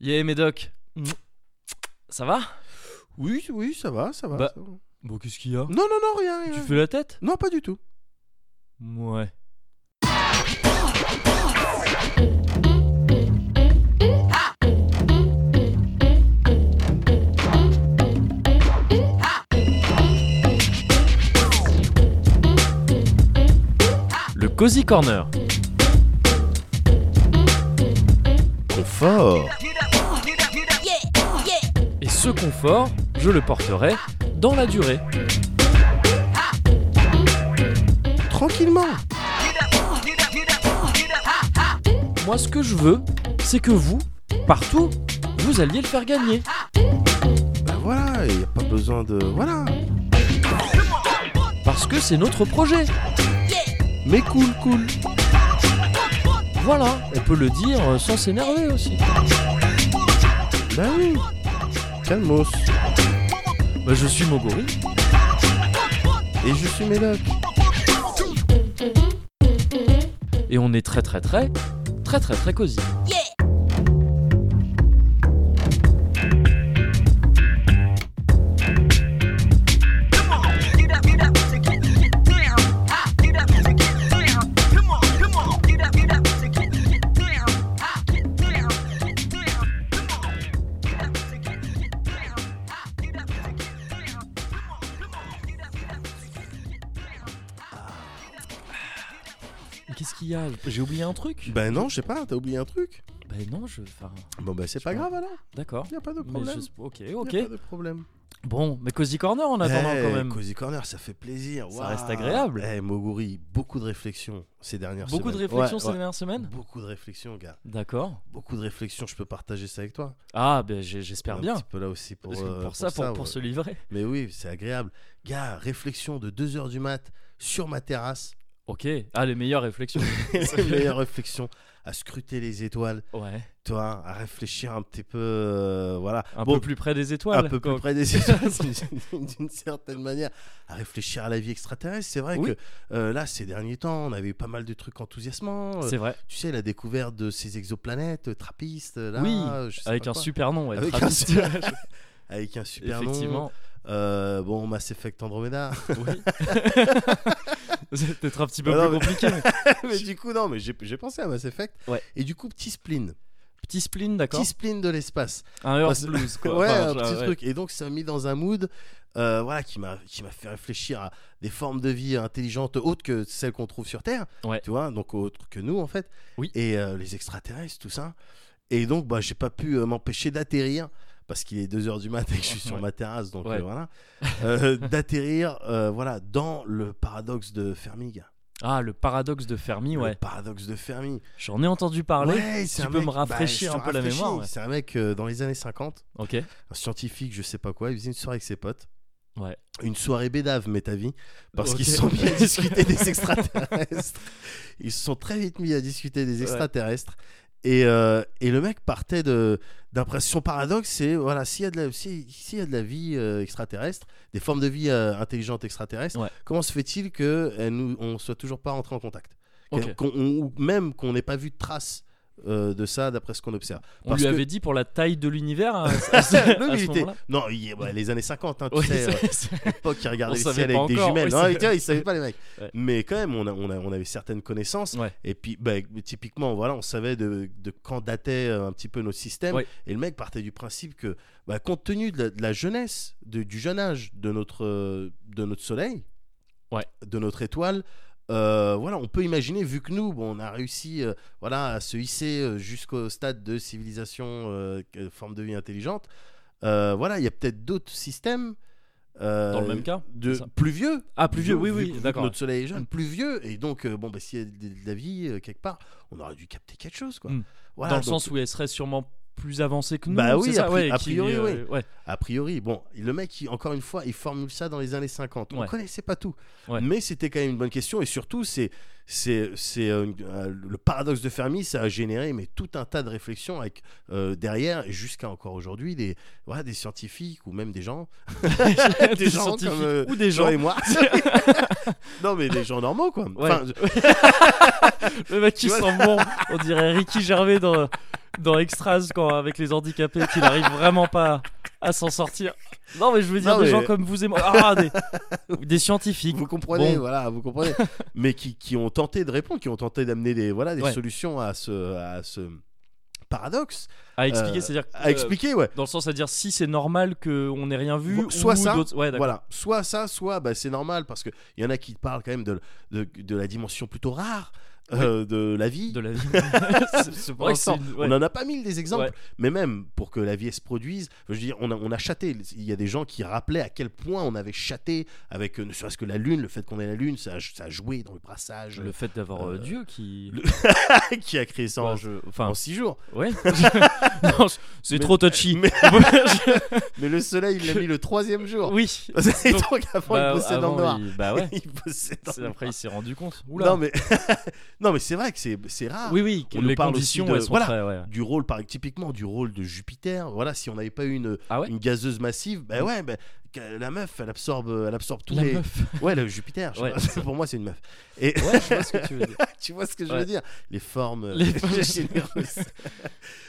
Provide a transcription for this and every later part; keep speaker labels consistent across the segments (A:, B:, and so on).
A: Yeah, Médoc. Ça va
B: Oui, oui, ça va, ça va.
A: Bah,
B: ça va.
A: Bon, qu'est-ce qu'il y a
B: Non, non, non, rien, rien.
A: Tu fais la tête
B: Non, pas du tout.
A: Ouais. Le Cozy Corner.
B: Au fort.
A: Et ce confort, je le porterai dans la durée.
B: Tranquillement.
A: Moi, ce que je veux, c'est que vous, partout, vous alliez le faire gagner.
B: Ben voilà, il n'y a pas besoin de. Voilà.
A: Parce que c'est notre projet.
B: Mais cool, cool.
A: Voilà, on peut le dire euh, sans s'énerver aussi.
B: Ben oui. Calmos.
A: Bah, je suis Mogori.
B: Et je suis Médoc.
A: et on est très très très très très très cosy. Mais Qu'est-ce qu'il y a J'ai oublié un truc
B: Ben non, je sais pas, t'as oublié un truc.
A: Ben non, je. Enfin,
B: Bon, ben c'est pas
A: Je
B: grave alors.
A: d'accord.
B: Il a pas de
A: Mais
B: problème.
A: je- Ok,
B: Y a
A: ok.
B: pas de problème.
A: Bon, mais Cozy Corner en attendant
B: Eh,
A: quand même.
B: Cozy Corner, ça fait plaisir.
A: Ça
B: waouh.
A: reste agréable.
B: Eh, Moguri, beaucoup de réflexions ces dernières
A: Beaucoup de
B: semaines.
A: réflexions
B: Ouais,
A: ces
B: ouais.
A: dernières semaines
B: Beaucoup de réflexions, gars.
A: D'accord.
B: Beaucoup de réflexions, je peux partager ça avec toi.
A: Ah, ben j'ai- j'espère
B: Un
A: bien.
B: petit peu là aussi pour,
A: Parce que
B: euh,
A: pour ça, pour, pour
B: ouais.
A: se livrer.
B: Mais oui, c'est agréable. Gars, réflexion de 2h du mat sur ma terrasse.
A: Ok. Ah, les meilleures réflexions.
B: C'est une meilleure réflexion à scruter les étoiles,
A: Ouais.
B: toi, à réfléchir un petit peu. euh, voilà.
A: Un
B: Bon,
A: peu plus près des
B: un
A: étoiles.
B: peu plus
A: quoi.
B: près des étoiles d'une- d'une certaine manière, à réfléchir à la vie extraterrestre. C'est vrai
A: Oui.
B: que euh, là, ces derniers temps, on avait eu pas mal de trucs enthousiasmants. Euh,
A: C'est vrai.
B: Tu sais, la découverte de ces exoplanettes, euh, trappistes, là,
A: Oui,
B: je sais
A: Avec
B: pas
A: un
B: quoi.
A: super nom. ouais,
B: Avec un
A: Trappist.
B: super- Avec un super nom.
A: Effectivement.
B: Euh, bon, Mass Effect Andromeda.
A: Oui. C'est peut-être un petit peu
B: Ah
A: plus
B: non, mais-
A: compliqué. mais-
B: mais du coup, non, mais j'ai j'ai pensé à Mass Effect.
A: Ouais.
B: Et du coup, petit spleen.
A: Petit spleen, d'accord.
B: Petit spleen de l'espace.
A: Un Earth
B: Parce-
A: Blues, quoi.
B: ouais,
A: Enfin,
B: un
A: je-
B: petit
A: ouais.
B: truc. Et donc, ça m'a mis dans un mood euh, voilà, qui m'a qui m'a fait réfléchir à des formes de vie intelligentes autres que celles qu'on trouve sur Terre.
A: Ouais.
B: Tu vois, donc autres que nous, en fait.
A: Oui.
B: Et euh, les extraterrestres, tout ça. Et donc, bah, j'ai pas pu euh, m'empêcher d'atterrir. Parce qu'il est 2h du matin et que je suis sur
A: Ouais.
B: ma terrasse, donc
A: Ouais.
B: euh, voilà. Euh, D'atterrir euh, voilà, dans le paradoxe de Fermi, gars.
A: Ah, le paradoxe de Fermi,
B: Le
A: ouais.
B: paradoxe de Fermi.
A: J'en ai entendu parler.
B: Ouais, c'est
A: tu
B: un
A: peux me
B: mec- bah,
A: rafraîchir
B: je
A: un
B: te
A: peu la
B: rafraîchis.
A: mémoire, ouais.
B: C'est un mec euh, dans les années 50,
A: Ok.
B: un scientifique, je sais pas quoi, il faisait une soirée avec ses potes.
A: Ouais.
B: Une soirée bédave, mais ta vie, parce
A: Ok.
B: qu'ils se sont mis à discuter des extraterrestres. Ils se sont très vite mis à discuter des extraterrestres. Et, euh, et le mec partait de d'impression paradoxe, c'est voilà, s'il y a de la si- s'il y a de la vie euh, extraterrestre, des formes de vie euh, intelligentes extraterrestres,
A: Ouais.
B: comment se fait-il que elle nous on soit toujours pas rentré en contact
A: Ok.
B: Qu'on- on- ou même qu'on n'ait pas vu de traces euh, de ça d'après ce qu'on observe.
A: On
B: Parce
A: lui
B: que-
A: avait dit pour la taille de l'univers à, à ce- à
B: Non, mais
A: ce
B: il était-
A: moment-là.
B: non, il- bah, les années 50, hein, tu
A: Ouais,
B: sais,
A: c'est- c'est-
B: l'époque qui
A: On
B: regardait le
A: savait
B: ciel
A: pas
B: avec des
A: encore,
B: jumelles.
A: oui,
B: Non,
A: c'est-
B: mais tu vois, ils savaient pas les mecs.
A: Ouais.
B: Mais quand même, on, a- on, a- on avait certaines connaissances.
A: Ouais.
B: Et puis, bah, typiquement, voilà, on savait de, de quand datait euh, un petit peu notre système.
A: Ouais.
B: Et le mec partait du principe que, bah, compte tenu de la, de la jeunesse, de- du jeune âge de notre, euh, de notre soleil,
A: Ouais.
B: de notre étoile, euh, voilà, on peut imaginer, vu que nous, bon, on a réussi euh, voilà, à se hisser euh, jusqu'au stade de civilisation, euh, que- forme de vie intelligente, euh, voilà, il y a peut-être d'autres systèmes. euh,
A: Dans le même cas,
B: de,
A: c'est ça
B: Plus vieux
A: Ah, plus vieux, oui,
B: vu-
A: oui,
B: vu que
A: d'accord. Mm.
B: Notre soleil est jeune, plus vieux. Et donc, euh, bon, bah, s'il y a de, de la vie euh, quelque part, on aurait dû capter quelque chose, quoi.
A: Mm.
B: Voilà,
A: Dans le
B: donc,
A: sens où elle serait sûrement plus avancée que nous.
B: Bah
A: c'est
B: oui,
A: ça,
B: a pri-
A: ouais,
B: a
A: qui,
B: priori,
A: euh, ouais.
B: A priori, bon, le mec, il- encore une fois, il formule ça dans les années 50. On
A: Ouais.
B: connaissait pas tout.
A: Ouais.
B: Mais c'était quand même une bonne question. Et surtout, c'est. C'est, c'est, euh, une- euh, le paradoxe de Fermi, ça a généré mais tout un tas de réflexions avec euh, derrière et jusqu'à encore aujourd'hui des, voilà, des scientifiques ou même des gens, des, gens comme,
A: scientifiques
B: euh,
A: ou des gens.
B: Jean et moi. non mais des gens normaux quoi.
A: Ouais.
B: Enfin,
A: Le mec qui
B: Tu vois-
A: sent bon, on dirait Ricky Gervais dans dans Extras quand avec les handicapés qui n'arrivent vraiment pas à s'en sortir. Non mais je veux dire
B: Non,
A: des
B: mais-
A: gens comme vous et moi, ah, des, des scientifiques.
B: Vous comprenez,
A: Bon.
B: voilà, vous comprenez. Mais qui, qui ont tenté de répondre, qui ont tenté d'amener des, voilà, des
A: Ouais.
B: solutions à ce, à ce paradoxe.
A: À expliquer,
B: Euh,
A: c'est-à-dire
B: À
A: euh,
B: expliquer, ouais.
A: dans le sens à dire si c'est normal qu'on n'ait rien vu
B: Vo- soit
A: ou
B: ça,
A: d'autres- ouais, d'accord.
B: Voilà, soit ça, soit bah, c'est normal parce qu'il y en a qui parlent quand même de, de, de la dimension plutôt rare euh, de la vie.
A: de la vie.
B: C'est- c'est pour
A: Ouais, c'est
B: l'instant.
A: une-
B: On
A: ouais.
B: n'en a pas mille des exemples,
A: Ouais.
B: mais même pour que la vie elle se produise, je veux dire, on a, on a chaté. Il y a des gens qui rappelaient à quel point on avait chaté avec euh, ne serait-ce que la Lune, le fait qu'on ait la Lune, ça a, ça a joué dans le brassage
A: Le fait d'avoir euh,
B: Euh,
A: Dieu qui.
B: le- qui a créé ça
A: Enfin,
B: en,
A: je- enfin,
B: en six jours.
A: ouais. Non, je- c'est
B: Mais-
A: trop touchy.
B: mais-
A: Je-
B: Mais le soleil, il l'a mis le troisième jour.
A: oui.
B: Et
A: Donc,
B: donc avant,
A: bah,
B: il bossait dans
A: avant,
B: le noir.
A: il- Bah ouais.
B: Il bossait dans
A: C'est-
B: le
A: Après, il
B: noir.
A: s'est rendu compte. Oula.
B: Non mais, non, mais c'est vrai que c'est c'est rare.
A: Oui, oui. que
B: On nous
A: les
B: parle aussi
A: conditions,
B: de-
A: elles sont
B: voilà.
A: très. ouais.
B: du rôle par typiquement du rôle de Jupiter voilà si on n'avait pas eu une,
A: Ah ouais Mm.
B: une gazeuse massive bah ouais bah, que- la meuf elle absorbe euh, elle absorbe tous
A: La
B: les
A: meuf.
B: ouais le Jupiter je sais
A: Ouais,
B: pas, pour moi c'est une meuf et
A: Ouais, je vois ce que tu veux dire.
B: tu vois ce que je
A: Ouais.
B: veux dire les formes
A: Les
B: euh,
A: formes
B: généreuses.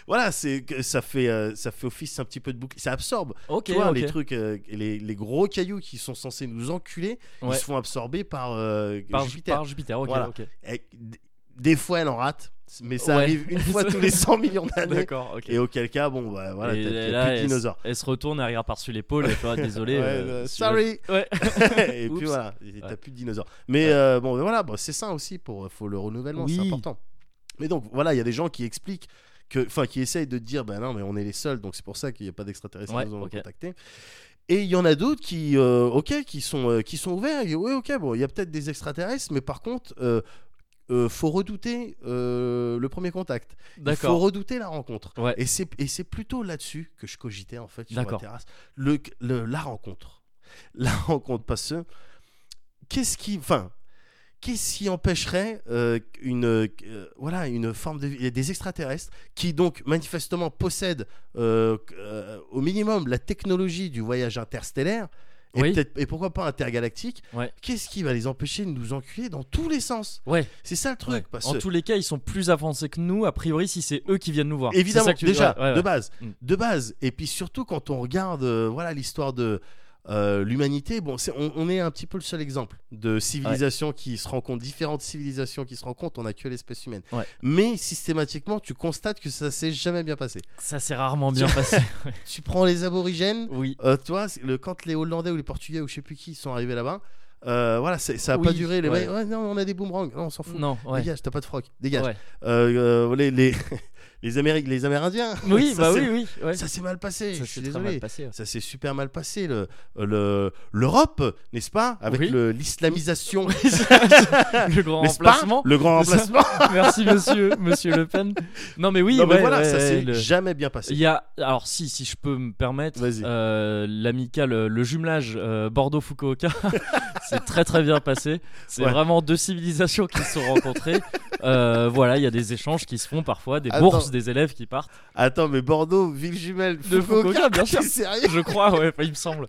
B: voilà c'est que ça fait euh, ça fait office un petit peu de boucle ça absorbe
A: Ok,
B: tu vois
A: ok.
B: les trucs euh, les, les gros cailloux qui sont censés nous enculer
A: Ouais.
B: ils se font absorber par, euh,
A: par
B: Jupiter
A: Par Jupiter, ok,
B: Voilà.
A: ok.
B: Et d- des fois elle en rate mais ça
A: Ouais.
B: arrive une fois tous les 100 millions d'années
A: D'accord, ok.
B: et auquel cas, bon, bah, voilà,
A: Et
B: t'as- t'as
A: là,
B: plus de
A: elle-
B: dinosaures.
A: Elle se retourne, elle regarde par-dessus l'épaule, elle fait ah, désolé.
B: Ouais,
A: euh,
B: euh,
A: si tu veux-
B: sorry!
A: Ouais.
B: et
A: Oups.
B: puis voilà, et t'as
A: Ouais.
B: plus de dinosaures. Mais
A: Ouais.
B: euh, bon, ben voilà, bon, c'est ça aussi, pour faut le renouvellement, c'est
A: Oui.
B: important. Mais donc, voilà, il y a des gens qui expliquent, que, enfin, qui essayent de dire, ben non, mais on est les seuls, donc c'est pour ça qu'il n'y a pas d'extraterrestres
A: Ouais,
B: qui nous ont
A: ok.
B: contactés. Et il y en a d'autres qui, euh, ok, qui sont, euh, qui sont ouverts. Et ouais, ok, bon, il y a peut-être des extraterrestres, mais par contre, euh, euh, faut redouter euh, le premier contact. Il faut
A: D'accord.
B: redouter la rencontre.
A: Ouais.
B: Et c'est et c'est plutôt là-dessus que je cogitais en fait sur la
A: D'accord.
B: terrasse. Le, le- la rencontre. La rencontre parce que qu'est-ce qui enfin qu'est-ce qui empêcherait euh, une euh, voilà une forme de vie- il y a des extraterrestres qui donc manifestement possèdent euh, euh, au minimum la technologie du voyage interstellaire et,
A: Oui.
B: peut-être- et pourquoi pas intergalactique
A: Ouais.
B: Qu'est-ce qui va les empêcher de nous enculer dans tous les sens
A: Ouais.
B: C'est ça le truc.
A: Ouais.
B: parce
A: en
B: que-
A: tous les cas, ils sont plus avancés que nous, a priori, si c'est eux qui viennent nous voir. C'est
B: Évidemment,
A: ça que tu-
B: déjà,
A: ouais, ouais,
B: de
A: ouais.
B: base.
A: Mm.
B: De base. Et puis surtout, quand on regarde euh, voilà l'histoire de euh, l'humanité, bon, c'est- on, on est un petit peu le seul exemple de civilisation qui se rencontre, différentes civilisations qui se rencontrent, on n'a que l'espèce humaine.
A: Ouais.
B: Mais systématiquement, tu constates que ça s'est jamais bien passé.
A: Ça s'est rarement bien passé.
B: tu prends les aborigènes,
A: oui.
B: euh, tu vois, c'est le, quand les Hollandais ou les Portugais ou je sais plus qui sont arrivés là-bas, euh, voilà, c'est- ça a pas
A: Oui,
B: duré. Les
A: ouais.
B: mecs, ouais, non, on a des boomerangs, non, on s'en fout.
A: Non, ouais.
B: Dégage, t'as pas de froc, dégage.
A: Ouais.
B: Euh, euh, les, les, les, Amériques, les Amérindiens.
A: Oui,
B: ça,
A: bah
B: c'est-
A: oui, oui. ouais.
B: ça s'est mal passé,
A: Ça
B: je suis
A: s'est très
B: désolé.
A: mal passé. ouais.
B: Ça s'est super mal passé. le- le- L'Europe, n'est-ce pas Avec
A: Oui.
B: le- l'islamisation,
A: le grand
B: n'est-ce pas
A: remplacement.
B: Le grand
A: Ça-
B: remplacement.
A: Merci monsieur, monsieur Le Pen. Non mais oui,
B: non, mais
A: ouais,
B: voilà,
A: ouais,
B: ça
A: ouais,
B: s'est
A: le-
B: jamais bien
A: Il
B: passé.
A: y a alors si si je peux me permettre
B: Vas-y.
A: euh, l'amical euh, le jumelage Bordeaux Fukuoka c'est très très bien passé c'est
B: Ouais.
A: vraiment deux civilisations qui se sont rencontrées Euh, voilà il y a des échanges qui se font parfois des
B: Attends.
A: bourses des élèves qui partent
B: Attends, mais Bordeaux, ville jumelle,
A: De
B: Fukuoka,
A: Fukuoka, bien
B: t'es
A: sûr.
B: sérieux
A: je crois ouais enfin, il me semble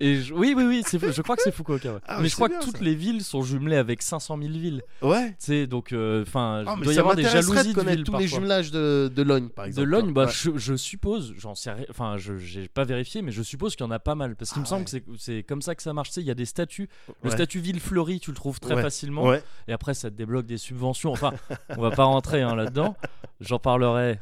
A: et je- oui oui oui c'est- je crois que c'est Fukuoka ouais.
B: Ah, mais
A: mais je
B: c'est
A: crois
B: bien,
A: que toutes
B: ça.
A: les villes sont jumelées avec 500 000 villes
B: Ouais.
A: tu sais donc euh, enfin
B: Ah, mais
A: doit y
B: ça
A: avoir des
B: m'intéresserait de
A: jalousies de
B: connaître
A: villes
B: tous les
A: parfois.
B: jumelages de, de Logne, par
A: De
B: exemple.
A: Logne, bah,
B: Ouais.
A: je, je suppose, j'en sais rien, enfin, je j'ai pas vérifié, mais je suppose qu'il y en a pas mal. Parce qu'il
B: Ah
A: me semble
B: ouais.
A: que c'est- c'est comme ça que ça marche. Tu sais, il y a des statues. Le
B: Ouais.
A: statut Ville Fleurie, tu le trouves très
B: Ouais.
A: facilement.
B: Ouais.
A: Et après, ça te débloque des subventions. Enfin, on va pas rentrer hein, là-dedans. J'en parlerai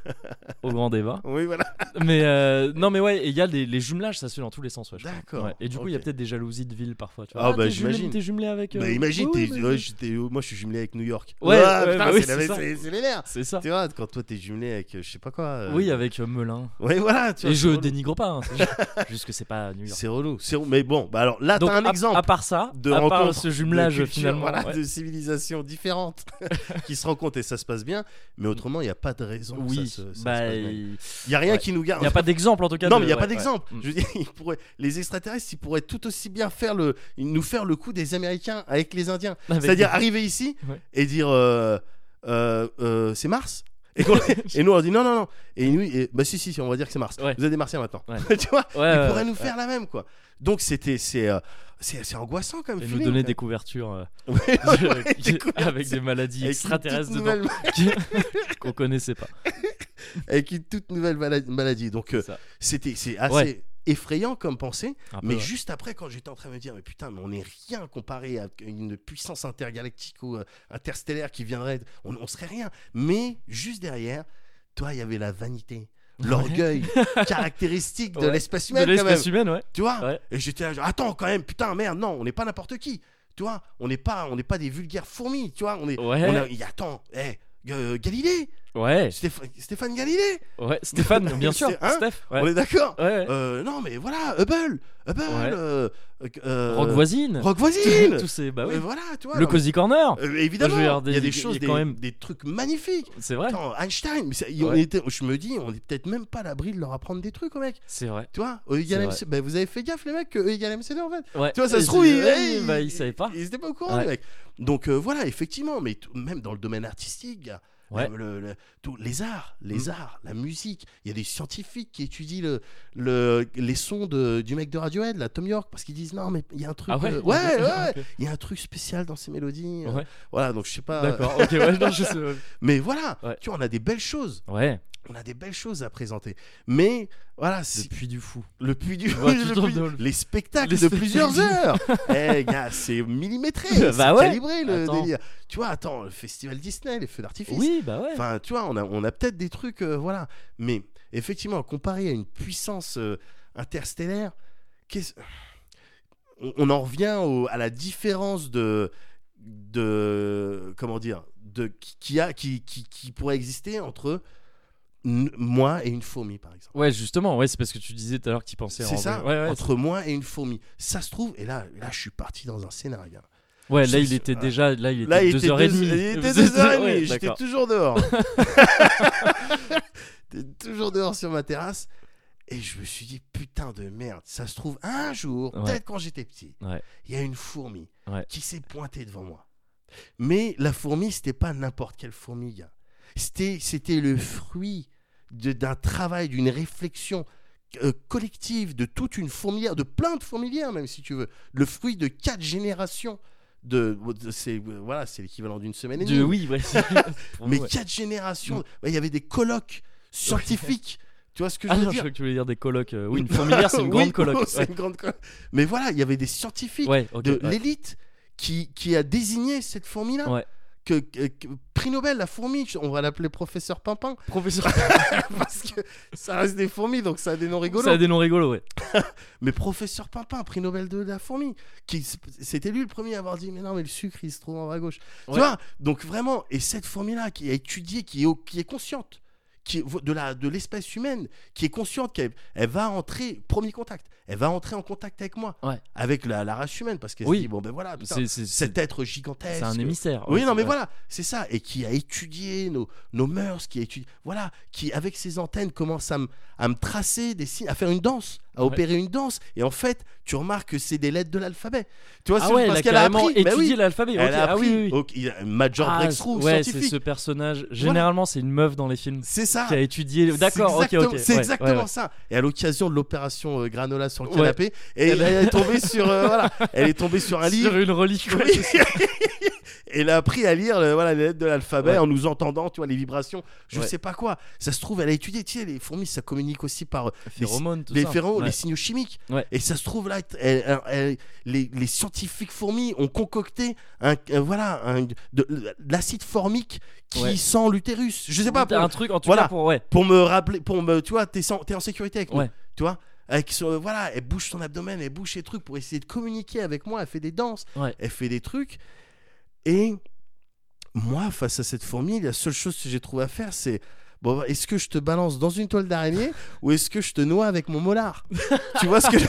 A: au grand débat.
B: Oui, voilà.
A: Mais euh, non, mais ouais, et il y a les, les jumelages, ça se fait dans tous les sens. Ouais, je crois.
B: D'accord,
A: Ouais. Et du coup, il y a
B: ok.
A: peut-être des jalousies de ville parfois. Tu vois.
B: Ah, bah,
A: t'es jumelé-
B: j'imagine.
A: T'es jumelé avec. euh,
B: Bah, imagine,
A: oui,
B: t'es-
A: oui,
B: ouais,
A: oui.
B: j'étais- moi je suis jumelé avec New York.
A: Ouais,
B: Ah,
A: ouais,
B: putain,
A: bah oui,
B: c'est la-
A: c'est ça.
B: c'est- c'est les nerfs.
A: C'est ça.
B: Tu vois, quand toi t'es jumelé avec euh, je sais pas quoi. euh,
A: Oui, avec euh, Melun.
B: Ouais, voilà. tu vois,
A: Et
B: c'est
A: je
B: relou.
A: dénigre pas. hein, c'est- Juste que c'est pas New York.
B: C'est relou. c'est relou. Mais bon, bah alors là,
A: Donc,
B: t'as un
A: à-
B: exemple.
A: À, part ça,
B: de
A: à part
B: rencontres,
A: ce jumelage
B: de cultures,
A: finalement.
B: voilà,
A: ouais.
B: de civilisations différentes qui se rencontrent et ça se passe bien. Mais autrement, il n'y a pas de raison. que
A: Oui,
B: ça se- ça se
A: bah,
B: passe bien.
A: il
B: il y a rien
A: ouais.
B: qui nous garde.
A: n'y a pas d'exemple en tout cas.
B: non,
A: de-
B: mais il n'y a
A: ouais,
B: pas
A: ouais.
B: d'exemple.
A: Mm.
B: Je veux dire, ils pourraient- les extraterrestres, ils pourraient tout aussi bien faire le, nous faire le coup des Américains avec les Indiens.
A: Avec-
B: C'est-à-dire arriver ici
A: Ouais.
B: et dire euh, euh, euh, c'est Mars et, qu'on- et nous on leur dit non, non, non. Et nous, et- bah si, si, si, on va dire que c'est Mars.
A: Ouais.
B: Vous êtes des Martiens maintenant.
A: Ouais.
B: tu vois
A: Ouais, ouais,
B: ils pourraient
A: ouais.
B: nous faire la même quoi. Donc c'était c'est euh, C'est c'est angoissant comme
A: Et
B: feeling,
A: nous donner
B: quoi.
A: des couvertures euh,
B: Ouais, ouais,
A: qui-
B: des couvertures
A: avec des maladies
B: avec une
A: extraterrestres
B: toute
A: dedans
B: nouvelle-
A: qui- qu'on connaissait pas.
B: avec une toute nouvelle mala- maladie. Donc euh,
A: C'est ça.
B: c'était c'est assez
A: Ouais.
B: effrayant comme pensée.
A: Un peu, hein.
B: mais
A: ouais.
B: juste après, quand j'étais en train de me dire, mais putain, mais on n'est rien comparé à une puissance intergalactique ou euh, interstellaire qui viendrait, de- on, on serait rien. Mais juste derrière, toi, il y avait la vanité. L'orgueil caractéristique de
A: Ouais.
B: l'espèce
A: de
B: humaine, quand même.
A: l'espèce humaine, ouais.
B: Tu vois
A: Ouais.
B: Et j'étais là, genre, attends, quand même, putain, merde, non, on n'est pas n'importe qui. Tu vois On n'est pas, on n'est pas des vulgaires fourmis, tu vois On est.
A: Ouais.
B: on a- il y a- attends, hé, euh, Galilée
A: Ouais,
B: Stéph- Stéphane Galilée
A: ouais. Stéphane, bien sûr.
B: C'est- hein
A: Steph, ouais.
B: On est d'accord
A: Ouais, ouais.
B: Euh, Non, mais voilà, Hubble Hubble
A: Ouais.
B: euh, euh,
A: Rock voisine.
B: Rock voisine
A: Tous ces, bah oui.
B: Euh, Voilà, tu vois.
A: Le
B: non, mais-
A: Cozy Corner,
B: Euh, évidemment,
A: Moi, je veux dire,
B: il y a
A: des-
B: des
A: il y a
B: choses, des,
A: quand même-
B: des trucs magnifiques.
A: c'est vrai,
B: Attends, Einstein, mais ça- il- on
A: Ouais.
B: était- je me dis, on est peut-être même pas à l'abri de leur apprendre des trucs, au mec.
A: c'est vrai.
B: Tu vois, E égale
A: C'est
B: MC, bah, vous avez fait gaffe, les mecs, que E égale MC2, en fait.
A: Ouais.
B: Tu vois, ça
A: Et
B: se trouve,
A: c'est-
B: il-
A: ouais,
B: il-
A: bah, il savait pas.
B: Ils étaient pas au courant,
A: Ouais.
B: les mecs. Donc euh, voilà, effectivement, mais tout- même dans le domaine artistique, gars,
A: Ouais. Mm.
B: le- le- tout- les arts, les arts, la musique, il y a des scientifiques qui étudient le, le- les sons de, du mec de Radiohead, là, Tom York, parce qu'ils disent non, mais il y a un truc,
A: Ah ouais
B: euh, ouais, ouais,
A: Ok.
B: il y a un truc spécial dans ces mélodies. euh,
A: Ouais.
B: voilà, donc je sais pas.
A: D'accord, ok, ouais, non, je sais.
B: Mais voilà,
A: Ouais.
B: tu vois, on a des belles choses,
A: Ouais,
B: on a des belles choses à présenter. Mais voilà,
A: le
B: si-
A: puits du fou.
B: le puits du,
A: vois, tu
B: le
A: tombes
B: puits du-
A: dans le-
B: les spectacles
A: Les
B: de
A: spectacles.
B: plusieurs heures. Eh gars, c'est millimétré,
A: Bah
B: c'est
A: ouais.
B: calibré le
A: Attends.
B: délire. Tu vois, attends, le festival Disney, les feux d'artifice.
A: Oui, bah ouais.
B: Enfin, tu vois, on a, on a peut-être des trucs, euh, voilà. Mais effectivement, comparé à une puissance euh, interstellaire, qu'est-ce- on, on en revient au- à la différence de, de comment dire, de qui, qui a, qui, qui, qui pourrait exister entre n- moi et une fourmi, par exemple.
A: Ouais, justement, ouais, c'est parce que tu disais tout à l'heure que tu pensais en
B: C'est ça,
A: vrai. Ouais, ouais,
B: entre moi et une fourmi. Ça se trouve, et là, là je suis parti dans un scénario. gars.
A: c'est- ouais, là,
B: c'est-
A: il était déjà. Là, il
B: Là,
A: était
B: il était
A: 2h30.
B: deux- il était 2h30, j'étais
A: d'accord.
B: toujours dehors. J'étais toujours dehors sur ma terrasse. Et je me suis dit, putain de merde, ça se trouve, un jour,
A: Ouais.
B: peut-être quand j'étais petit, il
A: Ouais.
B: y a une fourmi
A: Ouais.
B: qui s'est pointée devant moi. Mais la fourmi, c'était pas n'importe quelle fourmi, gars. C'était, c'était le fruit de- d'un travail, d'une réflexion euh, collective de toute une fourmilière, de plein de fourmilières même si tu veux, le fruit de quatre générations de, de- c'est voilà, c'est l'équivalent d'une semaine et
A: De-
B: demie.
A: oui, ouais. Pour
B: mais
A: nous, ouais.
B: quatre générations,
A: Mm.
B: Ouais, il y avait des colloques scientifiques. Tu vois ce que je
A: Ah
B: veux
A: non, je
B: dire
A: crois que tu voulais dire des colocs. euh, oui, une fourmilière, c'est une grande
B: Oui,
A: coloc.
B: c'est
A: Ouais,
B: une grande colloque. Mais voilà, il y avait des scientifiques
A: Ouais, ok.
B: de
A: ouais.
B: l'élite qui, qui a désigné cette fourmi-là.
A: Ouais.
B: Que, que- que- prix Nobel, la fourmi, on va l'appeler professeur Pimpin,
A: Professeur.
B: parce que ça reste des fourmis, donc ça a des noms rigolos.
A: Ça a des noms rigolos, ouais.
B: Mais professeur Pimpin, prix Nobel de la fourmi, qui c'était lui le premier à avoir dit mais non mais le sucre il se trouve en bas à gauche. Tu
A: Ouais.
B: vois Donc vraiment et cette fourmi là qui a étudié, qui est au- qui est consciente, qui est vo- de la de l'espèce humaine, qui est consciente qu'elle elle va entrer premier contact, elle va entrer en contact avec moi,
A: Ouais.
B: avec la, la race humaine parce qu'elle
A: Oui.
B: se dit bon ben voilà putain,
A: C'est- C'est c'est-
B: cet être gigantesque.
A: c'est un émissaire.
B: Oui,
A: ouais,
B: non,
A: c'est
B: mais
A: vrai.
B: voilà, c'est ça. Et qui a étudié nos, nos mœurs, qui a étudié. Voilà, qui, avec ses antennes, commence à me, à me tracer des signes, à faire une danse, à
A: Ouais.
B: opérer une danse. Et en fait, tu remarques que c'est des lettres de l'alphabet. Tu vois,
A: Ah
B: c'est
A: ouais, elle
B: parce
A: a
B: qu'elle a
A: carrément
B: appris.
A: étudié
B: Bah oui,
A: l'alphabet.
B: elle
A: ok.
B: a
A: Ah
B: appris.
A: oui, oui, oui.
B: Ok, il a- Major
A: Ah,
B: Breakthrough,
A: ouais, c'est
B: scientifique.
A: ce personnage. Généralement, c'est une meuf dans les films
B: C'est ça.
A: qui a étudié.
B: C'est
A: D'accord, ok,
B: exactement-
A: ok.
B: C'est
A: ouais, ouais,
B: exactement
A: ouais.
B: ça. Et à l'occasion de l'opération euh, Granola sur le
A: Ouais.
B: canapé, et
A: Elle
B: elle,
A: a-
B: est tombée sur, euh, voilà, elle est tombée sur un livre.
A: Sur une relique. ouais.
B: Oui. Et elle a appris à lire le- voilà, les lettres de l'alphabet
A: Ouais.
B: en nous entendant, tu vois, les vibrations, je
A: Ouais.
B: sais pas quoi. Ça se trouve, elle a étudié, tu sais, les fourmis, ça communique aussi par euh,
A: Phéromones, tout
B: les
A: ça.
B: phéromones,
A: Ouais.
B: les signaux chimiques.
A: Ouais.
B: Et ça se trouve, là, elle- elle- elle- les, les scientifiques fourmis ont concocté un, euh, voilà, un- de, de l'acide formique qui
A: Ouais.
B: sent l'utérus. Je sais pas, pour,
A: un truc en tout
B: Voilà.
A: cas pour ouais.
B: pour me rappeler, pour me, tu vois, t'es sans- t'es en sécurité avec nous,
A: Ouais.
B: tu vois. Avec son- voilà, elle bouge son abdomen, elle bouge ses trucs pour essayer de communiquer avec moi, elle fait des danses
A: Ouais.
B: elle fait des trucs. Et moi, face à cette fourmi, la seule chose que j'ai trouvé à faire, c'est bon, est-ce que je te balance dans une toile d'araignée ou est-ce que je te noie avec mon molar Tu vois ce que je-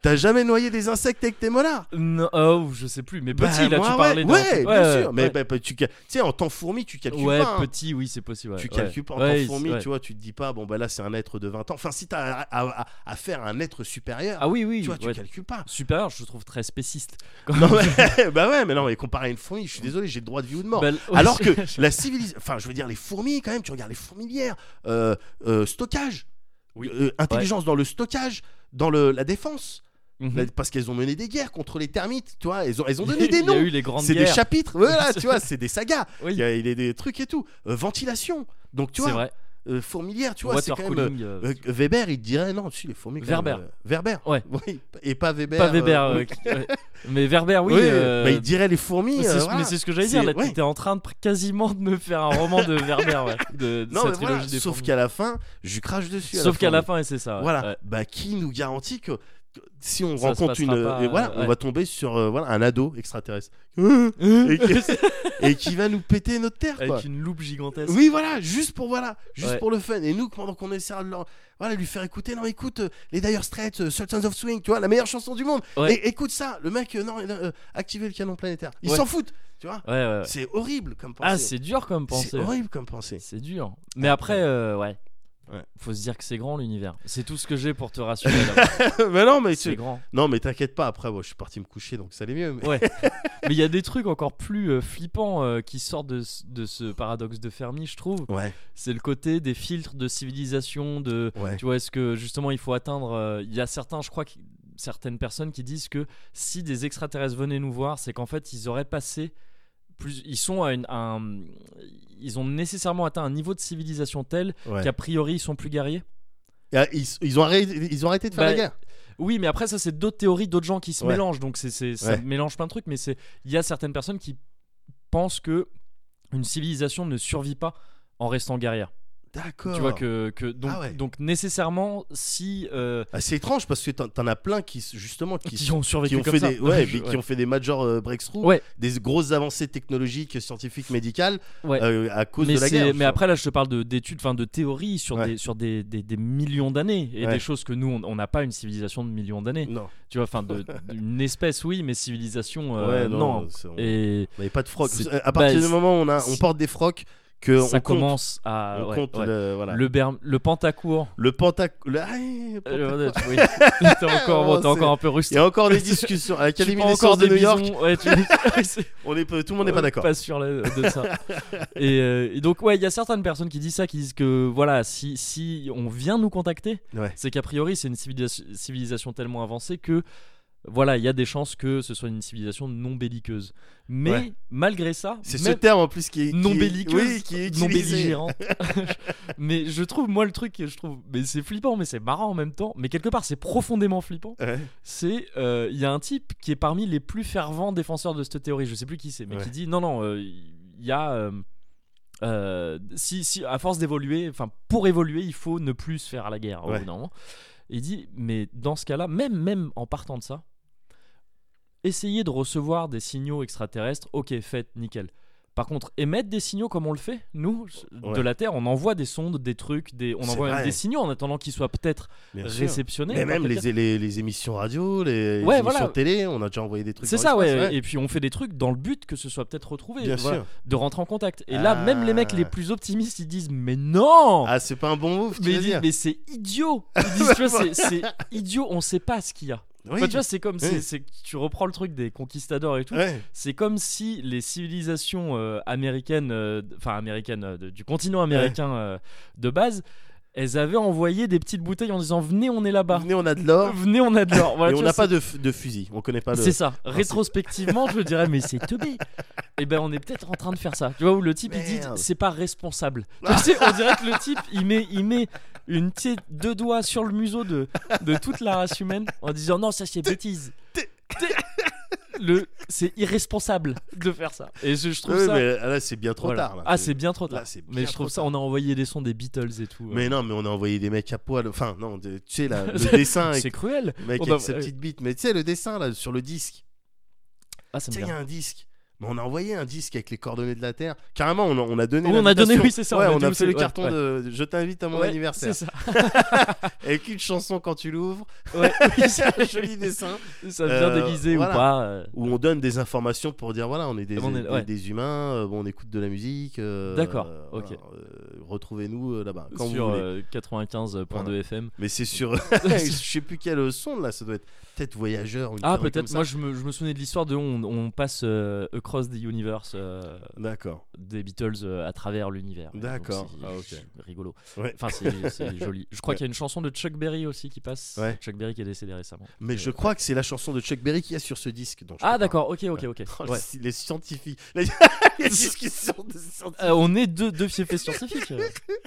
B: T'as jamais noyé des insectes avec tes molars
A: Non, oh, je sais plus, mais petit
B: Bah,
A: là
B: moi,
A: tu parlais
B: ouais,
A: d'un
B: ouais,
A: truc.
B: bien sûr. mais
A: ouais.
B: bah, bah, tu cal- tu sais, en temps fourmi, tu calcules
A: Ouais,
B: pas. hein.
A: petit, oui, c'est possible. ouais,
B: Tu
A: ouais.
B: calcules pas en
A: Ouais,
B: temps fourmi,
A: ouais.
B: tu vois, tu te dis pas, bon, bah là, c'est un être de 20 ans. Enfin, si t'as à, à, à- à faire un être supérieur,
A: Ah oui, oui.
B: tu vois, tu
A: ouais.
B: calcules pas.
A: Supérieur, je trouve très spéciste.
B: Non, mais- bah ouais, mais non, mais comparé à une fourmi, je suis désolé, j'ai le droit de vie ou de mort.
A: Bah, l-
B: Alors que la civilisation, enfin je veux dire les fourmis quand même, tu regardes les fourmilières, euh, euh, stockage,
A: Oui.
B: Euh, intelligence dans le stockage, dans le, la défense,
A: Mhm.
B: Là, parce qu'elles ont mené des guerres contre les termites, tu vois. Elles ont, elles ont
A: Il y a-
B: donné des
A: Il y a
B: noms.
A: eu les grandes
B: C'est des
A: guerres.
B: chapitres, voilà, tu vois, c'est des sagas.
A: Oui.
B: Il y a, il y a des trucs et tout. Euh, ventilation, donc tu
A: C'est
B: vois,
A: vrai.
B: euh, fourmilière, tu vois, c'est quand même. euh,
A: Watercooling. euh,
B: euh, Weber, il te dirait non, tu les fourmis. quand
A: Werber.
B: même, euh, Werber.
A: Ouais.
B: Oui, et pas Weber.
A: Pas Weber.
B: euh,
A: euh,
B: oui.
A: qui- ouais. Mais Werber, oui.
B: Oui,
A: euh,
B: bah, il dirait les fourmis.
A: mais c'est
B: euh,
A: ce-
B: voilà.
A: mais c'est ce que j'allais
B: C'est-
A: dire. Là,
B: ouais.
A: t'étais en train de pr- quasiment de me faire un roman de Werber, ouais, de, de
B: Non,
A: sa
B: mais
A: trilogie
B: voilà,
A: des
B: sauf
A: fourmis.
B: qu'à la fin, je lui crache dessus.
A: Sauf qu'à la
B: fourmi.
A: fin, et c'est ça. ouais,
B: Voilà.
A: ouais.
B: Bah, qui nous garantit que que si on
A: Ça se
B: rencontre une,
A: passera pas,
B: et voilà,
A: euh,
B: on
A: ouais.
B: va tomber sur euh, voilà un ado extraterrestre et,
A: Avec
B: qui- et qui va nous péter notre terre. quoi.
A: une loupe gigantesque.
B: Oui, voilà, juste pour voilà, juste
A: Ouais.
B: pour le fun. Et nous, pendant qu'on essaiera de leur- voilà, lui faire écouter, non, écoute euh, les Dire Straits, euh, Sultans of Swing, tu vois, la meilleure chanson du monde.
A: Ouais.
B: Et écoute ça, le mec, euh, non, euh, euh, activer le canon planétaire. Ils
A: Ouais.
B: s'en foutent, tu vois.
A: Ouais, ouais, ouais.
B: C'est horrible comme pensée.
A: Ah, c'est dur comme
B: C'est
A: pensée. ouais.
B: horrible comme pensée.
A: C'est dur. Mais après, euh, ouais.
B: Ouais.
A: Faut se dire que c'est grand l'univers. C'est tout ce que j'ai pour te rassurer. là.
B: mais non, mais
A: c'est
B: tu-
A: grand.
B: non, mais t'inquiète pas. Après, moi, je suis parti me coucher, donc ça allait mieux. mais-
A: Ouais. Mais il y a des trucs encore plus euh, flippants euh, qui sortent de, ce- de ce paradoxe de Fermi, je trouve.
B: Ouais,
A: C'est le côté des filtres de civilisation, de,
B: ouais.
A: Tu vois, est-ce que justement il faut atteindre. euh, Il y a certains, je crois, qui- certaines personnes qui disent que si des extraterrestres venaient nous voir, c'est qu'en fait ils auraient passé. Plus, ils sont à une- à un- ils ont nécessairement atteint un niveau de civilisation tel
B: ouais.
A: qu'a priori ils sont plus guerriers.
B: Et, ah, Ils, ils ont arrêté, ils ont arrêté de faire
A: Bah,
B: la guerre.
A: Oui, mais après ça c'est d'autres théories, d'autres gens qui se
B: Ouais.
A: mélangent, donc c'est, c'est- ça
B: Ouais.
A: mélange plein de trucs. Mais c'est il y a certaines personnes qui pensent que une civilisation ne survit pas en restant guerrière.
B: D'accord.
A: Tu vois que, que- donc,
B: Oh. Ah ouais.
A: donc nécessairement si euh,
B: Ah, c'est étrange parce que t'en t'en as plein qui s- justement qui,
A: qui ont survécu
B: qui ont
A: comme
B: fait
A: ça.
B: des ouais,
A: Je-
B: mais qui ont fait des major euh, breakthroughs,
A: Ouais.
B: des grosses avancées technologiques, scientifiques, médicales
A: Ouais.
B: euh, à cause
A: mais,
B: de la
A: c'est-
B: guerre.
A: mais après là je te parle de- d'études, enfin de théories sur,
B: Ouais.
A: des, sur des, des- des millions d'années et
B: Ouais.
A: des choses que nous on- on n'a pas une civilisation de millions d'années.
B: non,
A: Tu vois, enfin de- d'une espèce oui, mais civilisation euh,
B: Ouais, non,
A: non.
B: c'est- on
A: Et
B: n'avait pas de froc. Euh,
A: c'est-
B: À
A: bah,
B: partir
A: c'est-
B: du moment où on a, on
A: si-
B: porte des frocs, que on
A: ça
B: compte,
A: commence à
B: on
A: ouais,
B: compte
A: ouais.
B: le voilà. le,
A: le Berm- le Pentacourt.
B: pentac- le- ah, le pentac-
A: Euh, oui. t'es encore, bon,
B: Oh,
A: t'es encore
B: c'est-
A: un peu rustique.
B: Il y a encore des discussions à
A: Tu
B: l'Académie
A: prends
B: des
A: encore
B: sciences de
A: des
B: New York.
A: bisons, ouais, tu- ouais, c'est-
B: On est peu- tout le monde n'est pas
A: Euh,
B: d'accord.
A: Pas sûr là, de ça. et, euh, et donc ouais, il y a certaines personnes qui disent ça, qui disent que voilà, si si on vient nous contacter,
B: Ouais.
A: c'est qu'a priori c'est une civilisa- civilisation tellement avancée que voilà, il y a des chances que ce soit une civilisation non belliqueuse. Mais
B: Ouais.
A: malgré ça,
B: C'est ce
A: même
B: terme en plus qui est qui
A: non
B: est-
A: belliqueuse,
B: oui, qui est
A: non
B: utilisé.
A: belligérante. mais je trouve moi le truc que je trouve, mais c'est flippant, mais c'est marrant en même temps. Mais quelque part c'est profondément flippant
B: Ouais.
A: c'est euh, il y a un type qui est parmi les plus fervents défenseurs de cette théorie, je sais plus qui c'est, mais
B: Ouais.
A: qui dit non non, euh, il y a euh, euh, si, si à force d'évoluer, enfin pour évoluer, il faut ne plus se faire la guerre. au
B: Ouais.
A: bout d'un moment. Et Il dit mais dans ce cas-là, même même en partant de ça, essayez de recevoir des signaux extraterrestres. Ok, faites nickel. Par contre, émettre des signaux comme on le fait, nous, de
B: Ouais.
A: la Terre, on envoie des sondes, des trucs, des, on
B: C'est
A: envoie
B: vrai.
A: des signaux en attendant qu'ils soient peut-être
B: Bien sûr.
A: réceptionnés.
B: Mais
A: par
B: même
A: quelqu'un.
B: les, les, les émissions radio, les
A: Ouais,
B: émissions
A: voilà.
B: télé, on a déjà envoyé des trucs.
A: C'est
B: dans
A: ça, ouais.
B: l'espace,
A: Et puis on fait des trucs dans le but que ce soit peut-être retrouvé,
B: Bien
A: voilà,
B: sûr.
A: de rentrer en contact. Et là, même les mecs
B: Ah.
A: les plus optimistes, ils disent mais non.
B: Ah, c'est pas un bon move, tu
A: mais,
B: veux
A: ils disent,
B: dire.
A: mais c'est idiot! Ils disent, tu vois, c'est- c'est idiot, on sait pas ce qu'il y a.
B: Oui.
A: Enfin, tu vois, c'est comme si
B: Oui.
A: tu reprends le truc des conquistadors et tout.
B: Ouais.
A: C'est comme si les civilisations euh, américaines, euh, d- enfin américaines, euh, de- du continent américain euh, de base, elles avaient envoyé des petites bouteilles en disant venez, on est là-bas.
B: Venez, on a de l'or.
A: Venez, on a de l'or. Voilà,
B: et
A: tu
B: on
A: vois,
B: n'a pas de, f- de fusil, on connaît pas de.
A: c'est ça. Rétrospectivement, je dirais, mais c'est teubé. Et ben, on est peut-être en train de faire ça. Tu vois, où le type, il dit,
B: Merde.
A: c'est pas responsable. Tu sais, on dirait que le type, il met, il met une, tu sais, deux doigts sur le museau de, de toute la race humaine en disant, non, ça c'est bêtise. T'es- Le, c'est irresponsable de faire ça. Et je, je trouve
B: Ouais,
A: ça.
B: mais là, c'est bien trop
A: voilà.
B: tard. là.
A: Ah, c'est bien trop
B: là,
A: tard.
B: c'est bien
A: mais je
B: trop
A: trouve ça,
B: tard.
A: on a envoyé des sons des Beatles et tout.
B: Mais
A: euh.
B: non, mais on a envoyé des mecs à poil. Enfin, non, de- tu sais, là, le dessin
A: c'est
B: avec,
A: cruel.
B: le mec
A: Oh,
B: avec
A: bah,
B: sa
A: ouais.
B: petite bite. Mais tu sais, le dessin, là, sur le disque.
A: Ah, ça
B: Tu
A: me
B: sais, il y
A: vient.
B: a un disque. Mais on a envoyé un disque avec les coordonnées de la Terre. Carrément, on a, on a donné.
A: Oui, on a donné,
B: l'invitation.
A: oui, c'est ça.
B: Ouais, on
A: était
B: a
A: où,
B: fait le
A: c'est- ouais,
B: carton
A: ouais.
B: de Je t'invite à mon
A: Ouais,
B: anniversaire.
A: C'est ça.
B: Avec une chanson quand tu l'ouvres.
A: Ouais, oui, c'est-
B: un joli dessin.
A: Ça vient
B: Euh,
A: déguisé
B: voilà.
A: ou pas. euh.
B: où on donne des informations pour dire voilà on est des,
A: On est-
B: des-
A: ouais.
B: des humains euh, bon, on écoute de la musique euh,
A: D'accord,
B: euh,
A: ok.
B: voilà, euh, retrouvez-nous euh, là-bas quand
A: sur
B: vous voulez
A: euh, 95.2
B: Voilà.
A: FM.
B: mais c'est sur je sais plus quel euh, son là ça doit être peut-être voyageur ou une
A: Ah
B: connerie comme
A: peut-être.
B: ça.
A: Moi je me, je me souvenais de l'histoire de on, on passe euh, Across Across the Universe euh,
B: D'accord.
A: des Beatles euh, à travers l'univers. Et donc,
B: D'accord.
A: c'est-
B: Ah, ok.
A: c'est Rigolo.
B: Ouais.
A: Enfin, c'est c'est joli. Je crois
B: Ouais.
A: qu'il y a une chanson de Chuck Berry aussi qui passe.
B: Ouais.
A: Chuck Berry qui est décédé récemment.
B: Mais je crois que c'est la chanson de Chuck Berry qu'il y a sur ce disque. dont je te
A: Euh, Ah
B: parle.
A: d'accord, ok, ok, ok.
B: Oh,
A: Ouais.
B: Les, les scientifiques. Les, les discussions de scientifiques.
A: Euh, on est deux, deux fiefs scientifiques. euh.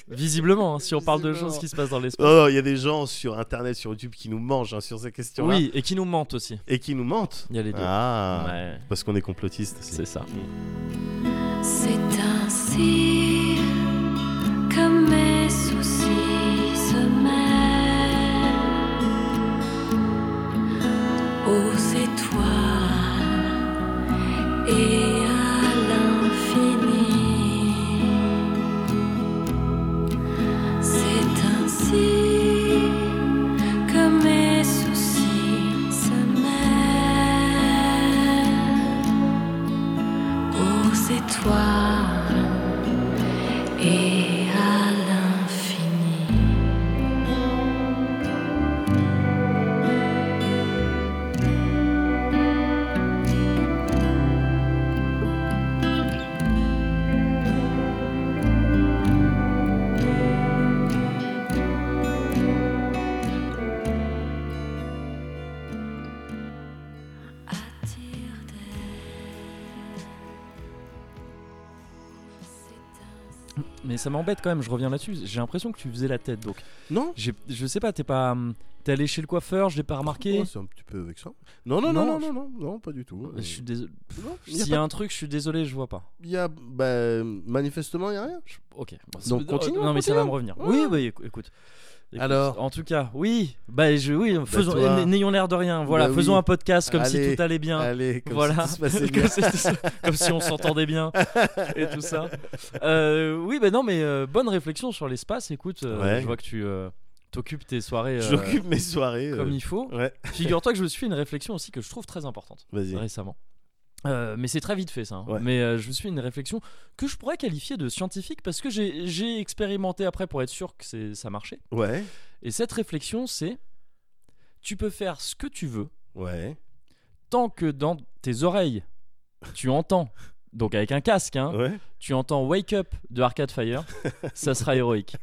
A: Visiblement, hein, si on parle de
B: Visiblement.
A: choses qui se passent dans l'espace.
B: Oh, il y a des gens sur internet, sur YouTube qui nous mangent hein, sur ces questions-là.
A: oui, et qui nous mentent aussi.
B: Et qui nous mentent.
A: Il y a les deux.
B: Ah.
A: Ouais,
B: Parce qu'on est complotistes. aussi.
A: c'est ça.
C: C'est ainsi que mes soucis se mêlent aux étoiles et à l'infini. C'est ainsi que mes soucis se mêlent aux étoiles et à l'infini. Attire d'elle.
A: Mais ça m'embête quand même, je reviens là-dessus. J'ai l'impression que tu faisais la tête, donc
B: Non
A: j'ai- je sais pas, t'es pas, hum, t'es allé chez le coiffeur, je l'ai pas remarqué.
B: Oh, c'est un petit peu vexant. Non, non, non, non,
A: Non,
B: non, non, non, pas du tout.
A: Je suis désolé.
B: Non, il y a
A: S'il y a un truc, je suis désolé, je vois pas.
B: Il y a, bah, manifestement, il n'y a rien.
A: Je- Ok. Bon,
B: Donc,
A: c'est-
B: continue,
A: Non mais ça
B: euh, continue.
A: va me revenir.
B: Ouais.
A: Oui, oui, écou- écoute. Écoute,
B: Alors
A: En tout cas, oui. Bah, je, oui. Faisons.
B: toi.
A: n- N'ayons l'air de rien. Voilà.
B: Bah oui.
A: faisons un podcast comme
B: Allez.
A: si tout allait bien.
B: Allez, comme
A: voilà.
B: si tout se passait bien.
A: Comme si tout se- comme si on s'entendait bien et tout ça. Euh, oui, bah non, mais euh, bonne réflexion sur l'espace. Écoute, euh,
B: Ouais.
A: je vois que tu euh, t'occupes tes soirées euh,
B: J'occupe mes soirées. euh,
A: comme il faut.
B: Ouais,
A: Figure-toi que je me suis fait une réflexion aussi que je trouve très importante
B: vas-y.
A: récemment. Euh, mais c'est très vite fait ça. hein.
B: Ouais.
A: Mais euh, je me suis fait une réflexion que je pourrais qualifier de scientifique parce que j'ai j'ai expérimenté après pour être sûr que c'est- ça marchait.
B: Ouais,
A: Et cette réflexion c'est tu peux faire ce que tu veux
B: ouais,
A: tant que dans tes oreilles tu entends, donc avec un casque, hein,
B: ouais.
A: tu entends Wake Up de Arcade Fire, ça sera héroïque.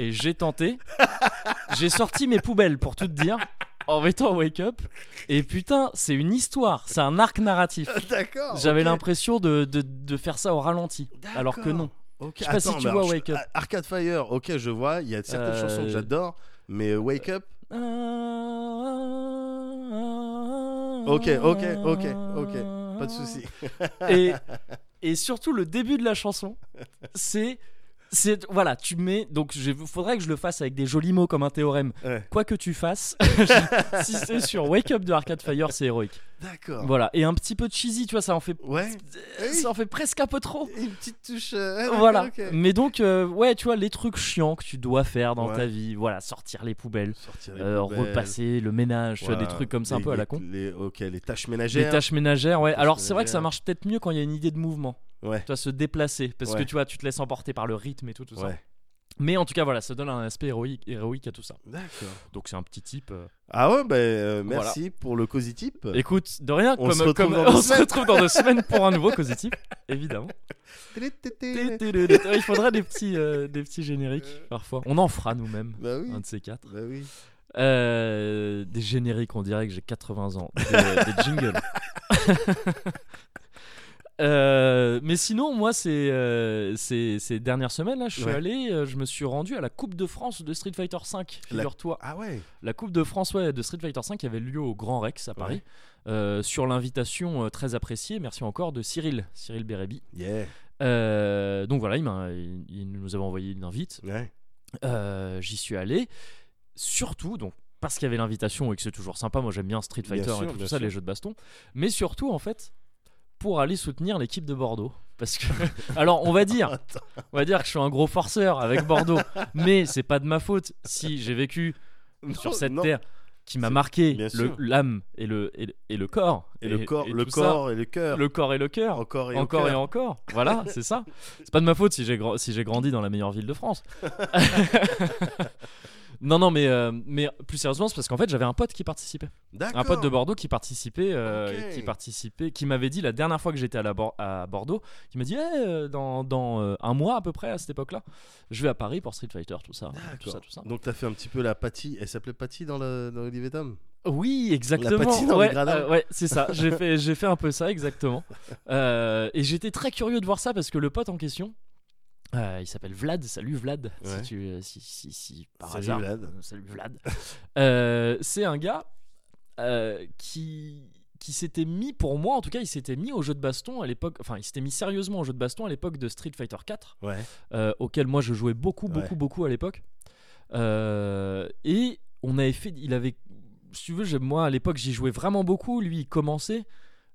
A: Et j'ai tenté, j'ai sorti mes poubelles pour tout te dire en mettant Wake Up. Et putain, c'est une histoire, c'est un arc narratif.
B: D'accord.
A: J'avais
B: ok.
A: l'impression de, de- de faire ça au ralenti, alors que non.
B: Ok,
A: Je sais pas si
B: attends,
A: tu
B: mais
A: vois
B: alors, je-
A: Wake Up.
B: Ar- Arcade Fire, ok, je vois. Il y a certaines
A: Euh,
B: chansons que j'adore, mais euh, Wake Up.
A: Ok,
B: Ok, ok, ok, ok, Pas
A: Ah.
B: de souci.
A: Et, et surtout, le début de la chanson, c'est. c'est voilà, tu mets. Donc, il faudrait que je le fasse avec des jolis mots comme un théorème.
B: Ouais.
A: Quoi que tu fasses, si c'est sur Wake Up de Arcade Fire, c'est héroïque.
B: D'accord.
A: Voilà, et un petit peu cheesy, tu vois, ça en fait.
B: Ouais. Eh Ah. oui.
A: Ça en fait presque un peu trop.
B: Une petite touche. euh, ouais, d'accord,
A: Voilà.
B: ok.
A: Mais donc, euh, ouais, tu vois, les trucs chiants que tu dois faire dans
B: Ouais.
A: ta vie. Voilà, sortir les poubelles,
B: Sortir les
A: euh,
B: poubelles.
A: repasser le ménage, tu vois,
B: Voilà.
A: des trucs comme ça un
B: Les-
A: peu à
B: les-
A: la con.
B: Les, ok, les tâches
A: Les
B: ménagères.
A: tâches ménagères, ouais.
B: tâches
A: Alors c'est vrai que ça
B: ménagères.
A: marche peut-être mieux quand il y a une idée de mouvement.
B: Ouais.
A: Tu vois, se déplacer. Parce
B: Ouais.
A: que tu vois, tu te laisses emporter par le rythme et tout, tout ça.
B: Ouais.
A: Mais en tout cas, voilà, ça donne un aspect héroïque, héroïque à tout ça.
B: D'accord.
A: Donc c'est un petit type. euh.
B: Ah ouais, bah, euh, merci pour le cosy tip.
A: Écoute, de rien,
B: On
A: comme,
B: se retrouve
A: comme-
B: dans deux
A: on se
B: semaines.
A: retrouve dans deux semaines pour un nouveau cosy type, évidemment. Il faudra des petits, euh, des petits génériques
B: Euh.
A: parfois. On en fera nous-mêmes,
B: Bah oui.
A: un de ces quatre.
B: Bah oui.
A: Euh, des génériques, on dirait que j'ai 80 ans. Des, des jingles. Euh, mais sinon, moi, ces, euh, ces, ces dernières semaines, là, je suis
B: Ouais.
A: allé, euh, je me suis rendu à la Coupe de France de Street Fighter V.
B: La-
A: Figure-toi,
B: Ah ouais.
A: la Coupe de France ouais, de Street Fighter V qui avait lieu au Grand Rex à Paris, euh, sur l'invitation euh, très appréciée, merci encore de Cyril, Cyril Bérébi.
B: Yeah.
A: Euh, donc voilà, il, m'a- il- il nous avait envoyé une invite.
B: Ouais.
A: Euh, j'y suis allé. Surtout, donc, parce qu'il y avait l'invitation et que c'est toujours sympa. Moi, j'aime bien Street
B: Bien
A: Fighter
B: sûr,
A: et tout,
B: bien
A: ça,
B: sûr.
A: les jeux de baston. Mais surtout, en fait, pour aller soutenir l'équipe de Bordeaux. Parce que, alors, on va dire,
B: Attends.
A: on va dire que je suis un gros forceur avec Bordeaux, mais c'est pas de ma faute si j'ai vécu sur
B: Non,
A: cette
B: non.
A: terre qui m'a
B: C'est-
A: marqué
B: bien
A: le-
B: sûr.
A: l'âme et le, et, le- et le corps
B: Et, le corps,
A: et
B: le
A: tout ça.
B: corps et le cœur.
A: le corps et le cœur
B: Encore et
A: encore
B: le
A: et
B: cœur.
A: encore. Voilà, c'est ça. C'est pas de ma faute si j'ai gr- si j'ai grandi dans la meilleure ville de France. Non, non, mais, euh, mais plus sérieusement, c'est parce qu'en fait, j'avais un pote qui participait.
B: D'accord.
A: Un pote de Bordeaux qui participait, euh,
B: Ok.
A: qui participait, qui m'avait dit la dernière fois que j'étais à, la Bor- à Bordeaux, qui m'a dit Eh, euh, dans, dans euh, un mois à peu près à cette époque-là, je vais à Paris pour Street Fighter, tout ça, tout ça,
B: D'accord.
A: tout ça.
B: Donc t'as fait un petit peu la Patty. Elle s'appelait Patty dans le dans Olivetum.
A: Oui,
B: La patine
A: exactement.
B: dans le
A: Ouais,
B: gradin.
A: euh, ouais, c'est ça. J'ai fait, j'ai fait un peu ça, exactement. Euh, et j'étais très curieux de voir ça parce que le pote en question, euh, il s'appelle Vlad. Salut Vlad.
B: Ouais.
A: Si tu, euh, si, si, si, par
B: Salut,
A: hasard.
B: Vlad.
A: Euh, Salut Vlad. Euh, c'est un gars euh, qui qui s'était mis pour moi en tout cas il s'était mis au jeu de baston à l'époque enfin il s'était mis sérieusement au jeu de baston à l'époque de Street Fighter 4
B: Ouais.
A: euh, auquel moi je jouais beaucoup, beaucoup,
B: Ouais.
A: beaucoup à l'époque. Euh, et on avait fait, il avait, si tu veux, j'aime- moi à l'époque j'y jouais vraiment beaucoup, lui il commençait.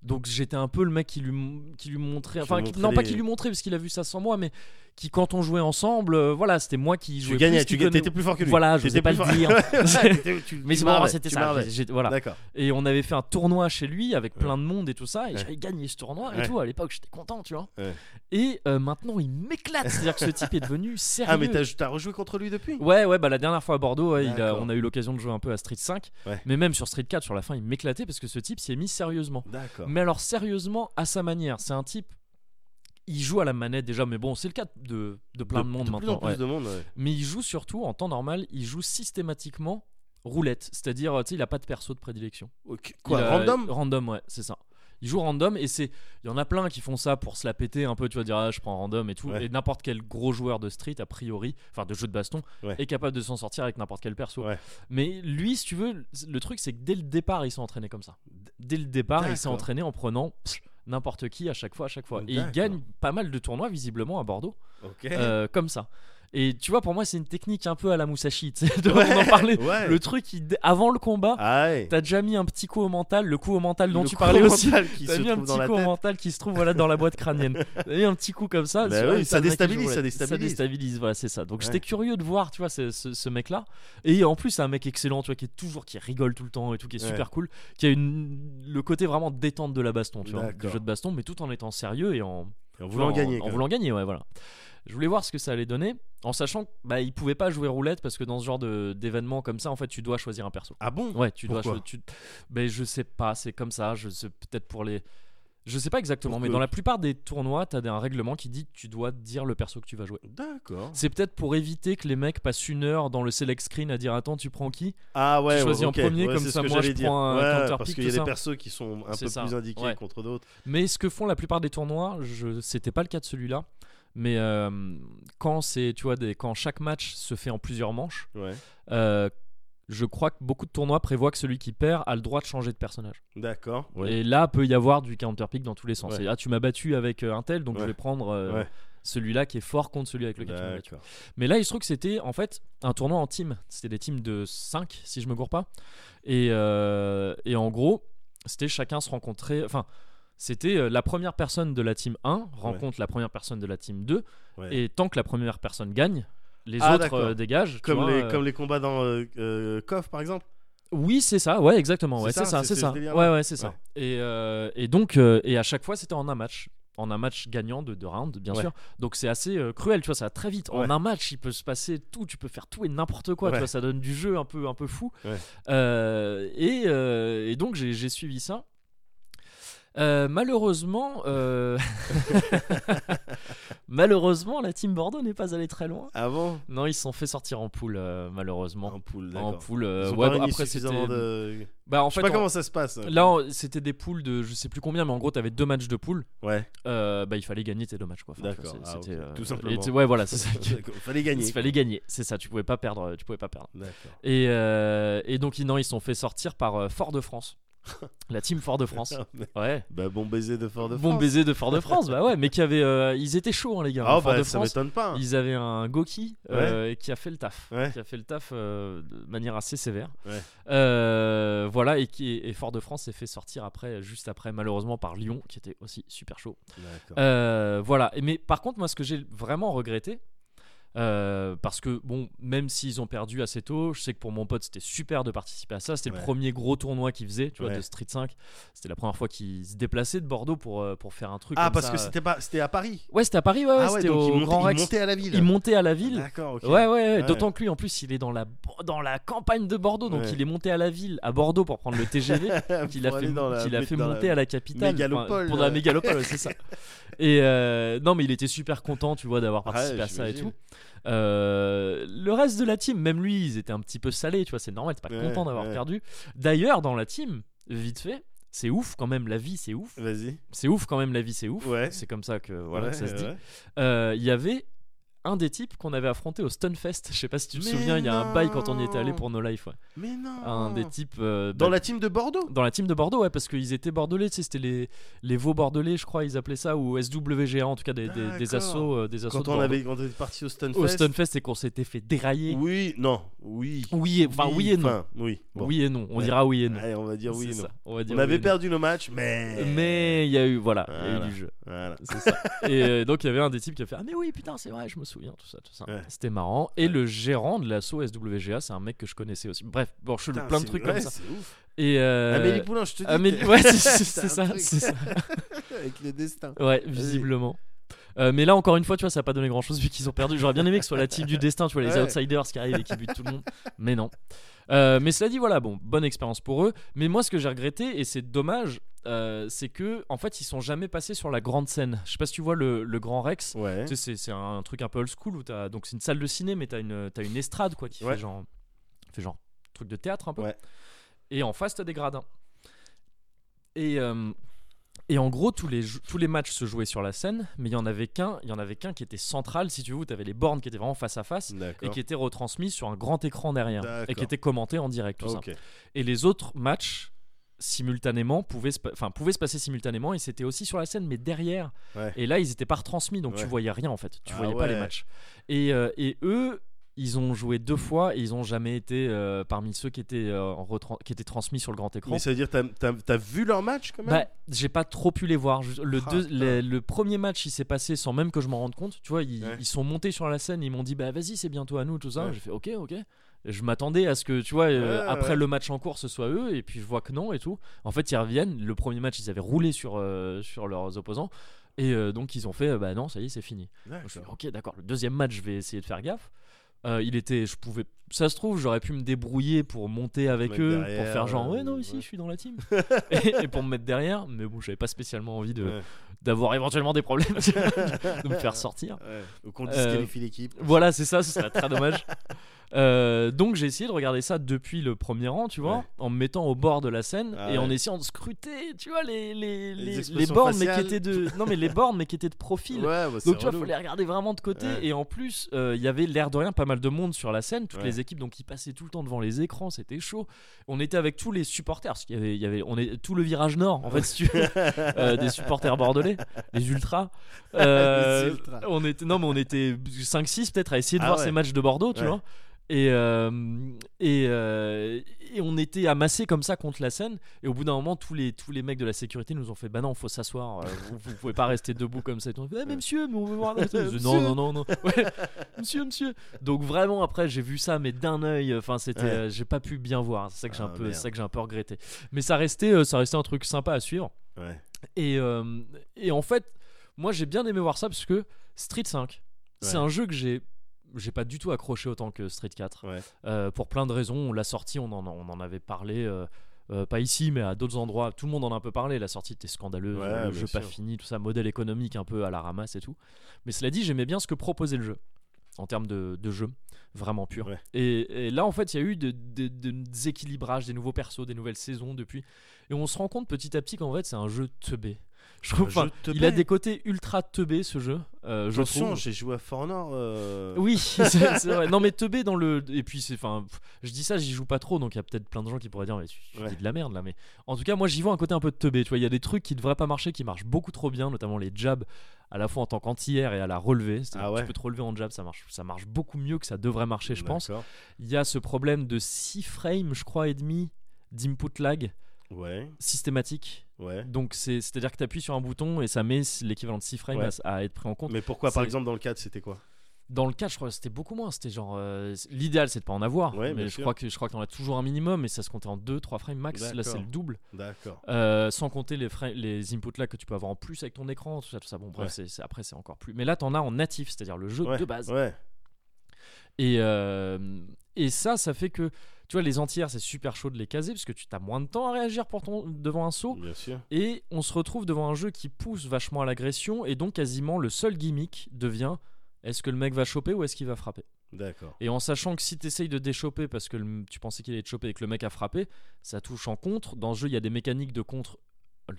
A: Donc j'étais un peu le mec qui lui, mon- qui lui montrait,
B: Qui
A: enfin
B: lui
A: qui-
B: montrait
A: non pas
B: les-
A: qui lui montrait parce qu'il a vu ça sans moi, mais qui quand on jouait ensemble, euh, voilà, c'était moi qui jouais.
B: Tu gagnais.
A: plus,
B: Tu
A: qui
B: gagnais.
A: connais-
B: T'étais plus fort que lui.
A: Voilà, je
B: T'étais
A: sais pas
B: plus
A: le
B: fort.
A: dire.
B: Ouais, t'étais- tu-
A: Mais
B: tu
A: c'est
B: marrais,
A: marrant, c'était
B: tu
A: ça.
B: marrais.
A: j'ai- j'ai- voilà.
B: D'accord.
A: Et on avait fait un tournoi chez lui avec
B: Ouais.
A: plein de monde et tout ça. Et
B: Ouais.
A: j'avais gagné ce tournoi et
B: Ouais.
A: tout. À l'époque, j'étais content, tu vois.
B: Ouais.
A: Et euh, maintenant, il m'éclate. C'est-à-dire que ce type est devenu sérieux.
B: Ah mais t'as t'as rejoué contre lui depuis.
A: Ouais, ouais, bah la dernière fois à Bordeaux, ouais, il a-
B: D'accord.
A: on a eu l'occasion de jouer un peu à Street 5.
B: Ouais.
A: Mais même sur Street 4, sur la fin, il m'éclatait parce que ce type s'est mis sérieusement.
B: D'accord.
A: Mais alors, sérieusement, à sa manière. C'est un type. Il joue à la manette déjà, mais bon, c'est le cas de, de plein de, monde
B: plus en
A: maintenant.
B: plus
A: ouais.
B: de monde. ouais.
A: Mais il joue surtout, en temps normal, il joue systématiquement roulette. C'est-à-dire, euh, tu sais, il a pas de perso de prédilection.
B: Ok. Quoi
A: Il a-
B: Random.
A: Random, ouais, c'est ça. Il joue random et c'est. Il y en a plein qui font ça pour se la péter un peu, tu vas dire, ah, je prends random et tout.
B: Ouais.
A: Et n'importe quel gros joueur de street, a priori, enfin de jeu de baston,
B: Ouais.
A: est capable de s'en sortir avec n'importe quel perso.
B: Ouais.
A: Mais lui, si tu veux, le truc, c'est que dès le départ, il s'est entraîné comme ça. Dès le départ, il s'est
B: D'accord.
A: entraîné en prenant pff, n'importe qui à chaque fois, à chaque fois. Et il
B: D'accord.
A: gagne pas mal de tournois, visiblement, à Bordeaux,
B: Ok.
A: euh, comme ça. Et tu vois, pour moi, c'est une technique un peu à la Musashi, tu sais, de- on en parlait.
B: Ouais.
A: Le truc, il- avant le combat,
B: Ah ouais.
A: T'as déjà mis un petit coup au mental, le coup au mental dont
B: Le
A: tu parlais aussi.
B: mental qui
A: T'as
B: se
A: mis un
B: trouve dans
A: petit
B: la
A: coup au
B: tête.
A: mental qui se trouve voilà dans la boîte crânienne. T'as mis un petit coup comme ça.
B: Bah
A: sur-
B: oui,
A: ouais,
B: ça
A: t'as le mec qui
B: déstabilise,
A: joue,
B: ça
A: ouais.
B: déstabilise.
A: voilà, c'est ça. Donc
B: Ouais.
A: j'étais curieux de voir, tu vois, ce, ce- ce mec-là. Et en plus, c'est un mec excellent, tu vois, qui est toujours, qui rigole tout le temps et tout, qui est
B: Ouais.
A: super cool, qui a une le côté vraiment détente de la baston, tu vois, du
B: D'accord.
A: jeu de baston, mais tout en étant sérieux et en
B: Et En voulant
A: en-
B: gagner.
A: En,
B: quoi.
A: voulant gagner, ouais, voilà. Je voulais voir ce que ça allait donner, en sachant que bah, il pouvait pas jouer roulette parce que dans ce genre de- d'événement comme ça, en fait, tu dois choisir un perso.
B: Ah bon
A: Ouais, tu dois.
B: Pourquoi
A: cho- tu- Mais je sais pas, c'est comme ça. Je sais peut-être pour les. Je sais pas exactement,
B: Pour
A: mais
B: que-
A: dans la plupart des tournois, t'as des- un règlement qui dit que tu dois dire le perso que tu vas jouer.
B: D'accord.
A: C'est peut-être pour éviter que les mecs passent une heure dans le select screen à dire attends tu prends qui.
B: Ah ouais,
A: Tu choisis
B: ouais,
A: en
B: ok.
A: premier,
B: Ouais,
A: comme
B: c'est
A: ça,
B: ce que
A: moi, je
B: j'allais dire.
A: prends un
B: Ouais,
A: counterpick,
B: Parce qu'il
A: tout
B: y a
A: ça.
B: des persos qui sont un
A: C'est
B: peu
A: ça,
B: plus indiqués
A: ouais.
B: contre d'autres.
A: Mais ce que font la plupart des tournois, je c'était pas le cas de celui-là. Mais euh, quand c'est tu vois des quand chaque match se fait en plusieurs manches,
B: Ouais.
A: euh, je crois que beaucoup de tournois prévoient que celui qui perd a le droit de changer de personnage.
B: D'accord. Ouais.
A: Et là, peut y avoir du counterpick dans tous les sens.
B: Ouais.
A: Et là, tu m'as battu avec euh, un tel, donc je
B: Ouais.
A: vais prendre euh,
B: Ouais.
A: celui-là qui est fort contre celui avec lequel tu m'as battu.
B: D'accord.
A: Mais là, il se trouve que c'était en fait un tournoi en team. C'était des teams de 5, si je me gourre pas. Et, euh, et en gros, c'était chacun se rencontrer. Enfin, c'était euh, la première personne de la team 1 rencontre la première personne de la team 2.
B: Ouais.
A: Et tant que la première personne gagne, les
B: Ah,
A: autres
B: d'accord.
A: euh, dégagent. tu
B: Comme
A: vois,
B: les,
A: euh,
B: comme les combats dans euh, euh, KOF par exemple.
A: Oui, c'est ça, ouais, exactement,
B: C'est
A: ouais, c'est
B: ça,
A: ça,
B: c'est
A: c'est
B: ce
A: ça. Ouais,
B: délire-là.
A: ouais, c'est ça.
B: Ouais.
A: Et, euh, et donc, euh, et à chaque fois, c'était en un match. En un match gagnant de deux rounds, bien
B: Ouais.
A: sûr. Donc c'est assez euh, cruel, tu vois, ça va très vite. En
B: Ouais.
A: un match, il peut se passer tout, tu peux faire tout et n'importe quoi, tu
B: Ouais.
A: vois, ça donne du jeu un peu, un peu fou.
B: Ouais.
A: Euh, et, euh, et donc j'ai j'ai suivi ça. Euh, malheureusement, euh, malheureusement, la team Bordeaux n'est pas allée très loin.
B: Avant.
A: Non, ils se sont fait sortir en poule, euh, malheureusement.
B: En poule.
A: En
B: D'accord.
A: poule,
B: Ils
A: euh,
B: ont
A: ouais,
B: pas réuni
A: après
B: suffisamment
A: c'était.
B: de-
A: Bah en
B: Je sais
A: fait,
B: pas
A: on-
B: comment ça se passe.
A: là on- c'était des poules de je sais plus combien, mais en gros t'avais deux matchs de poules.
B: Ouais.
A: Euh, bah il fallait gagner tes deux matchs quoi. tu vois,
B: D'accord.
A: c'est-
B: Ah,
A: c'était,
B: ok.
A: euh,
B: Tout
A: et
B: simplement.
A: tu- ouais voilà, c'est ça. qui-
B: D'accord. Fallait gagner.
A: Il fallait gagner, c'est ça. Tu pouvais pas perdre, euh, tu pouvais pas perdre.
B: D'accord.
A: Et, euh, et donc ils- non, ils se sont fait sortir par euh, Fort de France, la team Fort de France. Ouais.
B: Bah bon baiser de Fort de
A: Bon
B: France.
A: baiser de Fort de France, bah ouais, mais qui avait, euh, ils étaient chauds hein, les gars.
B: Ah
A: hein, Fort
B: bah
A: de
B: ça
A: France,
B: m'étonne pas.
A: ils avaient un Goki euh, qui a fait le taf.
B: Ouais.
A: Qui a fait le taf euh, de manière assez sévère.
B: Ouais.
A: Euh, voilà, et, qui, et Fort de France s'est fait sortir après, juste après, malheureusement, par Lyon, qui était aussi super chaud.
B: D'accord.
A: Euh, voilà, Et- mais par contre, moi, ce que j'ai vraiment regretté, Euh, parce que, bon, même s'ils ont perdu assez tôt, je sais que pour mon pote, c'était super de participer à ça. C'était
B: Ouais.
A: le premier gros tournoi qu'il faisait, tu vois,
B: Ouais.
A: de Street 5. C'était la première fois qu'il se déplaçait de Bordeaux pour, euh, pour faire un truc.
B: Ah,
A: comme
B: parce
A: ça.
B: que c'était pas, c'était à Paris.
A: Ouais, c'était à Paris, ouais, ouais,
B: ah ouais,
A: c'était
B: donc
A: au
B: il montait,
A: Grand
B: il
A: Rex.
B: montait à la ville.
A: Il montait à la ville.
B: D'accord, ok.
A: Ouais, ouais, ouais.
B: Ouais.
A: D'autant que lui, en plus, il est dans la, dans la campagne de Bordeaux. Donc,
B: Ouais.
A: il est monté à la ville, à Bordeaux, pour prendre le TGV. qu'il a
B: Pour
A: fait,
B: aller dans la-
A: qu'il a fait
B: dans la-
A: monter à la capitale.
B: mégalopole,
A: enfin, pour la
B: euh.
A: mégalopole, c'est ça. Et euh, non, mais il était super content, tu vois, d'avoir
B: Ouais,
A: participé à ça et
B: j'imagine.
A: tout. Euh, le reste de la team, même lui, ils étaient un petit peu salés, tu vois, c'est normal, t'es pas
B: Ouais,
A: content d'avoir
B: ouais.
A: perdu. D'ailleurs, dans la team, vite fait, c'est ouf quand même, la vie, c'est ouf.
B: Vas-y.
A: C'est ouf quand même, la vie, c'est ouf.
B: Ouais.
A: C'est comme ça que voilà,
B: Ouais,
A: ça se dit.
B: ouais.
A: Euh, Il y avait un des types qu'on avait affronté au Stunfest. Je sais pas si tu te
B: Mais
A: souviens, il y a un bail quand on y était allé
B: non. Ah.
A: pour nos lives. ouais.
B: Mais non.
A: Un des types. euh,
B: Dans
A: bah,
B: la team de Bordeaux.
A: dans la team de Bordeaux, ouais, parce qu'ils étaient bordelais, tu sais, c'était les, les veaux bordelais, je crois, ils appelaient ça, ou SWGA, en tout cas, des, des, des
B: D'accord.
A: assauts, euh, des assauts de
B: Quand on
A: Bordeaux.
B: avait, quand on était parti au Stunfest.
A: au Stunfest et qu'on s'était fait dérailler.
B: Oui, non, oui.
A: Oui, et, enfin, oui et non.
B: enfin, oui. Bon.
A: Oui et non, on
B: Ouais.
A: dira oui et non.
B: Allez, on va dire oui. et
A: C'est
B: non.
A: ça, on va dire
B: On
A: oui et
B: avait
A: non.
B: perdu nos matchs, mais.
A: Mais il y a eu, voilà, il y a
B: Voilà.
A: eu du jeu.
B: Voilà.
A: C'est ça. et euh, donc il y avait un des types qui a fait Ah, mais oui, putain, c'est vrai, je me souviens, tout ça, tout ça.
B: Ouais.
A: C'était marrant. Et le gérant de l'assaut SWGA, c'est un mec que je connaissais aussi. Bref, bon, je
B: Putain,
A: plein de
B: c'est-
A: trucs
B: ouais,
A: comme ça.
B: c'est ouf.
A: Et. euh,
B: Amélie Poulain, je te dis.
A: Amélie-
B: t'es-
A: ouais, c'est- c'est
B: t'as un
A: c'est ça,
B: truc
A: c'est ça.
B: Avec le destin.
A: Ouais, visiblement. Euh, mais là, encore une fois, tu vois, ça n'a pas donné grand chose vu qu'ils ont perdu. J'aurais bien aimé que ce soit la team du destin, tu vois, les
B: Ouais.
A: outsiders qui arrivent et qui butent tout le monde. Mais non. Euh, mais cela dit, voilà, bon, bonne expérience pour eux. Mais moi, ce que j'ai regretté, et c'est dommage, euh, c'est que, en fait, ils sont jamais passés sur la grande scène. Je sais pas si tu vois le, le Grand Rex.
B: Ouais.
A: Tu sais, C'est c'est un truc un peu old school où t'as. Donc, c'est une salle de ciné, mais t'as une, t'as une estrade, quoi, qui
B: Ouais.
A: fait genre. fait genre. truc de théâtre un peu.
B: Ouais.
A: Et en face, t'as des gradins. Et. euh, et en gros, tous les, jou- tous les matchs se jouaient sur la scène, mais il y en avait qu'un, il y en avait qu'un qui était central, si tu veux, où t'avais les bornes qui étaient vraiment face à face et
B: D'accord.
A: qui étaient retransmises sur un grand écran derrière et
B: D'accord.
A: qui étaient commentées en direct, tout ça.
B: Ok.
A: Et les autres matchs simultanément pouvaient se, pa- enfin, pouvaient se passer simultanément et c'était aussi sur la scène, mais derrière.
B: Ouais.
A: Et là, ils n'étaient pas retransmis, donc tu
B: Ouais.
A: voyais rien en fait, tu
B: Ah
A: voyais pas les
B: ouais.
A: matchs. Et, euh, et eux. Ils ont joué deux fois et ils ont jamais été euh, parmi ceux qui étaient, euh, en retran- qui étaient transmis sur le grand écran.
B: Mais ça veut dire, t'as- t'as t'as vu leur match quand même
A: Bah, j'ai pas trop pu les voir. Je- Le,
B: Ah,
A: deux-
B: putain.
A: les- le premier match, il s'est passé sans même que je m'en rende compte. Tu vois, ils,
B: Ouais.
A: ils sont montés sur la scène, ils m'ont dit, bah vas-y, c'est bientôt à nous, tout ça.
B: Ouais.
A: J'ai fait, ok, ok. Et Je m'attendais à ce que, tu vois, euh,
B: Ouais,
A: après
B: ouais.
A: le match en cours, ce soit eux, et puis je vois que non, et tout. En fait, ils reviennent. Le premier match, ils avaient roulé sur, euh, sur leurs opposants. Et euh, donc, ils ont fait, euh, bah non, ça y est, c'est fini.
B: D'accord.
A: Donc, je fais, ok, d'accord. Le deuxième match, je vais essayer de faire gaffe. Euh, il était, je pouvais, ça se trouve, j'aurais pu me débrouiller pour monter avec
B: Mettre
A: eux,
B: derrière,
A: pour faire genre,
B: euh,
A: ouais, non, ici,
B: ouais.
A: je suis dans la team, et, et pour me mettre derrière. Mais bon, j'avais pas spécialement envie de
B: Ouais.
A: d'avoir éventuellement des problèmes, tu vois, de me faire sortir.
B: Ouais. Ou qu'on
A: Euh,
B: disqualifie l'équipe.
A: Voilà, c'est ça, ce serait très dommage. Euh, donc j'ai essayé de regarder ça depuis le premier rang, tu vois,
B: Ouais.
A: en me mettant au bord de la scène
B: Ah
A: et en
B: ouais.
A: essayant de scruter, tu vois, les les, les, les
B: expressions
A: bornes, mais qui
B: faciales.
A: étaient de non mais les bornes, mais qui étaient de profil.
B: Ouais, bah, c'est
A: Donc tu vois,
B: relou.
A: faut les regarder vraiment de côté.
B: Ouais.
A: Et en plus, euh, il y avait l'air de rien, pas mal de monde sur la scène, toutes
B: Ouais.
A: les équipes, donc ils passaient tout le temps devant les écrans, c'était chaud. On était avec tous les supporters, parce qu'il y avait, il y avait on est, tout le virage nord, en fait, si tu veux, euh, des supporters bordelais, les ultras. Euh,
B: Les ultras.
A: On était, non, mais on était 5-6 peut-être à essayer de
B: Ah
A: voir
B: ouais.
A: ces matchs de Bordeaux, tu
B: Ouais.
A: vois. Et, euh, et, euh, et on était amassés comme ça contre la scène. Et au bout d'un moment, tous les, tous les mecs de la sécurité nous ont fait Bah non, faut s'asseoir, euh, vous, vous pouvez pas rester debout comme ça. Et on a fait, Ah, mais monsieur, mais on veut voir. la- Ils ont dit, non, non, non, non. Ouais, monsieur, monsieur. Donc vraiment, après, j'ai vu ça, mais d'un œil. Enfin, c'était,
B: Ouais.
A: euh, j'ai pas pu bien voir. C'est ça que j'ai un
B: Ah,
A: peu,
B: merde.
A: c'est ça que j'ai un peu regretté. Mais ça restait, euh, ça restait un truc sympa à suivre.
B: Ouais.
A: Et, euh, et en fait, moi j'ai bien aimé voir ça parce que Street 5, c'est
B: Ouais.
A: un jeu que j'ai j'ai pas du tout accroché autant que Street 4
B: Ouais.
A: Euh, pour plein de raisons. On l'a sorti, on en, on en avait parlé. euh, euh, pas ici, mais à d'autres endroits, tout le monde en a un peu parlé. La sortie était scandaleuse,
B: Ouais,
A: le
B: bien
A: jeu pas
B: sûr.
A: fini, tout ça, modèle économique un peu à la ramasse et tout. Mais cela dit, j'aimais bien ce que proposait le jeu en termes de, de jeu, vraiment pur.
B: Ouais.
A: Et, et là, en fait, il y a eu de- de- de- des équilibrages, des nouveaux persos, des nouvelles saisons depuis. Et on se rend compte petit à petit qu'en fait, c'est un jeu teubé. Je trouve,
B: jeu
A: enfin,
B: teubé.
A: il a des côtés ultra teubés ce jeu. euh, je
B: Attention,
A: trouve.
B: j'ai joué à Fort Nord. euh,
A: Oui, c'est c'est vrai. Non, mais teubé dans le. Et puis, c'est. Enfin, pff, je dis ça, j'y joue pas trop, donc il y a peut-être plein de gens qui pourraient dire, mais tu, tu
B: Ouais.
A: dis de la merde là. Mais en tout cas, moi, j'y vois un côté un peu de teubé. Tu vois, il y a des trucs qui devraient pas marcher, qui marchent beaucoup trop bien, notamment les jabs, à la fois en tant qu'anti-air et à la relevée. C'est-à-dire
B: Ah
A: que
B: ouais.
A: Tu peux te relever en jab, ça marche, ça marche beaucoup mieux que ça devrait marcher, je pense.
B: d'accord.
A: Il y a ce problème de 6 frames, je crois, et demi d'input lag
B: Ouais,
A: systématique.
B: ouais.
A: Donc, c'est- c'est-à-dire que tu appuies sur un bouton et ça met l'équivalent de 6 frames
B: Ouais.
A: à, à être pris en compte.
B: Mais pourquoi, par
A: C'est-
B: exemple, dans le 4, c'était quoi
A: Dans le cas, je crois que c'était beaucoup moins. C'était genre. euh, c'est- L'idéal, c'est de pas en avoir.
B: Ouais, bien
A: mais je
B: sûr.
A: crois, que, je crois qu'on a toujours un minimum et ça se comptait en 2-3 frames max. Là, c'est
B: D'accord.
A: le double.
B: D'accord.
A: Euh, sans compter les, fra- les inputs là que tu peux avoir en plus avec ton écran, tout ça, tout ça. Bon, bref,
B: Ouais.
A: c'est- c'est- après, c'est encore plus. Mais là, t'en as en natif, c'est-à-dire le jeu
B: Ouais,
A: de base.
B: Ouais.
A: Et, euh, et ça, ça fait que. Tu vois, les entières, c'est super chaud de les caser parce que tu as moins de temps à réagir pour ton, devant un saut.
B: Bien sûr.
A: Et on se retrouve devant un jeu qui pousse vachement à l'agression. Et donc, quasiment, le seul gimmick devient est-ce que le mec va choper ou est-ce qu'il va frapper
B: D'accord.
A: et en sachant que si t'essayes de déchoper parce que le- tu pensais qu'il allait te choper et que le mec a frappé, ça touche en contre. Dans le jeu, il y a des mécaniques de contre,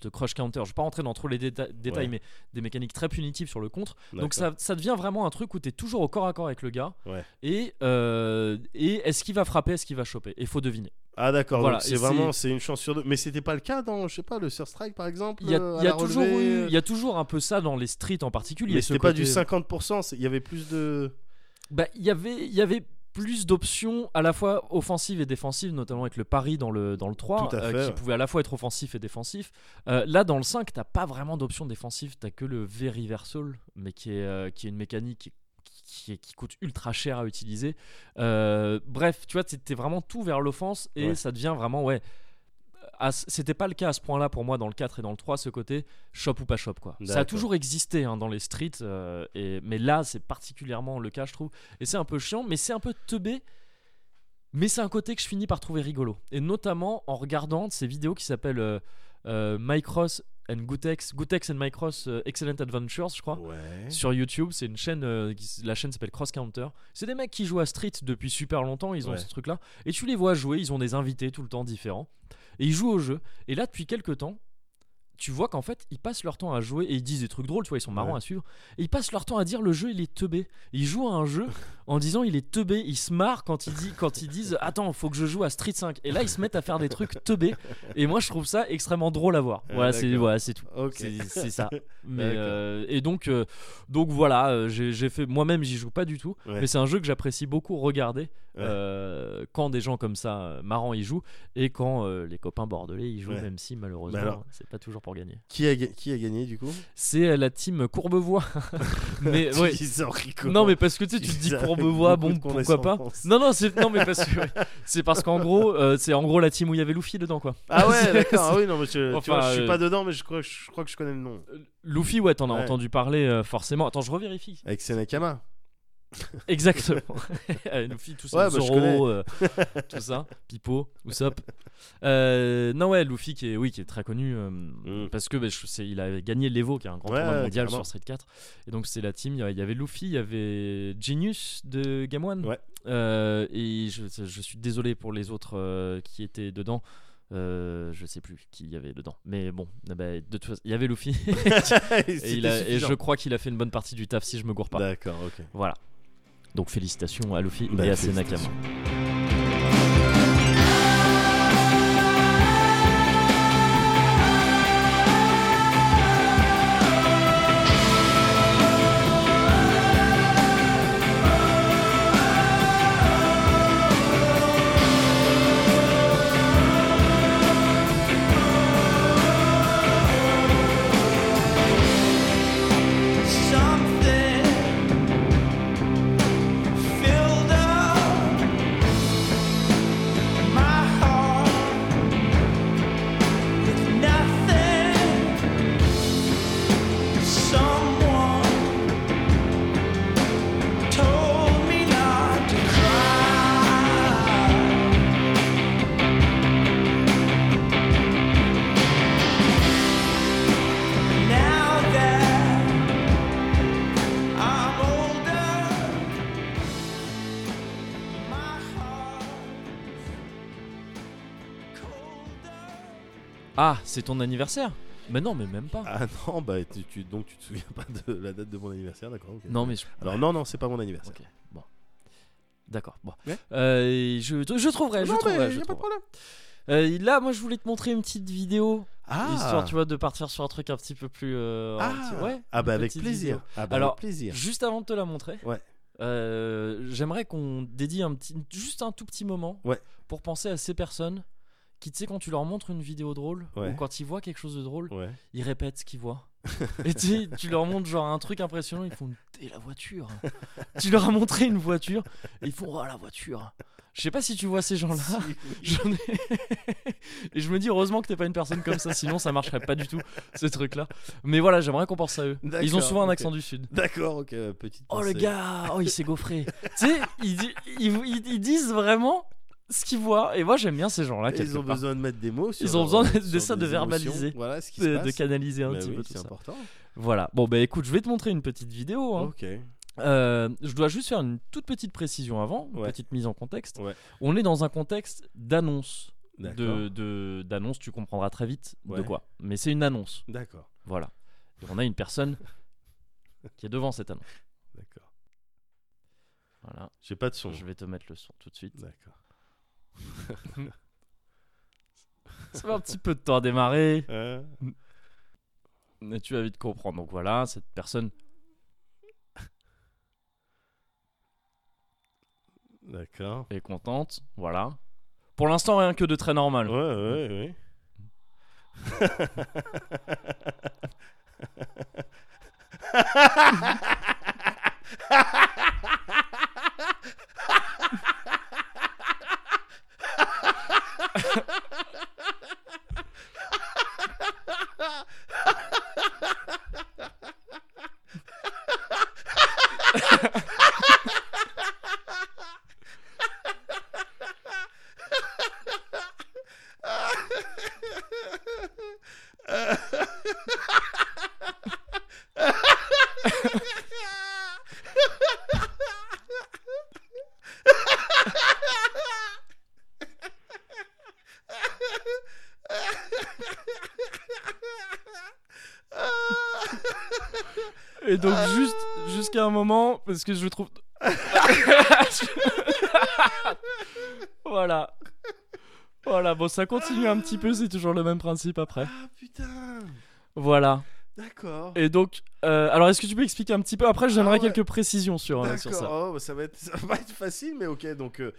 A: de crush counter. Je vais pas rentrer dans trop les déta- détails,
B: Ouais.
A: mais des mécaniques très punitives sur le contre. Donc
B: D'accord.
A: ça, ça devient vraiment un truc où t'es toujours au corps à corps avec le gars.
B: Ouais.
A: Et, euh, et est-ce qu'il va frapper, est-ce qu'il va choper Et faut deviner.
B: Ah d'accord,
A: Voilà,
B: donc
A: et
B: c'est vraiment c'est une chance sur deux. Mais c'était pas le cas dans, je sais pas, le Sur Strike par exemple
A: Il y a,
B: euh, à
A: il y a
B: la
A: toujours
B: relevée,
A: eu, il y a toujours un peu ça dans les streets en particulier.
B: Mais
A: ce
B: c'était pas
A: côté- euh,
B: du 50%, c'est- il y avait plus de.
A: Bah, il y avait, il y avait plus d'options à la fois offensives et défensives, notamment avec le pari dans le, dans le 3,
B: Tout à fait,
A: qui
B: ouais.
A: pouvait à la fois être offensif et défensif. Euh, là, dans le 5, t'as pas vraiment d'options défensives, t'as que le V-Reversal, mais qui est, euh, qui est une mécanique qui, qui est- qui coûte ultra cher à utiliser. Euh, bref, tu vois, t'es t'es vraiment tout vers l'offense et
B: Ouais.
A: ça devient vraiment, ouais. à ce- C'était pas le cas à ce point-là pour moi dans le 4 et dans le 3, ce côté shop ou pas shop quoi. Ça a
B: D'accord.
A: toujours existé hein, dans les streets, euh, et, mais là c'est particulièrement le cas je trouve. Et c'est un peu chiant, mais c'est un peu teubé. Mais c'est un côté que je finis par trouver rigolo. Et notamment en regardant ces vidéos qui s'appellent euh, euh, Mike Ross and Gutex, Gutex and Mike Ross euh, Excellent Adventures, je crois.
B: Ouais.
A: Sur YouTube, c'est une chaîne, euh, qui s- la chaîne s'appelle Cross Counter. C'est des mecs qui jouent à Street depuis super longtemps, ils ont
B: Ouais.
A: ce truc-là. Et tu les vois jouer, ils ont des invités tout le temps différents. Et ils jouent au jeu. Et là, depuis quelques temps, tu vois qu'en fait, ils passent leur temps à jouer et ils disent des trucs drôles, tu vois, ils sont marrants
B: Ouais.
A: à suivre. Et ils passent leur temps à dire le jeu, il est teubé. Ils jouent à un jeu en disant il est teubé. Ils se marrent quand ils, dit- quand ils disent Attends, faut que je joue à Street 5. Et là, ils se mettent à faire des trucs teubés. Et moi, je trouve ça extrêmement drôle à voir.
B: Ah,
A: Voilà, c'est
B: d'accord.
A: voilà, c'est tout.
B: Ok.
A: C'est- C'est ça. Mais,
B: D'accord.
A: euh, et donc, euh, donc voilà, euh, j'ai j'ai fait moi-même, j'y joue pas du tout,
B: Ouais.
A: mais c'est un jeu que j'apprécie beaucoup regarder
B: Ouais.
A: euh, quand des gens comme ça, euh, marrants, y jouent et quand euh, les copains bordelais y jouent,
B: Ouais.
A: même si malheureusement,
B: Mais alors-
A: c'est pas toujours pour gagner.
B: Qui, a, ga- qui a gagné du coup
A: C'est euh, la team Courbevoie, mais
B: Tu
A: ouais.
B: dis ça en rigolant.
A: Non mais parce que tu, sais, tu te dis
B: Avec
A: Courbevoie,
B: beaucoup
A: bon
B: de
A: pourquoi pas
B: condescendance.
A: Non non c'est non mais parce que ouais. c'est parce qu'en gros euh, c'est en gros la team où il y avait Luffy dedans quoi.
B: Ah ouais,
A: C'est-
B: d'accord. Ah oui, non, mais je, tu
A: Enfin,
B: vois, je
A: euh,
B: suis pas dedans, mais je crois, je crois que je connais le nom.
A: c'est- Luffy ouais t'en as
B: Ouais.
A: entendu parler euh, forcément. Attends je revérifie.
B: Avec Senakama.
A: Exactement. Euh, Nos filles, tout ça,
B: Ouais, bah, je
A: Zoro, euh, tout ça, Pipo, Usopp. Euh, non ouais, Luffy qui est, oui, qui est très connu euh,
B: Mm.
A: parce que bah, je- c'est- il a gagné l'Evo, qui est un grand
B: Ouais,
A: tournoi
B: ouais,
A: mondial
B: clairement.
A: sur Street 4. Et donc c'est la team. Il y a- il y avait Luffy, il y avait Genius de Game One.
B: Ouais.
A: Euh, et je, je suis désolé pour les autres euh, qui étaient dedans. Euh, je sais plus qui il y avait dedans, mais bon, eh ben, de toute façon, il y avait Luffy et, il a- et je crois qu'il a fait une bonne partie du taf si je me gourre pas.
B: D'accord, ok.
A: Voilà. Donc félicitations à Luffy
B: Bah,
A: et à
B: félicitations.
A: Senakama.
D: Something filled up my heart with nothing. Someone told me not to cry. Now that I'm older. My heart's colder.
A: Ah, c'est ton anniversaire Mais non, mais même pas.
B: Ah non, bah tu, tu- donc tu te souviens pas de la date de mon anniversaire, d'accord ok.
A: Non, mais je-
B: Alors non, non, c'est pas mon anniversaire.
A: Ok, bon. D'accord, bon.
B: Ouais.
A: Euh, je, je trouverai, je
B: non,
A: trouverai.
B: mais
A: je
B: y a pas de
A: trouverai.
B: problème.
A: Euh, là, moi, je voulais te montrer une petite vidéo,
B: Ah,
A: histoire, tu vois, de partir sur un truc un petit peu plus. euh, un
B: ah,
A: petit- ouais.
B: ah bah
A: une
B: avec
A: petite
B: plaisir.
A: vidéo.
B: Ah bah
A: Alors,
B: avec plaisir.
A: Juste avant de te la montrer,
B: Ouais.
A: euh, j'aimerais qu'on dédie un petit, juste un tout petit moment
B: Ouais.
A: pour penser à ces personnes qui, tu sais, quand tu leur montres une vidéo drôle,
B: Ouais.
A: ou quand ils voient quelque chose de drôle,
B: Ouais.
A: ils répètent ce qu'ils voient. Et tu sais, tu leur montres genre un truc impressionnant, ils font et la voiture. tu leur as montré une voiture, et ils font oh la voiture. Je sais pas si tu vois ces gens-là. J'en ai... et je me dis heureusement que t'es pas une personne comme ça, sinon ça marcherait pas du tout ces trucs-là. Mais voilà, j'aimerais qu'on pense à eux.
B: D'accord,
A: Ils ont souvent un
B: ok.
A: accent du sud.
B: D'accord, ok, petite.
A: Oh le
B: pensée.
A: gars, oh il s'est gaufré. tu sais, ils, di- ils- ils- ils disent vraiment ce qu'ils voient. Et moi j'aime bien ces gens-là. Ah, quelque
B: Ils ont
A: part.
B: besoin de mettre des mots sur
A: Ils ont
B: leur-
A: besoin de-
B: sur
A: ça, de
B: des émotions.
A: verbaliser,
B: Voilà ce qui se
A: de,
B: passe.
A: de canaliser un
B: Bah
A: petit
B: oui,
A: peu tout
B: c'est
A: ça.
B: important.
A: Voilà. Bon bah écoute, je vais te montrer une petite vidéo. hein.
B: Ok.
A: Euh, je dois juste faire une toute petite précision avant, une
B: Ouais.
A: petite mise en contexte.
B: Ouais.
A: On est dans un contexte d'annonce.
B: D'accord.
A: De, de- d'annonce, tu comprendras très vite de
B: Ouais.
A: quoi. Mais c'est une annonce.
B: D'accord.
A: Voilà. Et on a une personne qui est devant cette annonce.
B: D'accord.
A: Voilà.
B: J'ai pas de son.
A: Je vais te mettre le son tout de suite.
B: D'accord.
A: Ça va un petit peu de temps à démarrer.
B: Euh,
A: Mais tu vas vite comprendre. Donc voilà, cette personne.
B: D'accord.
A: est contente. Voilà. Pour l'instant, rien que de très normal.
B: Ouais, ouais, ouais.
A: Et donc,
B: Euh.
A: juste jusqu'à un moment, parce que je trouve. voilà. Voilà, bon, ça continue un petit peu, c'est toujours le même principe après.
B: Ah putain.
A: Voilà.
B: D'accord.
A: Et donc, euh, alors est-ce que tu peux expliquer un petit peu Après, je donnerai
B: Ah ouais.
A: quelques précisions sur, euh, sur
B: D'accord.
A: ça.
B: Oh, bah, ça va être, ça va pas être facile, mais ok. Donc euh,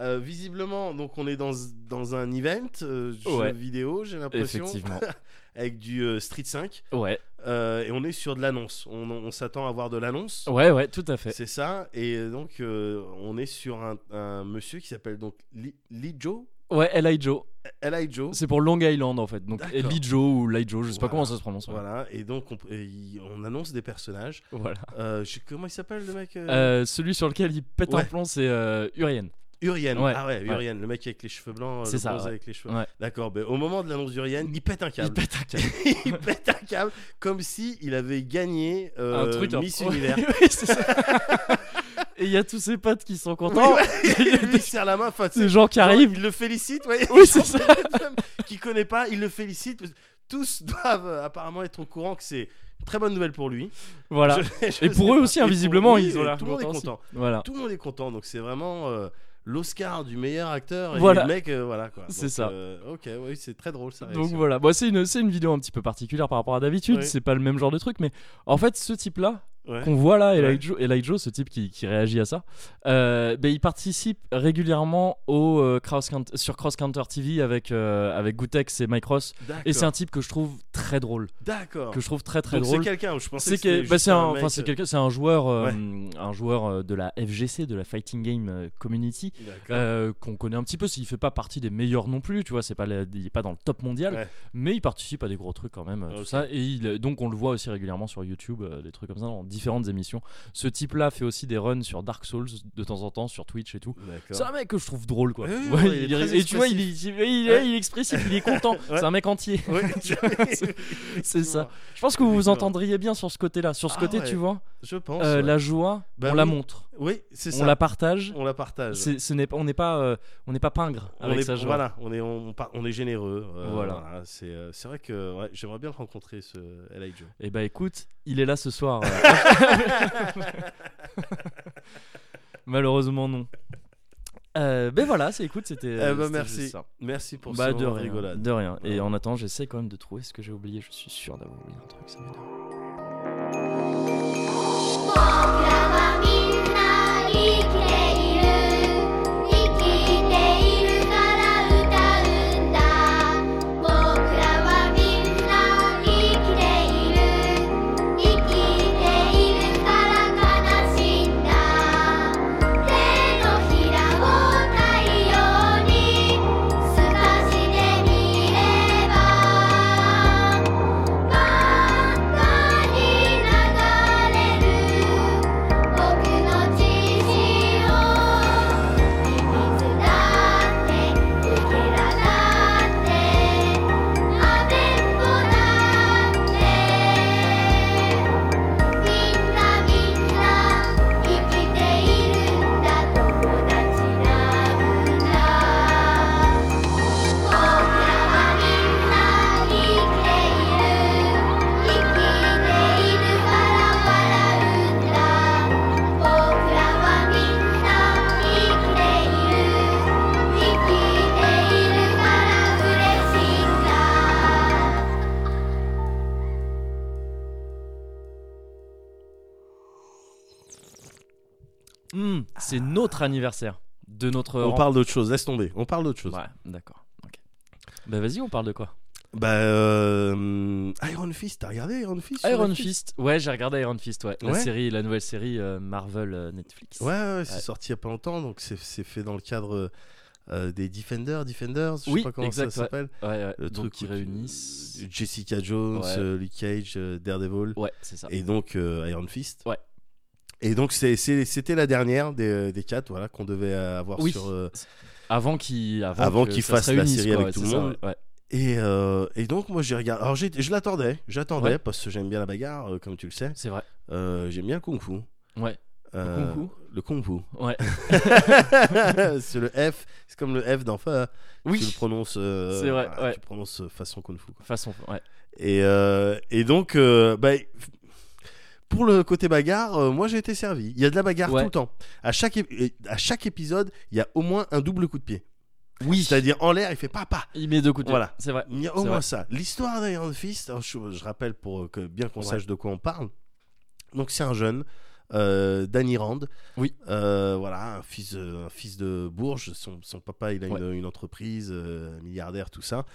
B: euh, visiblement, donc on est dans dans un event euh, jeu
A: Ouais.
B: vidéo, j'ai l'impression,
A: Effectivement.
B: avec du euh, Street 5,
A: Ouais,
B: euh, et on est sur de l'annonce. On, on s'attend à voir de l'annonce.
A: ouais, ouais, tout à fait.
B: C'est ça, et donc euh, on est sur un, un monsieur qui s'appelle donc Li, Lee Joe
A: Ouais, L.I. Joe.
B: L.I. Joe.
A: C'est pour Long Island en fait. Donc,
B: D'accord.
A: L.I. Joe ou L.I. Joe, je sais pas
B: Voilà.
A: comment ça se prononce. ouais.
B: Voilà, et donc on, et il- on annonce des personnages.
A: Voilà.
B: Euh, je- comment il s'appelle le mec euh
A: Ah. Euh, celui sur lequel il pète un
B: Ouais.
A: plomb, c'est euh, Urien.
B: Urien.
A: ouais,
B: ah ouais,
A: ouais.
B: Urien, le mec avec les cheveux blancs, euh,
A: C'est
B: le
A: ça,
B: bronze
A: ouais.
B: avec les cheveux.
A: Ouais.
B: D'accord, ben, au moment de l'annonce d'Urien, il pète un
A: Il
B: câble.
A: pète un câble.
B: Il pète un câble comme si il avait gagné euh,
A: un truc un-
B: Miss
A: Ouais,
B: Univers.
A: oui, c'est ça. Et il y a tous ses potes qui sont contents.
B: il lui serre la main, enfin, tu sais,
A: Ces gens qui
B: genre,
A: arrivent.
B: il le félicite, ouais.
A: Oui, c'est ça.
B: qui connaît pas, il le félicite. Tous doivent euh, apparemment être au courant que c'est une très bonne nouvelle pour lui.
A: Voilà.
B: Je- je
A: Et
B: sais
A: pour eux
B: pas.
A: aussi,
B: Et
A: hein,
B: pour
A: visiblement,
B: lui,
A: ils ont
B: et
A: l'air
B: Tout le monde est
A: contents aussi.
B: content.
A: Voilà.
B: Tout le monde est content, donc c'est vraiment euh, l'Oscar du meilleur acteur. Et
A: Voilà.
B: le mec, euh, voilà quoi.
A: C'est
B: Donc,
A: ça.
B: euh, ok, oui, c'est très drôle ça.
A: Donc voilà, bon, c'est une, c'est une vidéo un petit peu particulière par rapport à d'habitude,
B: Oui.
A: c'est pas le même genre de truc, mais en fait ce type-là,
B: Ouais.
A: qu'on voit là, Elijah,
B: Ouais.
A: Elijah, ce type qui, qui réagit à ça, euh, ben, il participe régulièrement au, euh, Cross Count- sur Cross Counter TV avec, euh, avec Gutex et Mike Ross. Et c'est un
B: D'accord.
A: type que je trouve très drôle.
B: D'accord.
A: Que je trouve très très
B: Donc, C'est
A: drôle.
B: quelqu'un, je pensais
A: C'est
B: que c'était
A: que- bah,
B: juste
A: c'est un,
B: mec,
A: enfin, c'est
B: euh,
A: quelqu'un- c'est un joueur, euh, un joueur euh, de la FGC, de la Fighting Game euh, Community,
B: D'accord.
A: euh, qu'on connaît un petit peu. Il fait pas partie des meilleurs non plus, tu vois. C'est pas, la- il est pas dans le top mondial,
B: Ouais.
A: mais il participe à des gros trucs quand même, euh, tout
B: Ok.
A: ça. Et il- donc on le voit aussi régulièrement sur YouTube, euh, des trucs comme ça dans différentes émissions. Ce type-là fait aussi des runs sur Dark Souls de temps en temps sur Twitch et tout.
B: D'accord.
A: C'est un mec que je trouve drôle, quoi.
B: Ouais, ouais,
A: Ouais,
B: ouais, il est
A: il est-
B: très
A: et tu vois, il est, il est- il est expressif, il est content. C'est un mec entier.
B: Oui,
A: C'est ça.
B: effectivement.
A: Je pense que vous vous
B: Effectivement.
A: entendriez bien sur ce côté-là. Sur ce
B: Ah
A: côté,
B: ouais.
A: tu vois,
B: Je pense.
A: euh,
B: ouais.
A: la joie,
B: Bah
A: on la
B: oui.
A: montre,
B: Oui, c'est ça.
A: on la partage.
B: On la partage.
A: C'est- ce n'est pas, on n'est pas, euh, on n'est pas pingre
B: On
A: avec
B: est,
A: sa joie.
B: voilà, on est, on, par- on est généreux. euh,
A: Voilà.
B: voilà. C'est euh, c'est vrai que ouais, j'aimerais bien le rencontrer, ce L.I. Joe.
A: Et bah écoute, il est là ce soir. euh. Malheureusement non. Euh, ben voilà, c'est écoute, c'était.
B: Eh
A: euh,
B: ben,
A: c'était
B: merci.
A: juste ça.
B: Merci pour
A: Bah,
B: ce
A: de
B: moment de
A: rien,
B: rigolade.
A: de rien. Et
B: Voilà.
A: en attendant, j'essaie quand même de trouver ce que j'ai oublié. Je suis sûr d'avoir oublié un truc. Ça m'énerve.
E: 僕らはみんな生きている」「生きているから歌うんだ」
B: Hmm,
A: c'est notre anniversaire de notre.
B: On
A: ren-
B: parle d'autre chose, laisse tomber. On parle d'autre chose.
A: Ouais, d'accord. ok. Bah vas-y, on parle de quoi
B: Bah, euh, Iron Fist, t'as regardé Iron Fist sur
A: Iron
B: Netflix
A: Fist. Ouais, j'ai regardé Iron Fist. Ouais. La
B: Ouais.
A: série, la nouvelle série euh, Marvel euh, Netflix.
B: Ouais, ouais, ouais, c'est
A: Ouais.
B: sorti il y a pas longtemps, donc c'est c'est fait dans le cadre euh, des Defenders, Defenders, je
A: Oui,
B: sais pas comment
A: exact, ouais.
B: ça s'appelle.
A: Ouais, ouais.
B: Le
A: Donc
B: truc
A: qui
B: où tu-
A: réunissent.
B: Jessica Jones,
A: Ouais.
B: euh, Luke Cage, euh, Daredevil,
A: Ouais, c'est ça.
B: et donc euh, Iron Fist.
A: Ouais.
B: Et donc c'est- c'est- c'était la dernière des, des quatre voilà, qu'on devait avoir
A: Oui.
B: sur... euh,
A: Avant qu'ils avant
B: Avant
A: que
B: qu'ils
A: ça se
B: fassent la
A: réunisse,
B: série
A: quoi,
B: avec
A: ouais,
B: tout le
A: c'est ça,
B: monde.
A: ouais, ouais.
B: Et, euh, et donc moi j'ai regardé... Alors j'ai- je l'attendais, j'attendais,
A: Ouais.
B: parce que j'aime bien la bagarre, euh, comme tu le sais.
A: C'est vrai.
B: Euh, j'aime bien le kung fu.
A: Ouais.
B: Euh,
A: kung
B: le kung fu.
A: Ouais.
B: c'est le F, c'est comme le F d'enfin. Tu le
A: Oui.
B: prononces. euh,
A: C'est vrai,
B: ah,
A: ouais.
B: Tu le prononces euh, façon kung fu. quoi.
A: Façon. Ouais.
B: Et, euh, et donc, euh, bah, pour le côté bagarre, euh, moi j'ai été servi. Il y a de la bagarre
A: Ouais.
B: tout le temps. À chaque, ép- à chaque épisode, il y a au moins un double coup de pied.
A: Oui.
B: C'est-à-dire en l'air, il fait papa.
A: Il met deux coups de pied.
B: Voilà.
A: C'est vrai.
B: Il y a
A: C'est
B: au moins
A: vrai.
B: ça. L'histoire d'Iron Fist, alors, je, je rappelle pour euh, que bien qu'on
A: Ouais.
B: sache de quoi on parle. Donc c'est un jeune, euh, Danny Rand.
A: Oui.
B: Euh, voilà, un fils, de- un fils de Bourges. Son, son papa, il a
A: Ouais.
B: une, une entreprise, euh, milliardaire, tout ça.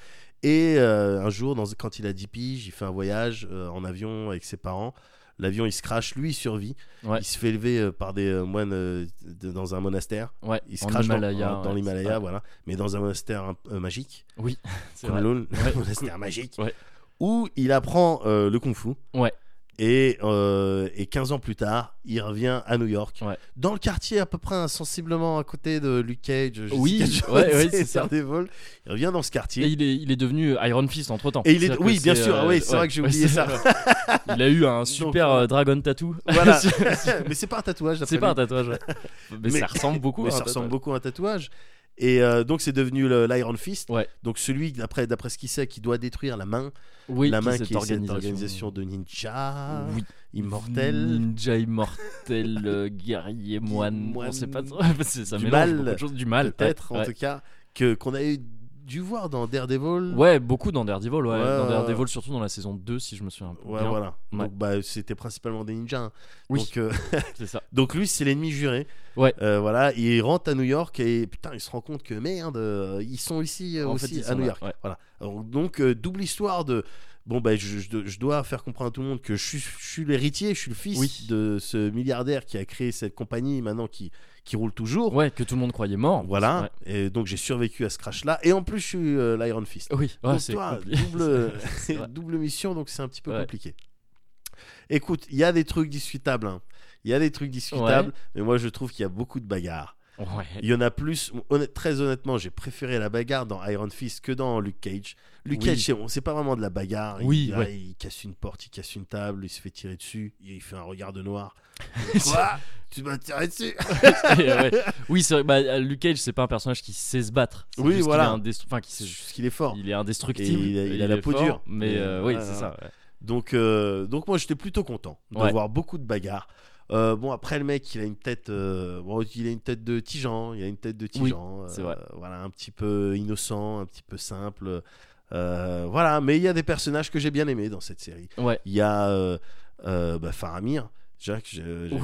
B: Et euh, un jour, dans, quand il a 10 piges, il fait un voyage euh, en avion avec ses parents. L'avion, il se crache, lui, il survit.
A: Ouais.
B: Il se fait élever euh, par des euh, moines euh, de- dans un monastère.
A: Ouais.
B: Il se
A: en
B: crache dans-
A: Himalaya,
B: dans, dans
A: ouais.
B: l'Himalaya,
A: Ouais,
B: voilà. Mais dans un monastère un- euh, magique.
A: C'est vrai.
B: Kunlun,
A: Ouais.
B: monastère magique,
A: Ouais.
B: où il apprend euh, le kung-fu.
A: Ouais.
B: Et, euh, et 15 ans plus tard, il revient à New York,
A: Ouais.
B: dans le quartier à peu près sensiblement à côté de Luke Cage, Jessica
A: Oui,
B: Jones
A: ouais, ouais,
B: et
A: c'est ça.
B: Daredevil. Il revient dans ce
A: Et
B: quartier.
A: il est, il est devenu euh, Iron Fist entre temps.
B: Et il est- oui, bien sûr,
A: euh,
B: oui, c'est vrai que j'ai oublié ça.
A: il a eu un super
B: Donc,
A: euh, dragon tattoo.
B: Voilà. mais c'est pas un tatouage.
A: c'est
B: d'après
A: pas un
B: lui.
A: tatouage. ouais. Mais,
B: Mais-
A: ça ressemble beaucoup.
B: Mais
A: à un
B: ça ressemble
A: tatouage.
B: beaucoup à un tatouage. Et euh, donc c'est devenu le- l'Iron Fist.
A: Ouais.
B: Donc celui d'après d'après ce qu'il sait qui doit détruire la main,
A: Oui,
B: la main
A: cette
B: qui est cette organisation de ninja
A: Oui.
B: Euh, immortel.
A: Ninja immortel, euh, guerrier, moine. On
B: Moine.
A: sait pas trop. c'est- ça
B: Du
A: mélange
B: mal,
A: beaucoup de choses. Du mal.
B: peut-être
A: ouais,
B: en
A: ouais.
B: tout cas que qu'on a eu dû voir dans Daredevil
A: Ouais, beaucoup dans Daredevil. Ouais.
B: Ouais,
A: dans
B: ouais,
A: Daredevil, surtout dans la saison 2, si je me souviens.
B: Ouais,
A: bien.
B: voilà
A: Ouais.
B: donc bah c'était principalement des ninjas hein.
A: Oui,
B: donc euh,
A: c'est ça.
B: donc lui c'est l'ennemi juré
A: Ouais.
B: Euh, voilà il rentre à New York et putain il se rend compte que merde euh, ils sont ici euh,
A: En fait,
B: aussi
A: ils
B: à
A: sont
B: New
A: là,
B: York
A: ouais.
B: voilà Alors, donc euh, double histoire de bon bah je, je- je dois faire comprendre à tout le monde que je suis, je suis l'héritier je suis le fils
A: Oui.
B: de ce milliardaire qui a créé cette compagnie maintenant qui qui roule toujours
A: Ouais, que tout le monde croyait mort.
B: Voilà, et donc j'ai survécu à ce crash là, et en plus je suis euh, l'Iron Fist.
A: Ouais. Oui, ouais,
B: Donc,
A: c'est
B: toi,
A: compliqué.
B: double,
A: C'est vrai.
B: double mission, donc c'est un petit peu
A: Ouais.
B: compliqué. Écoute, il y a des trucs discutables. hein. Il y a des trucs discutables, mais moi je trouve qu'il y a beaucoup de bagarres.
A: Ouais.
B: Il y en a plus. honnête- très honnêtement, j'ai préféré la bagarre dans Iron Fist que dans Luke Cage. Luke
A: Oui.
B: Cage, c'est bon, c'est pas vraiment de la bagarre. Il-
A: Oui,
B: ah, il,
A: ouais.
B: casse une porte, il casse une table, il se fait tirer dessus, il fait un regard de noir. Quoi Tu m'as tiré dessus
A: Et, euh, ouais. Oui, c'est vrai. Bah, euh, Luke Cage, c'est pas un personnage qui sait se battre. C'est
B: Oui,
A: juste qu'il
B: voilà.
A: est indestru- Enfin, qui
B: C'est
A: sait-
B: juste qu'il est fort.
A: Il est indestructible.
B: Et il a- il a la
A: est
B: peau
A: fort,
B: dure.
A: Mais
B: Et,
A: euh, oui,
B: ouais,
A: c'est
B: ouais.
A: ça. ouais.
B: Donc, euh, donc moi j'étais plutôt content de
A: Ouais.
B: voir beaucoup de bagarres. Euh, bon après le mec il a une tête, euh, bon, il a une tête de tigeant, il a une tête de tigeant.
A: c'est
B: euh,
A: vrai.
B: Voilà un petit peu innocent, un petit peu simple. Euh, voilà, mais il y a des personnages que j'ai bien aimés dans cette série.
A: Ouais.
B: Il y a euh, euh, bah, Faramir, Jacques. je- je- bah,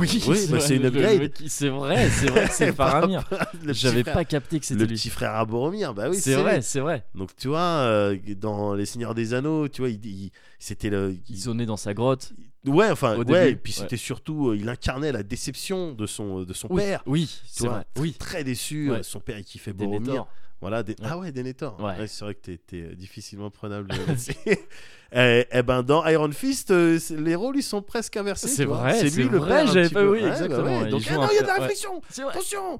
A: vrai,
B: c'est une
A: le- le
B: upgrade.
A: mec qui- C'est vrai, c'est vrai que c'est Faramir.
B: Le petit
A: J'avais
B: frère-
A: pas capté que
B: le
A: c'était lui.
B: petit frère à Boromir. Bah oui,
A: c'est
B: lui.
A: vrai, c'est vrai.
B: Donc tu vois, euh, dans Les Seigneurs des Anneaux, tu vois, il, il- c'était le,
A: Il sonnait dans sa grotte.
B: Ouais, enfin,
A: Au
B: ouais,
A: début,
B: et puis
A: ouais.
B: c'était surtout, euh, il incarnait la déception de son, euh, de son
A: Oui,
B: père.
A: oui,
B: Tu
A: c'est
B: vois,
A: vrai. Oui,
B: Très déçu,
A: Ouais.
B: euh, son père il kiffait Boromir.
A: Denethor.
B: Voilà, des- Ah ouais, Denethor.
A: Ouais.
B: Ouais, c'est vrai que t'es- t'es difficilement prenable. euh, et, ben dans Iron Fist, euh, c'est- les rôles ils sont presque inversés.
A: C'est
B: tu vois.
A: vrai,
B: c'est
A: c'est
B: lui le
A: vrai,
B: père. un
A: j'avais
B: petit
A: pas-
B: peu.
A: oui,
B: Ouais, bah
A: exactement,
B: ouais.
A: il
B: Donc,
A: joue
B: ah
A: un
B: non, il y a de
A: peu-
B: la
A: ouais.
B: réflexion.
A: C'est vrai.
B: Attention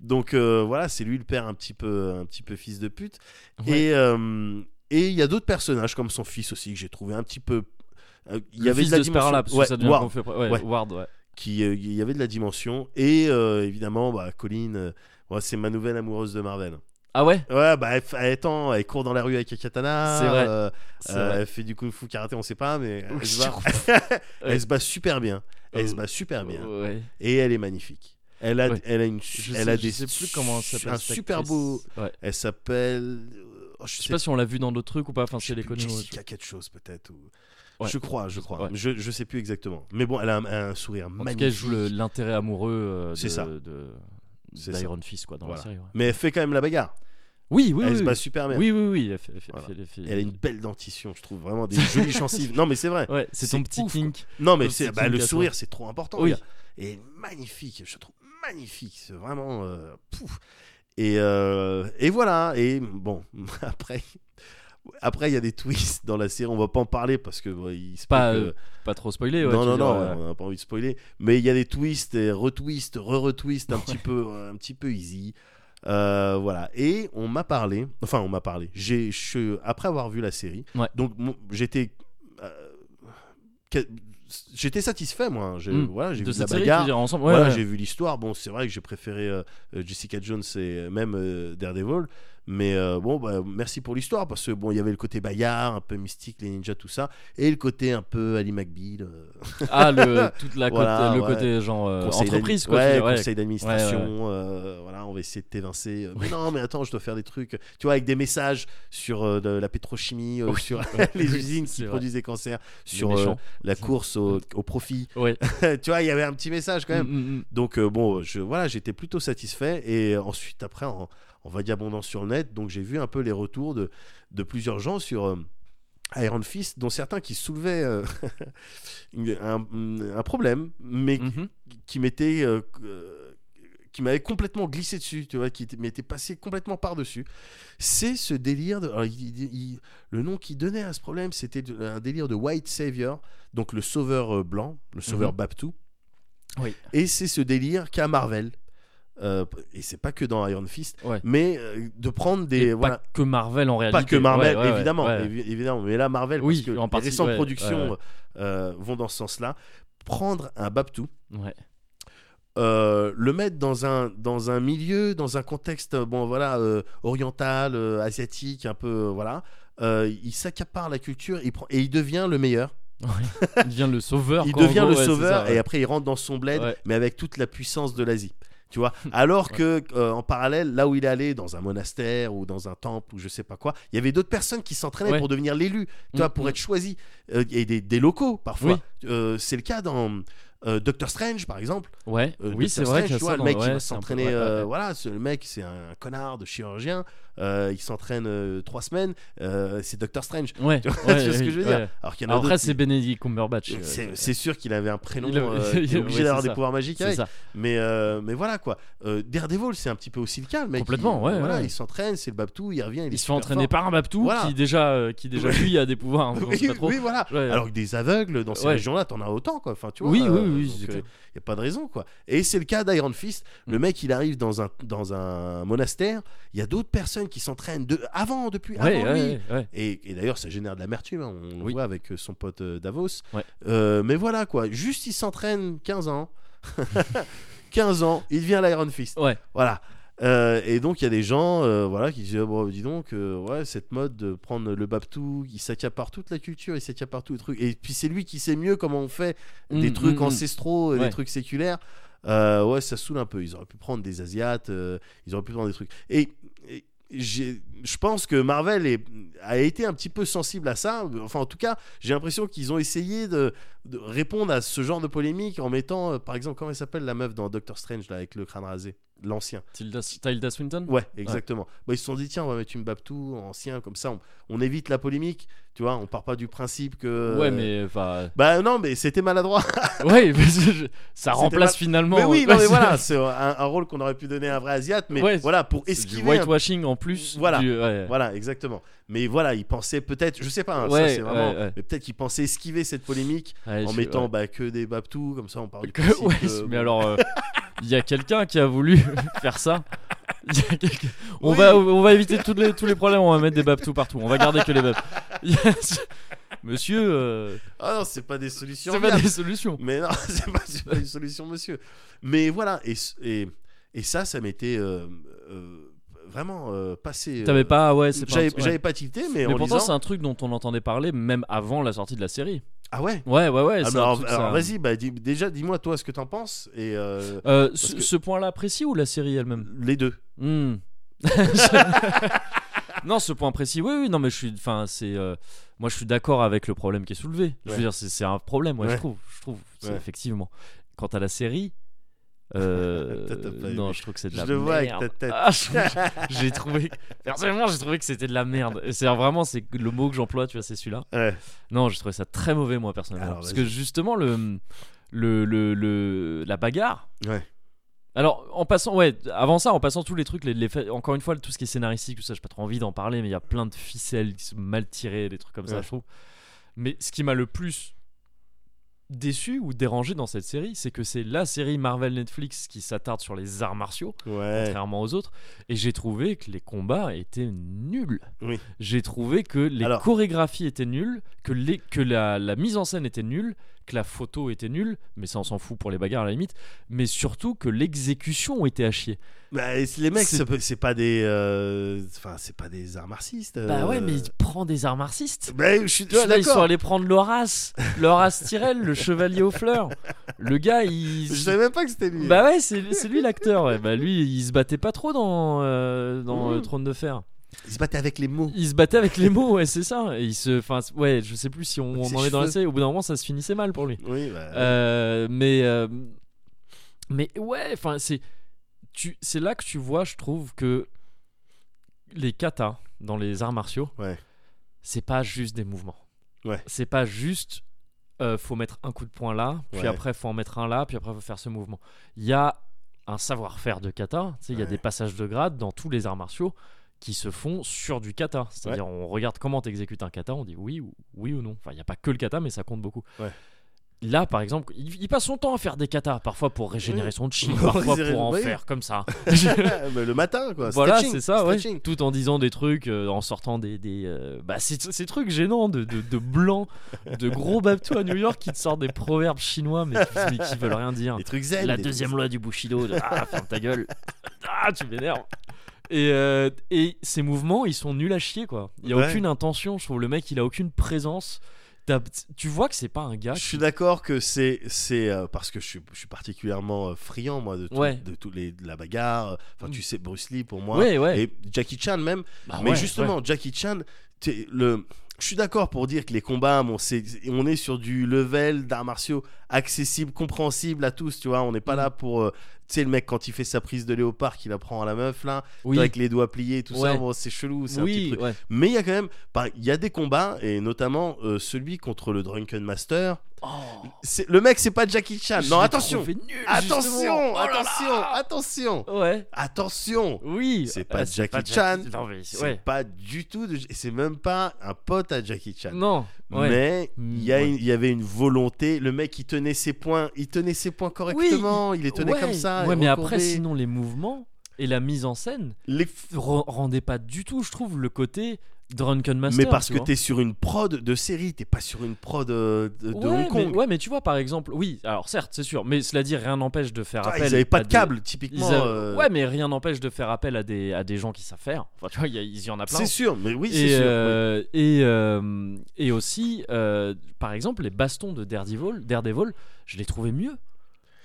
B: Donc euh, voilà, c'est lui le père un petit peu, un petit peu fils de pute.
A: Ouais.
B: Et euh, et il y a d'autres personnages comme son fils aussi que j'ai trouvé un petit peu. euh, Il y
A: Le
B: avait
A: fils
B: de la
A: de ce
B: dimension.
A: là parce
B: Ouais,
A: que ça devient
B: Ward,
A: confus après. Ouais,
B: Ouais.
A: Ward, ouais.
B: qui euh, il y avait de la dimension et euh, évidemment bah, Colleen euh, ouais, c'est ma nouvelle amoureuse de Marvel
A: Ah ouais
B: ouais bah elle, f- elle tend elle court dans la rue avec un katana
A: C'est vrai,
B: euh,
A: C'est
B: euh,
A: vrai.
B: elle fait du kung fu karaté on sait pas mais elle,
A: Oui,
B: se, bat, elle se bat super bien elle
A: Euh,
B: se bat super bien
A: Ouais.
B: et elle est magnifique elle a
A: Ouais.
B: elle a une
A: Je
B: elle
A: sais-
B: a
A: je
B: des
A: sais plus comment ça s'appelle.
B: un
A: cette
B: super
A: actrice.
B: beau
A: Ouais.
B: elle s'appelle euh, oh,
A: Je sais pas si on l'a vu dans d'autres trucs ou pas. Enfin,
B: je
A: c'est
B: sais
A: les
B: plus,
A: connus.
B: Jessica quelque chose peut-être ou
A: Ouais.
B: Je crois, je crois.
A: Ouais.
B: Je, je sais plus exactement. Mais bon, elle a un, un sourire
A: En tout
B: magnifique.
A: cas, elle joue le- l'intérêt amoureux euh, de,
B: C'est ça.
A: de-
B: C'est ça.
A: d'Iron Fist quoi, dans
B: Voilà.
A: la série. ouais.
B: Mais elle fait quand même la bagarre.
A: Oui, oui,
B: elle
A: oui.
B: se bat
A: Oui,
B: super bien.
A: oui, oui, oui, elle fait- elle fait-
B: Voilà.
A: elle fait-
B: Elle a une belle dentition, je trouve. Vraiment des jolies gencives. Non, mais c'est vrai.
A: Ouais, c'est
B: C'est
A: ton petit
B: ouf,
A: kink.
B: Non, mais
A: Le
B: c'est
A: petit
B: bah, le
A: kink à
B: sourire, c'est trop important.
A: Oui.
B: gars. Et magnifique, je trouve magnifique. C'est vraiment euh, pouf. Et, euh, et voilà. Et bon, après. Après, il y a des twists dans la série. On va pas en parler parce que bon, il se peut
A: Pas,
B: que-
A: euh, Pas trop spoiler. ouais,
B: non,
A: tu
B: non,
A: veux
B: non,
A: dire, euh,
B: on n'a pas envie de spoiler. Mais il y a des twists et retwists, re-retwists, un, petit peu, un petit peu easy. Euh, voilà. Et on m'a parlé, enfin, on m'a parlé. J'ai, je- après avoir vu la série,
A: Ouais.
B: donc mon- j'étais. euh, que- J'étais satisfait, moi. hein. J'ai,
A: Mm.
B: voilà, j'ai
A: de
B: vu de la
A: cette série,
B: bagarre.
A: tu veux dire, ensemble. Ouais,
B: voilà,
A: ouais.
B: j'ai vu l'histoire. Bon, c'est vrai que j'ai préféré euh, euh, Jessica Jones et euh, même euh, Daredevil. Mais euh, bon, bah, merci pour l'histoire parce que bon, il y avait le côté bagarre, un peu mystique, les ninjas, tout ça, et le côté un peu Ali McBeal. euh,
A: Ah, le, toute la côté,
B: Voilà,
A: le
B: ouais.
A: côté genre euh,
B: Conseil
A: entreprise,
B: d'admi-
A: quoi.
B: ouais,
A: tu veux dire,
B: conseil d'administration
A: Ouais, ouais,
B: euh, voilà on va essayer de t'évincer Euh, mais non mais attends je dois faire des trucs tu vois avec des messages sur euh, de la pétrochimie euh,
A: Oui.
B: sur
A: Ouais.
B: les usines qui
A: C'est vrai.
B: produisent des cancers
A: Les
B: sur euh,
A: méchants.
B: la course au, au profit
A: Ouais.
B: tu vois il y avait un petit message quand même
A: Mm, mm, mm.
B: donc euh, bon je voilà j'étais plutôt satisfait et euh, ensuite après en, en vagabondant sur le net donc j'ai vu un peu les retours de, de plusieurs gens sur euh, Iron Fist, dont certains qui soulevaient euh, une- un, un problème, mais
A: Mhm.
B: qui m'était euh, euh, qui m'avait complètement glissé dessus, tu vois, qui était- m'était passé complètement par dessus. C'est ce délire de, alors, il- il- il- le nom qu'il donnait à ce problème, c'était de- un délire de White Savior, donc le sauveur euh, blanc, le sauveur
A: Mhm.
B: Baptou.
A: Oui.
B: Et c'est ce délire qu'a Marvel. Euh, et c'est pas que dans Iron Fist,
A: Ouais.
B: mais euh, de prendre
A: Et
B: des voilà,
A: Pas que Marvel en réalité.
B: pas que Marvel,
A: Ouais, ouais, ouais,
B: évidemment,
A: ouais.
B: évi- évidemment, mais là Marvel,
A: Oui,
B: parce que
A: en partie,
B: les récentes
A: ouais,
B: productions
A: ouais, ouais.
B: euh, vont dans ce sens-là. Prendre un Baptou,
A: Ouais.
B: euh, le mettre dans un, dans un milieu, dans un contexte euh, bon, voilà, euh, oriental, euh, asiatique, un peu. euh, voilà. Euh, il s'accapare la culture il prend, et il devient le meilleur.
A: Il devient le sauveur.
B: Il
A: quoi, en
B: devient
A: gros,
B: le
A: ouais, c'est
B: sauveur
A: ça, ouais.
B: et après il rentre dans son bled,
A: Ouais.
B: mais avec toute la puissance de l'Asie. Tu vois Alors que euh, en parallèle, là où il allait, dans un monastère ou dans un temple ou je sais pas quoi, il y avait d'autres personnes qui s'entraînaient
A: Ouais.
B: pour devenir l'élu, tu vois,
A: Mm,
B: pour
A: mm.
B: être choisi. Euh, et des, des locaux parfois.
A: Oui.
B: Euh, c'est le cas dans euh, Doctor Strange par exemple.
A: Ouais.
B: Euh,
A: oui,
B: Dr.
A: c'est vrai.
B: Strange,
A: qu'il y a ça
B: tu vois, le
A: dans-
B: mec
A: ouais,
B: il
A: c'est un
B: va
A: peu-
B: s'entraîner.
A: ouais, ouais,
B: euh,
A: ouais.
B: Voilà, ce- le mec c'est un connard de chirurgien. euh, il s'entraîne euh, trois semaines. euh, c'est Doctor Strange.
A: Ouais,
B: Tu vois
A: ouais,
B: ce que
A: oui,
B: je veux dire
A: ouais.
B: Alors qu'il y en a
A: Alors Après,
B: d'autres
A: c'est
B: qui-
A: Benedict Cumberbatch. euh,
B: c'est c'est sûr qu'il avait un prénom.
A: Il a-
B: euh, il est
A: Ouais,
B: obligé
A: c'est
B: d'avoir
A: ça.
B: des pouvoirs magiques.
A: C'est
B: avec.
A: ça.
B: Mais euh, mais voilà quoi. Euh, Daredevil c'est un petit peu aussi le cas. Le mec.
A: Complètement,
B: il,
A: ouais,
B: Voilà,
A: ouais.
B: il s'entraîne, c'est le Babtou, il revient. Il, est
A: Il se fait
B: super
A: entraîner
B: fort.
A: par un Babtou
B: Voilà.
A: qui déjà, euh, qui déjà lui a des pouvoirs. hein, on sait
B: Oui,
A: pas trop.
B: oui, voilà.
A: Ouais.
B: Alors que des aveugles dans ces
A: Ouais.
B: régions-là, t'en as autant quoi. Enfin, tu vois.
A: Oui,
B: euh,
A: oui, oui,
B: donc,
A: c'est
B: euh,
A: clair.
B: y a pas de raison quoi. Et c'est le cas d'Iron Fist. Le
A: Mm.
B: mec, il arrive dans un dans un monastère. Il y a d'autres personnes qui s'entraînent de avant depuis
A: Ouais, ouais,
B: avant lui.
A: ouais, ouais.
B: Et, et d'ailleurs, ça génère de l'amertume. hein. On le
A: Oui.
B: voit avec euh, son pote euh, Davos.
A: Ouais.
B: Euh, mais voilà quoi. Juste, il s'entraîne 15 ans. 15 ans, il devient l'Iron Fist.
A: Ouais.
B: Voilà. Euh, et donc il y a des gens euh, voilà qui disent Ah, bon dis donc euh, ouais cette mode de prendre le Babtou il s'accapare toute la culture il s'accapare tout le truc et puis c'est lui qui sait mieux comment on fait des
A: Mm,
B: trucs
A: mm, mm.
B: ancestraux euh,
A: Ouais.
B: des trucs séculaires Euh, ouais ça saoule un peu ils auraient pu prendre des asiates euh, ils auraient pu prendre des trucs et, et j'ai- je pense que Marvel est- a été un petit peu sensible à ça enfin en tout cas j'ai l'impression qu'ils ont essayé de, de répondre à ce genre de polémique en mettant euh, par exemple comment elle s'appelle la meuf dans Doctor Strange là avec le crâne rasé l'ancien
A: Tilda, Tilda Swinton
B: Ouais, exactement. Bah, ils se sont dit, tiens, on va mettre une Babtou ancien, comme ça, on, on évite la polémique. Tu vois, on part pas du principe que.
A: Ouais, mais enfin.
B: Bah non, mais c'était maladroit.
A: ouais, parce que je- ça remplace
B: pas-
A: finalement.
B: mais oui,
A: ouais,
B: non, mais
A: c'est-
B: voilà, c'est un, un rôle qu'on aurait pu donner à un vrai Asiate, mais
A: Ouais,
B: voilà, pour
A: c'est du
B: esquiver. un-
A: whitewashing en plus.
B: Voilà.
A: du- ouais.
B: Voilà, exactement. Mais voilà, ils pensaient peut-être, je sais pas, hein,
A: Ouais,
B: ça c'est vraiment.
A: ouais, ouais.
B: Mais peut-être qu'ils pensaient esquiver cette polémique
A: Ouais,
B: en
A: je-
B: mettant
A: ouais.
B: bah, que des Babtou, comme ça on part du
A: Que-
B: principe.
A: ouais,
B: que-
A: mais alors, euh, il y a quelqu'un qui a voulu faire ça. Il y a quelqu'un- on,
B: Oui.
A: va, on va éviter tous les, tous les problèmes, on va mettre des babtous partout, on va garder que les babs. Il y a ce- Monsieur, euh,
B: Ah non, c'est pas des solutions.
A: c'est pas
B: viables.
A: des solutions.
B: Mais non, c'est pas, c'est pas une solution, monsieur. Mais voilà, et, c- et, et ça, ça m'était euh, euh, vraiment euh, passé. euh,
A: T'avais pas, ouais, c'est pas.
B: J'avais
A: ouais.
B: j'avais pas tilté,
A: Mais
B: mais, en
A: pourtant,
B: lisant-
A: c'est un truc dont on entendait parler même avant la sortie de la série.
B: Ah ouais
A: Ouais, ouais, ouais.
B: Ah
A: c'est
B: bah,
A: un
B: Alors,
A: truc,
B: alors
A: ça-
B: vas-y, bah, dis- déjà, dis-moi toi ce que t'en penses. Et euh,
A: Euh, ce,
B: que-
A: ce point-là précis ou la série elle-même
B: les deux.
A: Hmm. Non, ce point précis, oui, oui, non, mais je suis, enfin, c'est, euh, moi, je suis d'accord avec le problème qui est soulevé. Je veux
B: Ouais.
A: dire, c'est c'est un problème, ouais,
B: Ouais.
A: je trouve, je trouve, c'est
B: Ouais.
A: effectivement. Quant à la série, euh,
B: Toi, t'as pas
A: non,
B: aimé.
A: je trouve que c'est de
B: Je
A: la
B: le
A: merde.
B: vois avec ta tête.
A: Ah, je- j'ai trouvé, personnellement, j'ai trouvé que c'était de la merde. Et C'est vraiment, c'est le mot que j'emploie, tu vois, c'est celui-là.
B: Ouais.
A: Non, j'ai trouvé ça très mauvais, moi, personnellement,
B: Alors,
A: parce
B: vas-y.
A: que justement, le, le, le, le- la bagarre.
B: Ouais.
A: Alors, en passant, ouais, avant ça, en passant tous les trucs, les, les faits- encore une fois, tout ce qui est scénaristique, tout ça, j'ai pas trop envie d'en parler, mais il y a plein de ficelles qui sont mal tirées, des trucs comme ça,
B: Ouais.
A: je trouve. Mais ce qui m'a le plus déçu ou dérangé dans cette série, c'est que c'est la série Marvel Netflix qui s'attarde sur les arts martiaux,
B: Ouais.
A: contrairement aux autres, et j'ai trouvé que les combats étaient nuls.
B: Oui.
A: J'ai trouvé que les
B: Alors-
A: chorégraphies étaient nulles, que, les, que la, la mise en scène était nulle, que la photo était nulle, mais ça on s'en fout pour les bagarres à la limite, mais surtout que l'exécution était à chier.
B: Bah, et c'est- les mecs,
A: C'est-
B: c'est pas- c'est pas des, euh, enfin, c'est pas des arts marxistes.
A: Bah ouais,
B: euh.
A: mais il prend des arts marxistes.
B: Bah, je suis, je
A: Tu vois,
B: suis
A: là, ils sont
B: d'accord.
A: allés prendre Loras, Loras Tyrell, le chevalier aux fleurs. Le gars, il.
B: Je savais même pas que c'était lui.
A: Bah ouais, c'est c'est lui l'acteur. ouais. Bah lui, il se battait pas trop dans, euh, dans euh,
B: Mhm.
A: Trône de Fer.
B: Ils se battaient avec les mots.
A: Il se battait avec les mots, ouais, c'est ça. Et il se, enfin, ouais, je sais plus si on,
B: Avec
A: on
B: ses
A: en est dans la
B: cheveux.
A: série. Au bout d'un moment, ça se finissait mal pour lui.
B: Oui, bah.
A: Euh, mais euh, mais ouais enfin c'est tu c'est là que tu vois je trouve que les katas dans les arts martiaux
B: Ouais.
A: c'est pas juste des mouvements
B: Ouais.
A: c'est pas juste euh, faut mettre un coup de poing là puis
B: Ouais.
A: après faut en mettre un là puis après faut faire ce mouvement il y a un savoir-faire de kata tu sais, il y a
B: Ouais.
A: des passages de grade dans tous les arts martiaux qui se font sur du kata. C'est-à-dire, on regarde comment t'exécutes un kata, on dit oui ou, oui ou non. Enfin, il n'y a pas que le kata, mais ça compte beaucoup.
B: Ouais.
A: Là, par exemple, il, il passe son temps à faire des katas, parfois pour régénérer
B: Oui.
A: son chi,
B: Pour
A: parfois
B: régénérer-
A: pour en
B: oui.
A: faire comme ça.
B: Mais le matin, quoi.
A: voilà,
B: Stretching,
A: c'est ça, ouais.
B: stretching.
A: Tout en disant des trucs, euh, en sortant des. des euh, bah, ces, ces trucs gênants de, de, de blancs, de gros babtou à New York qui te sortent des proverbes chinois, mais, mais qui veulent rien dire
B: Les trucs zen.
A: la
B: les
A: deuxième
B: trucs-
A: loi du Bushido. de, ah, ferme ta gueule. Ah, tu m'énerves. Et, euh, et ces mouvements, ils sont nuls à chier, quoi. Il y a
B: Ouais.
A: aucune intention. Je trouve le mec, il a aucune présence. T'as- Tu vois que c'est pas un gars.
B: Je
A: qui-
B: suis d'accord que c'est c'est euh, parce que je suis, je suis particulièrement euh, friand moi de tout-
A: Ouais. Mm.
B: de tous les de la bagarre. euh, Enfin, tu sais Bruce Lee pour moi
A: Ouais, ouais.
B: et Jackie Chan même.
A: Bah
B: Mais
A: ouais,
B: justement, Jackie Chan, t'es- le je suis d'accord pour dire que les combats, bon, c'est- on est sur du level d'arts martiaux accessible, compréhensible à tous, tu vois. On n'est pas
A: Mhm.
B: là pour. euh, tu sais, le mec, quand il fait sa prise de léopard, qu'il apprend à la meuf, là,
A: ouais. Oui,
B: avec les doigts pliés, tout ça,
A: Ouais.
B: bon, c'est chelou, c'est un petit
A: oui,
B: truc. Ah,
A: ouais.
B: Mais il y a quand même, par- il y a des combats, et notamment euh, celui contre le Drunken Master. C'est- Le mec, c'est pas Jackie Chan.
A: Oh. Je
B: Non,
A: l'ai
B: attention.
A: trouvé nul, justement.
B: Attention,
A: Oh là là.
B: attention, attention,
A: Ouais.
B: attention.
A: Oui.
B: C'est pas
A: Ah,
B: Jackie Chan.
A: Non, mais
B: C'est
A: ouais.
B: pas du tout de... et c'est même pas un pote à Jackie Chan.
A: Non. Ouais.
B: Mais il y, a
A: Ouais.
B: une- il y avait une volonté. Le mec, il tenait ses points, il tenait ses points correctement. il les tenait
A: Ouais.
B: comme ça.
A: Ouais, mais
B: recourbé.
A: après, sinon, les mouvements et la mise en scène
B: Les-
A: re- rendaient pas du tout, je trouve, le côté Drunken Master.
B: mais parce
A: tu
B: que
A: vois.
B: t'es sur une prod de série, t'es pas sur une prod euh, de, de
A: ouais,
B: Hong Kong.
A: Mais, ouais, mais tu vois, par exemple, oui, alors certes, c'est sûr, mais cela dit, rien n'empêche de faire
B: Ah,
A: appel.
B: ils avaient
A: à
B: pas de
A: des-
B: câble,
A: ils
B: typiquement.
A: avaient-
B: euh,
A: Ouais, mais rien n'empêche de faire appel à des, à des gens qui savent faire. Enfin, tu vois, il y, a- il y en a plein.
B: c'est sûr, mais oui, c'est
A: Et,
B: sûr. oui.
A: euh, et, euh, et aussi, euh, par exemple, les bastons de Daredevil, Daredevil, je les trouvais mieux.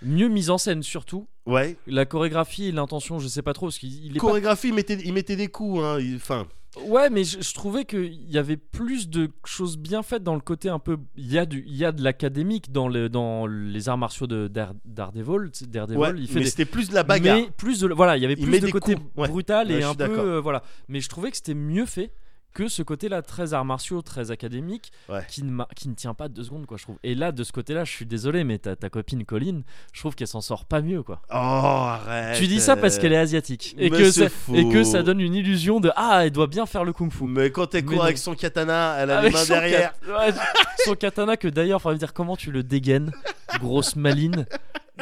A: Mieux mis en scène, surtout.
B: Ouais.
A: La chorégraphie et l'intention, je sais pas trop, parce qu'il il est pas
B: Chorégraphie, il, mettait, il mettait des coups. Hein. il- Enfin,
A: Ouais, mais je, je trouvais qu'il y avait plus de choses bien faites dans le côté un peu. Il y a, du, il y a de l'académique dans, le, dans les arts martiaux de Dare- Daredevil. tu sais, Daredevil,
B: ouais,
A: il fait
B: mais
A: des.
B: c'était plus de la bagarre.
A: Mais plus de, voilà, il y avait
B: Il
A: plus
B: met
A: de
B: des
A: côté
B: coups, ouais.
A: brutal
B: Ouais,
A: et
B: je
A: un
B: suis
A: peu.
B: d'accord.
A: euh, voilà. Mais je trouvais que c'était mieux fait que ce côté-là très arts martiaux, très académique,
B: Ouais.
A: qui, ne m'a- qui ne tient pas deux secondes, quoi, je trouve. Et là, de ce côté-là, je suis désolé, mais ta, ta copine Colline, je trouve qu'elle s'en sort pas mieux, quoi.
B: Oh, arrête. euh,
A: tu dis ça parce qu'elle est asiatique. Et
B: mais
A: que,
B: c'est
A: ça, et que
B: fou.
A: ça donne une illusion de Ah, elle doit bien faire le kung-fu.
B: Mais quand t'es
A: Mais
B: court avec
A: non. Ah,
B: son katana, elle a les mains
A: son
B: derrière.
A: kat- ouais, son katana que d'ailleurs, faudrait me dire comment tu le dégaines, grosse maline,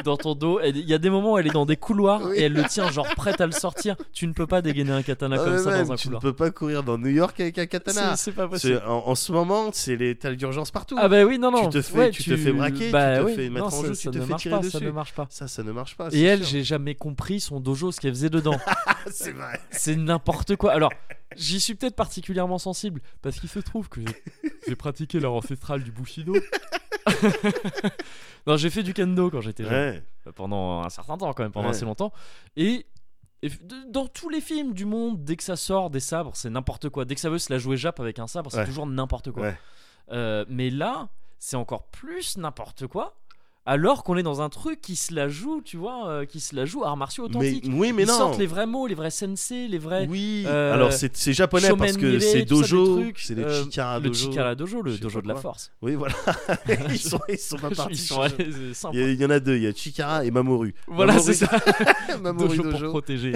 A: dans ton dos. Elle- Il y a des moments où elle est dans des couloirs
B: Oui.
A: et elle le tient genre prête à le sortir. Tu ne peux pas dégainer un katana
B: Ah,
A: comme
B: mais
A: ça
B: même,
A: dans un
B: tu ne
A: couloir.
B: peux pas courir dans New York avec un katana.
A: C'est c'est pas
B: C'est-
A: possible.
B: En, en ce moment, c'est l'état d'urgence partout.
A: Ah bah oui, non, non.
B: Tu te fais-
A: ouais,
B: tu te fais braquer, tu
A: bah
B: te
A: oui,
B: fais
A: non,
B: mettre en
A: ça-
B: jeu,
A: ça
B: tu te
A: ne
B: fais
A: marche
B: tirer
A: pas, Ça
B: dessus.
A: ne marche pas.
B: Ça, ça ne marche pas. c'est
A: Et elle,
B: sûr.
A: j'ai jamais compris son dojo, ce qu'elle faisait dedans.
B: c'est vrai.
A: C'est n'importe quoi. Alors, j'y suis peut-être particulièrement sensible parce qu'il se trouve que j'ai- j'ai pratiqué leur ancestrale du Bushido. non, j'ai fait du kendo quand j'étais jeune.
B: Ouais.
A: Pendant un certain temps, quand même, pendant
B: Ouais.
A: assez longtemps. Et Et f- de- dans tous les films du monde, dès que ça sort des sabres, c'est n'importe quoi. Dès que ça veut se la jouer Jap avec un sabre, c'est
B: Ouais.
A: toujours n'importe quoi.
B: Ouais.
A: Euh, mais là, c'est encore plus n'importe quoi. Alors qu'on est dans un truc qui se la joue, tu vois, euh, qui se la joue arts martiaux
B: Mais,
A: authentiques.
B: oui, mais
A: Ils
B: non.
A: sortent les vrais mots, les vrais sensei, les vrais.
B: Oui.
A: Euh,
B: Alors c'est c'est japonais
A: Shomen
B: parce que
A: Nire,
B: c'est
A: tout ça, des
B: dojo,
A: trucs,
B: c'est les
A: euh,
B: chikara
A: Le
B: dojo.
A: Chikara Dojo, le
B: je sais
A: dojo
B: pas
A: de la
B: quoi.
A: force.
B: Oui, voilà. ils sont ils sont pas
A: Ils
B: partis.
A: sont
B: sur-
A: allés, euh, c'est simple.
B: Il y a- il y en a deux, il y a Chikara et Mamoru.
A: Voilà,
B: Mamoru-
A: c'est ça.
B: Mamoru
A: Dojo
B: Dojo.
A: pour protéger.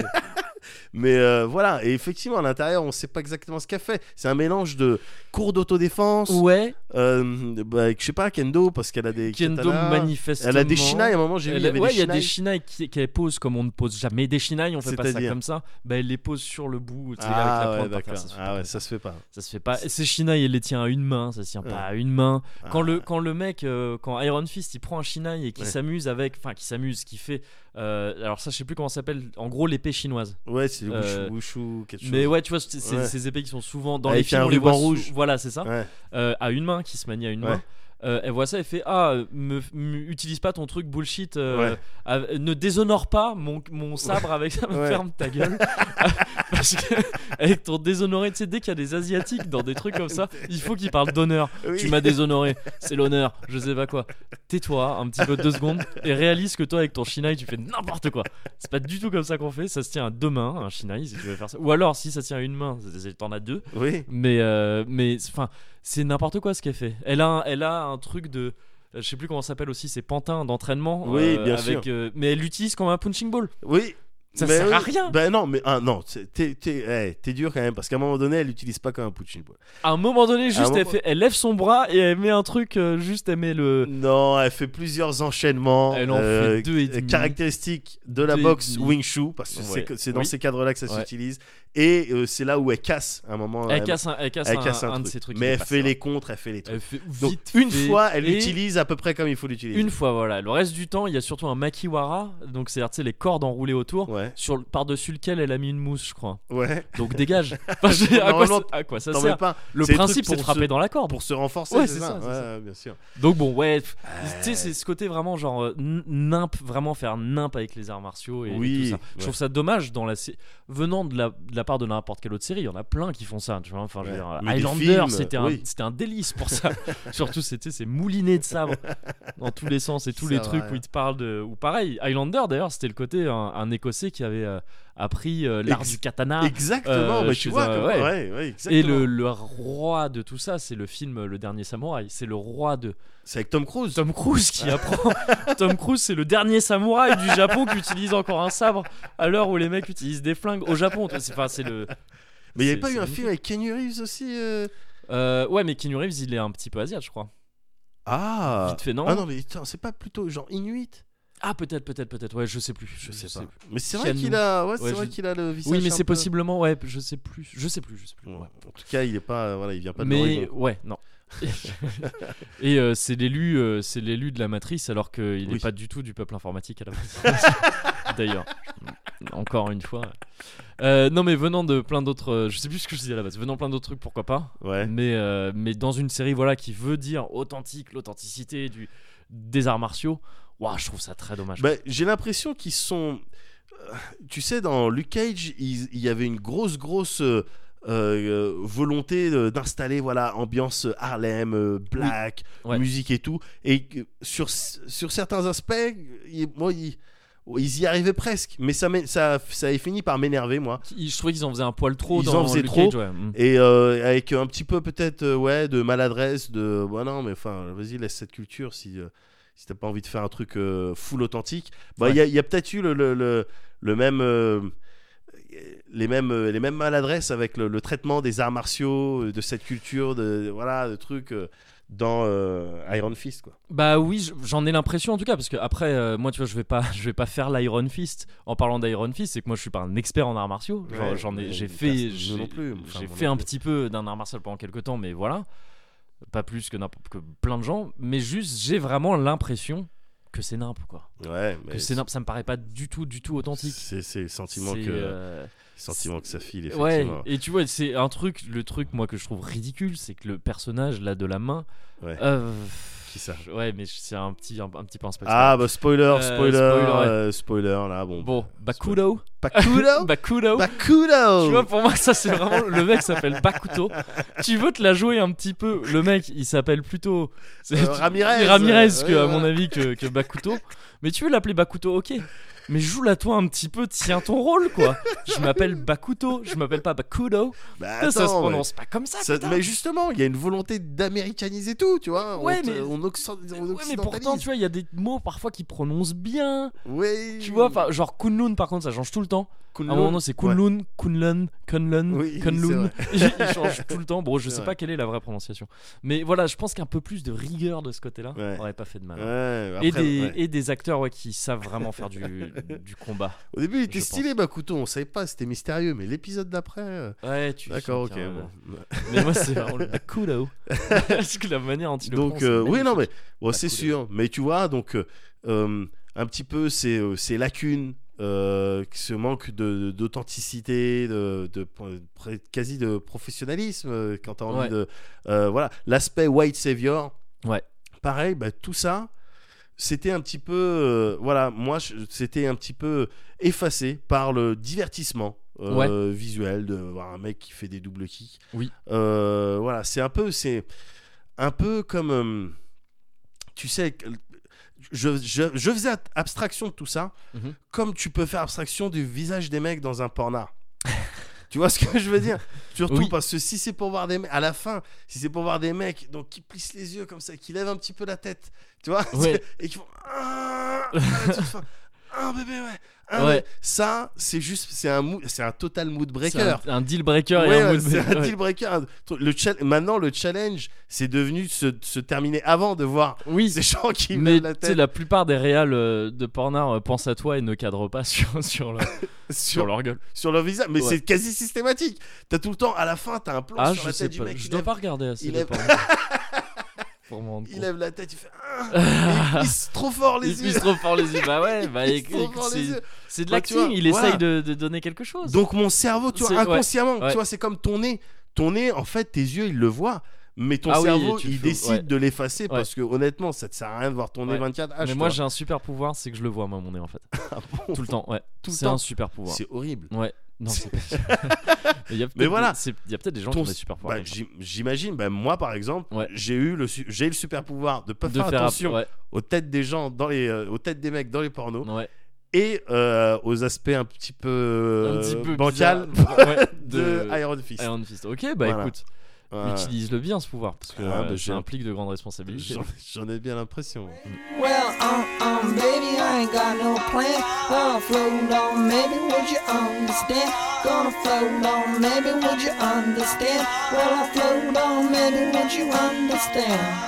B: Mais euh, voilà, et effectivement, à l'intérieur, on sait pas exactement ce qu'elle fait. C'est un mélange de cours d'autodéfense,
A: Ouais,
B: euh, bah, je sais pas, kendo, parce qu'elle a des
A: Kendo
B: katanas.
A: manifestement.
B: Elle a des shinai, à un moment, j'ai vu, il
A: Elle
B: y
A: a-
B: avait
A: ouais,
B: des
A: il y a des
B: shinai.
A: shinai qui- qu'elle pose comme on ne pose jamais des shinai, on fait pas ça
B: C'est-à-dire
A: comme ça. Bah, elle les pose sur le bout, tu sais,
B: Ah ouais,
A: avec la pointe. par terre,
B: d'accord.
A: ça se fait
B: Ah
A: pas
B: ouais,
A: comme
B: ça se fait pas.
A: Ça se fait pas. Ces shinai, elle les tient à une main, ça se tient
B: Ouais.
A: pas à une main. Quand
B: Ah.
A: le quand le mec, euh, quand Iron Fist, il prend un shinai et qui
B: Ouais.
A: s'amuse avec, enfin qui s'amuse, qui fait, euh, alors ça je sais plus comment ça s'appelle, en gros l'épée chinoise.
B: Ah. Ouais, c'est le
A: Euh,
B: wushu, wushu, quelque chose.
A: Mais ouais, tu vois, c'est c'est-
B: Ouais.
A: ces épées qui sont souvent dans les
B: Avec
A: films,
B: un
A: on les
B: ruban
A: voit sou-
B: rouge.
A: Voilà, c'est ça.
B: Ouais.
A: Euh, à une main, qui se manie à une
B: Ouais.
A: main. Euh, elle voit ça, elle fait Ah, me, me- utilise pas ton truc bullshit, euh,
B: Ouais.
A: euh, ne déshonore pas mon, mon sabre avec ça,
B: Ouais.
A: ferme ta gueule. Ah, Parce que, avec ton déshonoré, tu sais, dès qu'il y a des Asiatiques dans des trucs comme ça, il faut qu'ils parlent d'honneur.
B: Oui.
A: Tu m'as déshonoré, c'est l'honneur, je sais pas quoi. Tais-toi un petit peu deux secondes et réalise que toi, avec ton shinai, tu fais n'importe quoi. C'est pas du tout comme ça qu'on fait, ça se tient à deux mains, un shinai, si tu veux faire ça. Ou alors, si ça tient à une main, c'est- t'en as deux.
B: Oui.
A: Mais euh, mais enfin, c'est n'importe quoi ce qu'elle fait. Elle a un, elle a un truc de euh, je sais plus comment ça s'appelle aussi, c'est pantin d'entraînement.
B: Oui,
A: euh,
B: bien
A: avec,
B: sûr.
A: euh, mais elle l'utilise comme un punching ball.
B: Oui.
A: Ça
B: Mais
A: sert à
B: oui.
A: rien.
B: Ben non, mais ah, non, c'est- t'es t'es- eh, t'es dur quand même, parce qu'à un moment donné, elle l'utilise pas comme un punching ball.
A: À un moment donné, juste,
B: À
A: elle,
B: un moment-
A: fait- elle lève son bras et elle met un truc, euh, juste, elle met le.
B: Non, elle fait plusieurs enchaînements
A: Elle en
B: euh,
A: fait deux et demi.
B: caractéristiques de la
A: Deux et
B: boxe
A: demi.
B: Wing Chun, parce que c'est
A: Ouais.
B: que- c'est dans
A: Oui.
B: ces cadres-là que ça
A: Ouais.
B: s'utilise. Et euh, c'est là où elle casse à un moment. euh,
A: Elle casse un, elle casse
B: elle
A: un,
B: casse un,
A: un
B: truc.
A: de ses trucs.
B: Mais
A: il est hein.
B: elle
A: pas
B: fait
A: ça.
B: les contres, elle fait les trucs.
A: Elle fait vite
B: Donc, une
A: fait,
B: fois, elle
A: et
B: l'utilise à peu près comme il faut l'utiliser.
A: Une fois, voilà. Le reste du temps, il y a surtout un makiwara, donc c'est-à-dire tu sais, les cordes enroulées autour,
B: Ouais,
A: sur le- par-dessus lequel elle a mis une mousse, je crois.
B: ouais.
A: Donc dégage. Enfin, je veux dire, à, quoi ça,
B: Normalement,
A: à quoi ça
B: T'en
A: sert
B: mets pas.
A: Le
B: C'est des
A: principe,
B: trucs
A: c'est de
B: pour
A: frapper
B: se-
A: dans la corde.
B: Pour se renforcer,
A: Ouais,
B: c'est
A: c'est
B: ça.
A: ça, c'est
B: Ouais,
A: ça.
B: ouais, bien sûr.
A: Donc bon, ouais, pff,
B: Euh.
A: tu sais, c'est ce côté vraiment genre euh, n- nimp, vraiment faire nimp avec les arts martiaux et, et
B: Oui,
A: tout ça.
B: ouais.
A: Je trouve ça dommage dans la sé- venant de la, de la part de n'importe quelle autre série, il y en a plein qui font ça, tu vois. Enfin, je veux
B: Ouais.
A: dire,
B: Ou des
A: Highlander,
B: films,
A: c'était un,
B: oui.
A: c'était un délice pour ça. Surtout, c'était ces moulinets de sabre dans tous les sens et tous
B: Ça
A: les
B: va,
A: trucs où
B: ouais.
A: ils te parlent de. Ou pareil, Highlander d'ailleurs, c'était le côté un, un écossais qui avait euh, appris euh, l'art
B: Ex-
A: du katana.
B: Exactement,
A: euh,
B: bah,
A: je
B: tu
A: sais
B: vois.
A: pas,
B: comme-
A: ouais.
B: ouais, ouais,
A: Et
B: exactement.
A: le, le roi de tout ça, c'est le film Le Dernier Samouraï. C'est le roi de
B: C'est avec Tom Cruise.
A: Tom Cruise qui apprend. Tom Cruise, c'est le dernier samouraï du Japon qui utilise encore un sabre à l'heure où les mecs utilisent des flingues au Japon. tu vois, C'est enfin, c'est le.
B: Mais il n'y
A: c'est-
B: avait pas eu
A: c'est
B: un
A: magnifique.
B: film avec Kenny Reeves aussi euh
A: Euh, ouais, mais Keanu Reeves, il est un petit peu asiat, je crois.
B: Ah
A: Vite fait, non
B: Ah non, mais attends, c'est pas plutôt genre Inuit
A: Ah, peut-être, peut-être, peut-être. Ouais, je sais plus. Je, sais, pas.
B: plus. Mais c'est vrai
A: Keanu.
B: qu'il a, ouais, c'est
A: Ouais,
B: vrai
A: je-
B: qu'il a le visage.
A: Oui, mais
B: un
A: c'est
B: peu-
A: possiblement. Ouais, je sais plus. Je sais plus. Je sais plus.
B: Ouais.
A: ouais.
B: En tout cas, il est pas, euh, voilà, il vient pas de
A: mais
B: l'Oregon.
A: ouais, non. Et euh, c'est l'élu, euh, c'est l'élu de la matrice, alors qu'il n'est
B: Oui.
A: pas du tout du peuple informatique à la base. D'ailleurs, encore une fois. Euh, non, mais venant de plein d'autres, euh, je sais plus ce que je disais à la base. Venant de plein d'autres trucs, pourquoi pas.
B: Ouais.
A: Mais euh, mais dans une série voilà qui veut dire authentique, l'authenticité du des arts martiaux. Waouh, je trouve ça très dommage.
B: Bah, j'ai l'impression qu'ils sont. euh, Tu sais, dans Luke Cage, il il y avait une grosse, grosse. euh, euh, volonté euh, d'installer voilà ambiance Harlem euh, black
A: Ouais.
B: musique et tout et que sur sur certains aspects il- moi il- ils y arrivaient presque mais ça m'é- ça ça a fini par m'énerver moi
A: Qui- je trouvais qu'ils en faisaient un poil trop.
B: Ils
A: dans
B: en faisaient
A: Luke
B: trop.
A: Cage, ouais. Mm.
B: et euh, avec un petit peu peut-être euh, ouais de maladresse de bah non mais enfin vas-y laisse cette culture si euh, si t'as pas envie de faire un truc euh, full authentique bah il y a- il y a, peut-être eu le le, le- le même euh, les mêmes euh, les mêmes maladresses avec le, le traitement des arts martiaux euh, de cette culture de voilà de trucs euh, dans euh, Iron Fist quoi
A: Bah oui, je- j'en ai l'impression en tout cas parce que après euh, moi tu vois je vais pas je vais pas faire l'Iron Fist en parlant d'Iron Fist, c'est que moi je suis pas un expert en arts martiaux. Genre,
B: Ouais,
A: j'en ai
B: mais
A: j'ai
B: personne-
A: fait
B: nous
A: j'ai
B: non plus, enfin,
A: j'ai
B: moi
A: fait
B: non
A: un
B: plus.
A: petit peu d'un art martial pendant quelques temps mais voilà, pas plus que n'importe que plein de gens, mais juste j'ai vraiment l'impression que c'est nimp quoi.
B: ouais mais
A: Que c'est nimp, ça me paraît pas du tout du tout authentique.
B: c'est c'est Bah, le sentiment
A: C'est,
B: que
A: euh,
B: sentiment que ça file
A: Ouais,
B: effectivement
A: et tu vois, c'est un truc, le truc moi que je trouve ridicule, c'est que le personnage là de la main,
B: Ouais.
A: euh,
B: Qui qui ça
A: Je- Ouais, mais je- c'est un petit, un, un petit peu un spectacle.
B: Ah bah spoiler,
A: Euh,
B: spoiler,
A: spoiler, ouais.
B: euh, spoiler, là bon.
A: bon, bah, Bakudo.
B: Bakudo
A: Bakudo.
B: Bah, Bakudo
A: Tu vois, pour moi, ça c'est vraiment. Le mec s'appelle Bakuto. Tu veux te la jouer un petit peu. Le mec, il s'appelle plutôt. c'est-
B: Euh, Ramirez.
A: Ramirez,
B: Ouais,
A: que, à
B: ouais.
A: mon avis, que, que Bakuto. Mais tu veux l'appeler Bakuto, ok. Mais joue-la toi un petit peu, tiens ton rôle, quoi. Je m'appelle Bakuto, je m'appelle pas Bakudo.
B: Bah,
A: Ça, ça se
B: attends, ouais.
A: prononce pas comme ça,
B: Ça-
A: putain.
B: mais justement, il y a une volonté d'américaniser tout, tu vois.
A: Ouais,
B: on, te-
A: mais-
B: on, occiden- on
A: Ouais, mais pourtant, tu vois, il y a des mots parfois qui prononcent bien.
B: Oui.
A: Tu vois, enfin, genre Kunlun, par contre, ça change tout le temps.
B: Kunlun.
A: À un moment, c'est Kunlun, Kunlun, Kunlun,
B: Oui,
A: Kunlun. Il change tout le temps. Bon, je
B: C'est
A: sais
B: vrai.
A: pas quelle est la vraie prononciation. Mais voilà, je pense qu'un peu plus de rigueur de ce côté-là
B: Ouais.
A: aurait pas fait de mal.
B: Ouais, ouais,
A: et,
B: après,
A: des,
B: ouais.
A: et des acteurs ouais, qui savent vraiment faire du, du combat.
B: Au début, il était
A: je
B: stylé, Bakuto. On savait pas, c'était mystérieux. Mais l'épisode d'après. euh,
A: Ouais, tu
B: D'accord,
A: sens
B: ok.
A: qu'il y a un-
B: bon.
A: Mais moi, c'est vraiment le Bakudo. Parce que la manière dont il le prend,
B: Donc,
A: c'est
B: euh, oui,
A: magnifique.
B: non, mais bon,
A: Pas
B: c'est
A: cool,
B: sûr. Mais tu vois, donc, euh, euh, un petit peu ces, euh, ces lacunes, euh, ce manque de- d'authenticité, de, de, pre- quasi de professionnalisme, euh, quand t'as envie
A: Ouais.
B: de. euh, voilà, l'aspect white savior.
A: Ouais.
B: Pareil, bah, tout ça. C'était un petit peu, euh, voilà, moi, je- c'était un petit peu effacé par le divertissement euh, visuel de voir un mec qui fait des double kicks. Euh, voilà, c'est un peu, c'est un peu comme, euh, tu sais, que- je, je- je faisais at- abstraction de tout ça,
A: Mhm.
B: comme tu peux faire abstraction du visage des mecs dans un porno. tu vois ce que je veux dire Surtout
A: Oui.
B: parce que si c'est pour voir des mecs, à la fin, si c'est pour voir des mecs, donc qui plissent les yeux comme ça, qui lèvent un petit peu la tête, tu vois
A: Ouais.
B: Et qui font ah, à la toute fin. Ah, bébé, ouais. Ah,
A: Ouais.
B: ouais. Ça, c'est juste, c'est un, mou- c'est un total mood
A: C'est
B: breaker.
A: Un, un deal breaker et
B: Ouais,
A: un
B: ouais,
A: mood
B: c'est
A: breaker,
B: un
A: ouais.
B: deal breaker. un truc. Le chal- Maintenant, le challenge, c'est devenu se, se terminer avant de voir
A: Oui,
B: ces gens qui me
A: mais
B: lèvent
A: tu
B: la
A: sais,
B: tête
A: la plupart des réals euh, de Pornard euh, pensent à toi et ne cadrent pas sur, sur, leur, sur
B: sur,
A: leur gueule.
B: sur leur visage. Mais
A: Ouais.
B: c'est quasi systématique. T'as tout le temps, à la fin, t'as un plan
A: Ah,
B: sur
A: je
B: la
A: sais
B: tête du
A: pas.
B: mec.
A: Je
B: il
A: dois
B: lève-
A: pas regarder assez
B: il
A: de
B: lève-
A: Pornhub pour me rendre
B: Il
A: compte.
B: lève la tête, il fait. Ah, il pisse trop fort les
A: Il
B: yeux.
A: pisse trop fort les yeux. Bah ouais, bah,
B: Il pisse
A: éc-
B: trop
A: éc-
B: fort les
A: c'est-
B: yeux.
A: c'est de
B: Bah, tu
A: l'acting.
B: vois,
A: il
B: voilà.
A: essaye de, de donner quelque chose.
B: Donc mon cerveau, tu
A: C'est-
B: vois,
A: ouais,
B: inconsciemment,
A: ouais.
B: tu vois, c'est comme ton nez. Ton nez, en fait, tes yeux, ils le voient. Mais ton
A: Ah oui,
B: cerveau,
A: tu le
B: il
A: fous,
B: décide
A: ouais.
B: de l'effacer parce que honnêtement, ça te sert à rien de voir ton nez
A: Ouais.
B: 24H.
A: mais
B: tu
A: moi
B: vois.
A: j'ai un super pouvoir, c'est que je le vois moi mon nez en fait.
B: Ah bon
A: Tout le temps, ouais.
B: Tout le
A: C'est un
B: temps.
A: super pouvoir.
B: C'est horrible.
A: Ouais. Non, c'est pas Mais il y a peut-être
B: Mais voilà.
A: des- c'est- il y a peut-être des gens qui
B: Ton-
A: ont des super pouvoirs.
B: Bah,
A: comme ça.
B: j'im- J'imagine, bah, moi par exemple,
A: Ouais.
B: j'ai eu le, su- j'ai eu le super pouvoir de pas
A: de
B: faire,
A: faire app-
B: attention
A: ouais,
B: aux têtes des gens dans les, euh, aux têtes des mecs dans les pornos
A: ouais.
B: et euh, aux aspects un petit peu,
A: Un
B: euh,
A: petit peu
B: bancal
A: bizarre. Ouais,
B: de,
A: de
B: Iron Fist.
A: Iron Fist. Ok, bah
B: Voilà.
A: écoute,
B: Ouais.
A: utilise-le bien ce pouvoir parce que
B: Ah, bah,
A: euh,
B: j'ai-
A: ça implique de grandes responsabilités.
B: J'en j'en ai bien l'impression.
F: Well, um, um, baby, I ain't got no plan. Gonna float on, maybe would you understand? Gonna float on, maybe would you understand? Well, I float on, maybe would you understand?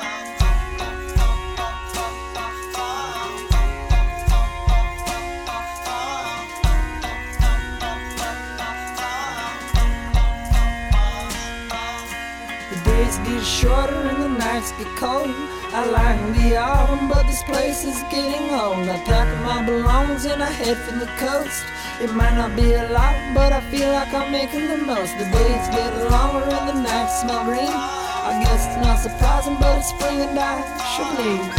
F: The days get shorter and the nights get colder. I like the autumn, but this place is getting old. I pack up my belongings and I head for the coast. It might not be a lot, but I feel like I'm making the most. The days get longer and the nights smell green. I guess it's not surprising, but it's spring and I should leave.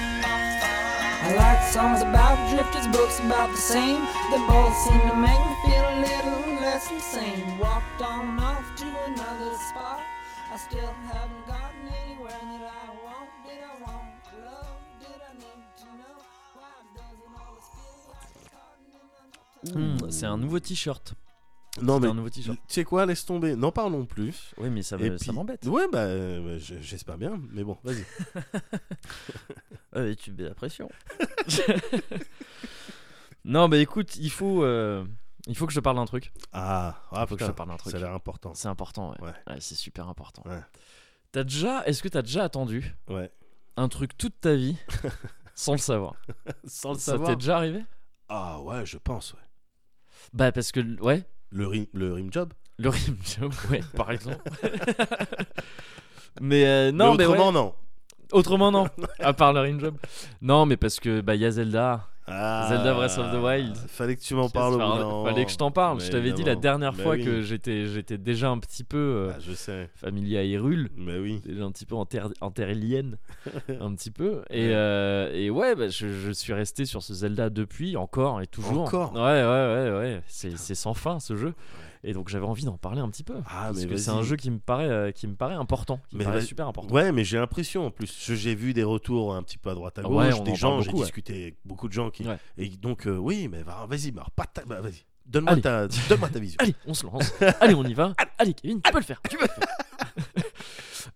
F: I like songs about drifters, books about the same. They both seem to make me feel a little less insane. Walked on off to another spot. I still haven't gotten anywhere that I want. Did I want love? Did I need to know? Why does it always feel like cotton in my
A: Hmm, c'est un nouveau t-shirt. C'est
B: Non Oh, mais
A: un nouveau t-shirt.
B: tu sais quoi, laisse tomber. N'en parlons plus.
A: Oui, mais ça
B: Et
A: me- ça
B: puis-
A: m'embête.
B: Ouais bah euh, je- j'espère bien. Mais bon, vas-y. Ah,
A: tu mets la pression. non, mais écoute, il faut, euh, il faut que je te parle d'un truc.
B: Ah, ah
A: Faut que
B: putain,
A: je te parle d'un truc.
B: Ça a l'air important.
A: C'est important, ouais.
B: Ouais.
A: Ouais, c'est super important.
B: Ouais.
A: T'as déjà, est-ce que t'as déjà attendu
B: Ouais.
A: un truc toute ta vie sans le savoir
B: Sans le
A: Ça
B: savoir.
A: t'est déjà arrivé
B: Ah ouais, je pense. Ouais.
A: Bah parce que ouais,
B: Le rim, le rim job.
A: le rim job, ouais, par exemple. mais euh, non, mais,
B: mais autrement
A: ouais.
B: non.
A: autrement non. À part le rim job. Non, mais parce que bah y a Zelda
B: Ah,
A: Zelda Breath of the Wild.
B: Fallait que tu m'en parles au bout d'un moment.
A: Fallait que je t'en parle.
B: Mais
A: je t'avais dit la
B: évidemment.
A: dernière
B: Mais
A: fois
B: oui.
A: que j'étais j'étais déjà un petit peu euh,
B: Ah, je sais.
A: familier à Hyrule.
B: Mais oui.
A: Déjà un petit peu en terre, en terre lienne, un petit peu. Et, euh, et ouais, bah, je, je suis resté sur ce Zelda depuis, encore et toujours.
B: Encore
A: Ouais, ouais, ouais, ouais. C'est c'est sans fin ce jeu. Et donc j'avais envie d'en parler un petit peu.
B: Ah,
A: parce
B: mais
A: que c'est
B: vas-y.
A: un jeu qui me paraît, euh, qui me paraît important, qui
B: Mais
A: me paraît
B: vas-
A: super important.
B: Ouais, mais j'ai l'impression en plus. Je- J'ai vu des retours un petit peu à droite à
A: Ouais,
B: gauche,
A: on en
B: des
A: parle
B: gens, j'ai
A: beaucoup, ouais.
B: discuté avec beaucoup de gens qui.
A: Ouais.
B: Et donc, euh, oui, mais va- vas-y, bah, pas ta- bah, vas-y. Donne-moi
A: Allez.
B: ta, donne-moi ta vision.
A: Allez, on se lance. Allez, on y va. Allez, Kevin, tu peux le faire. Tu peux le faire.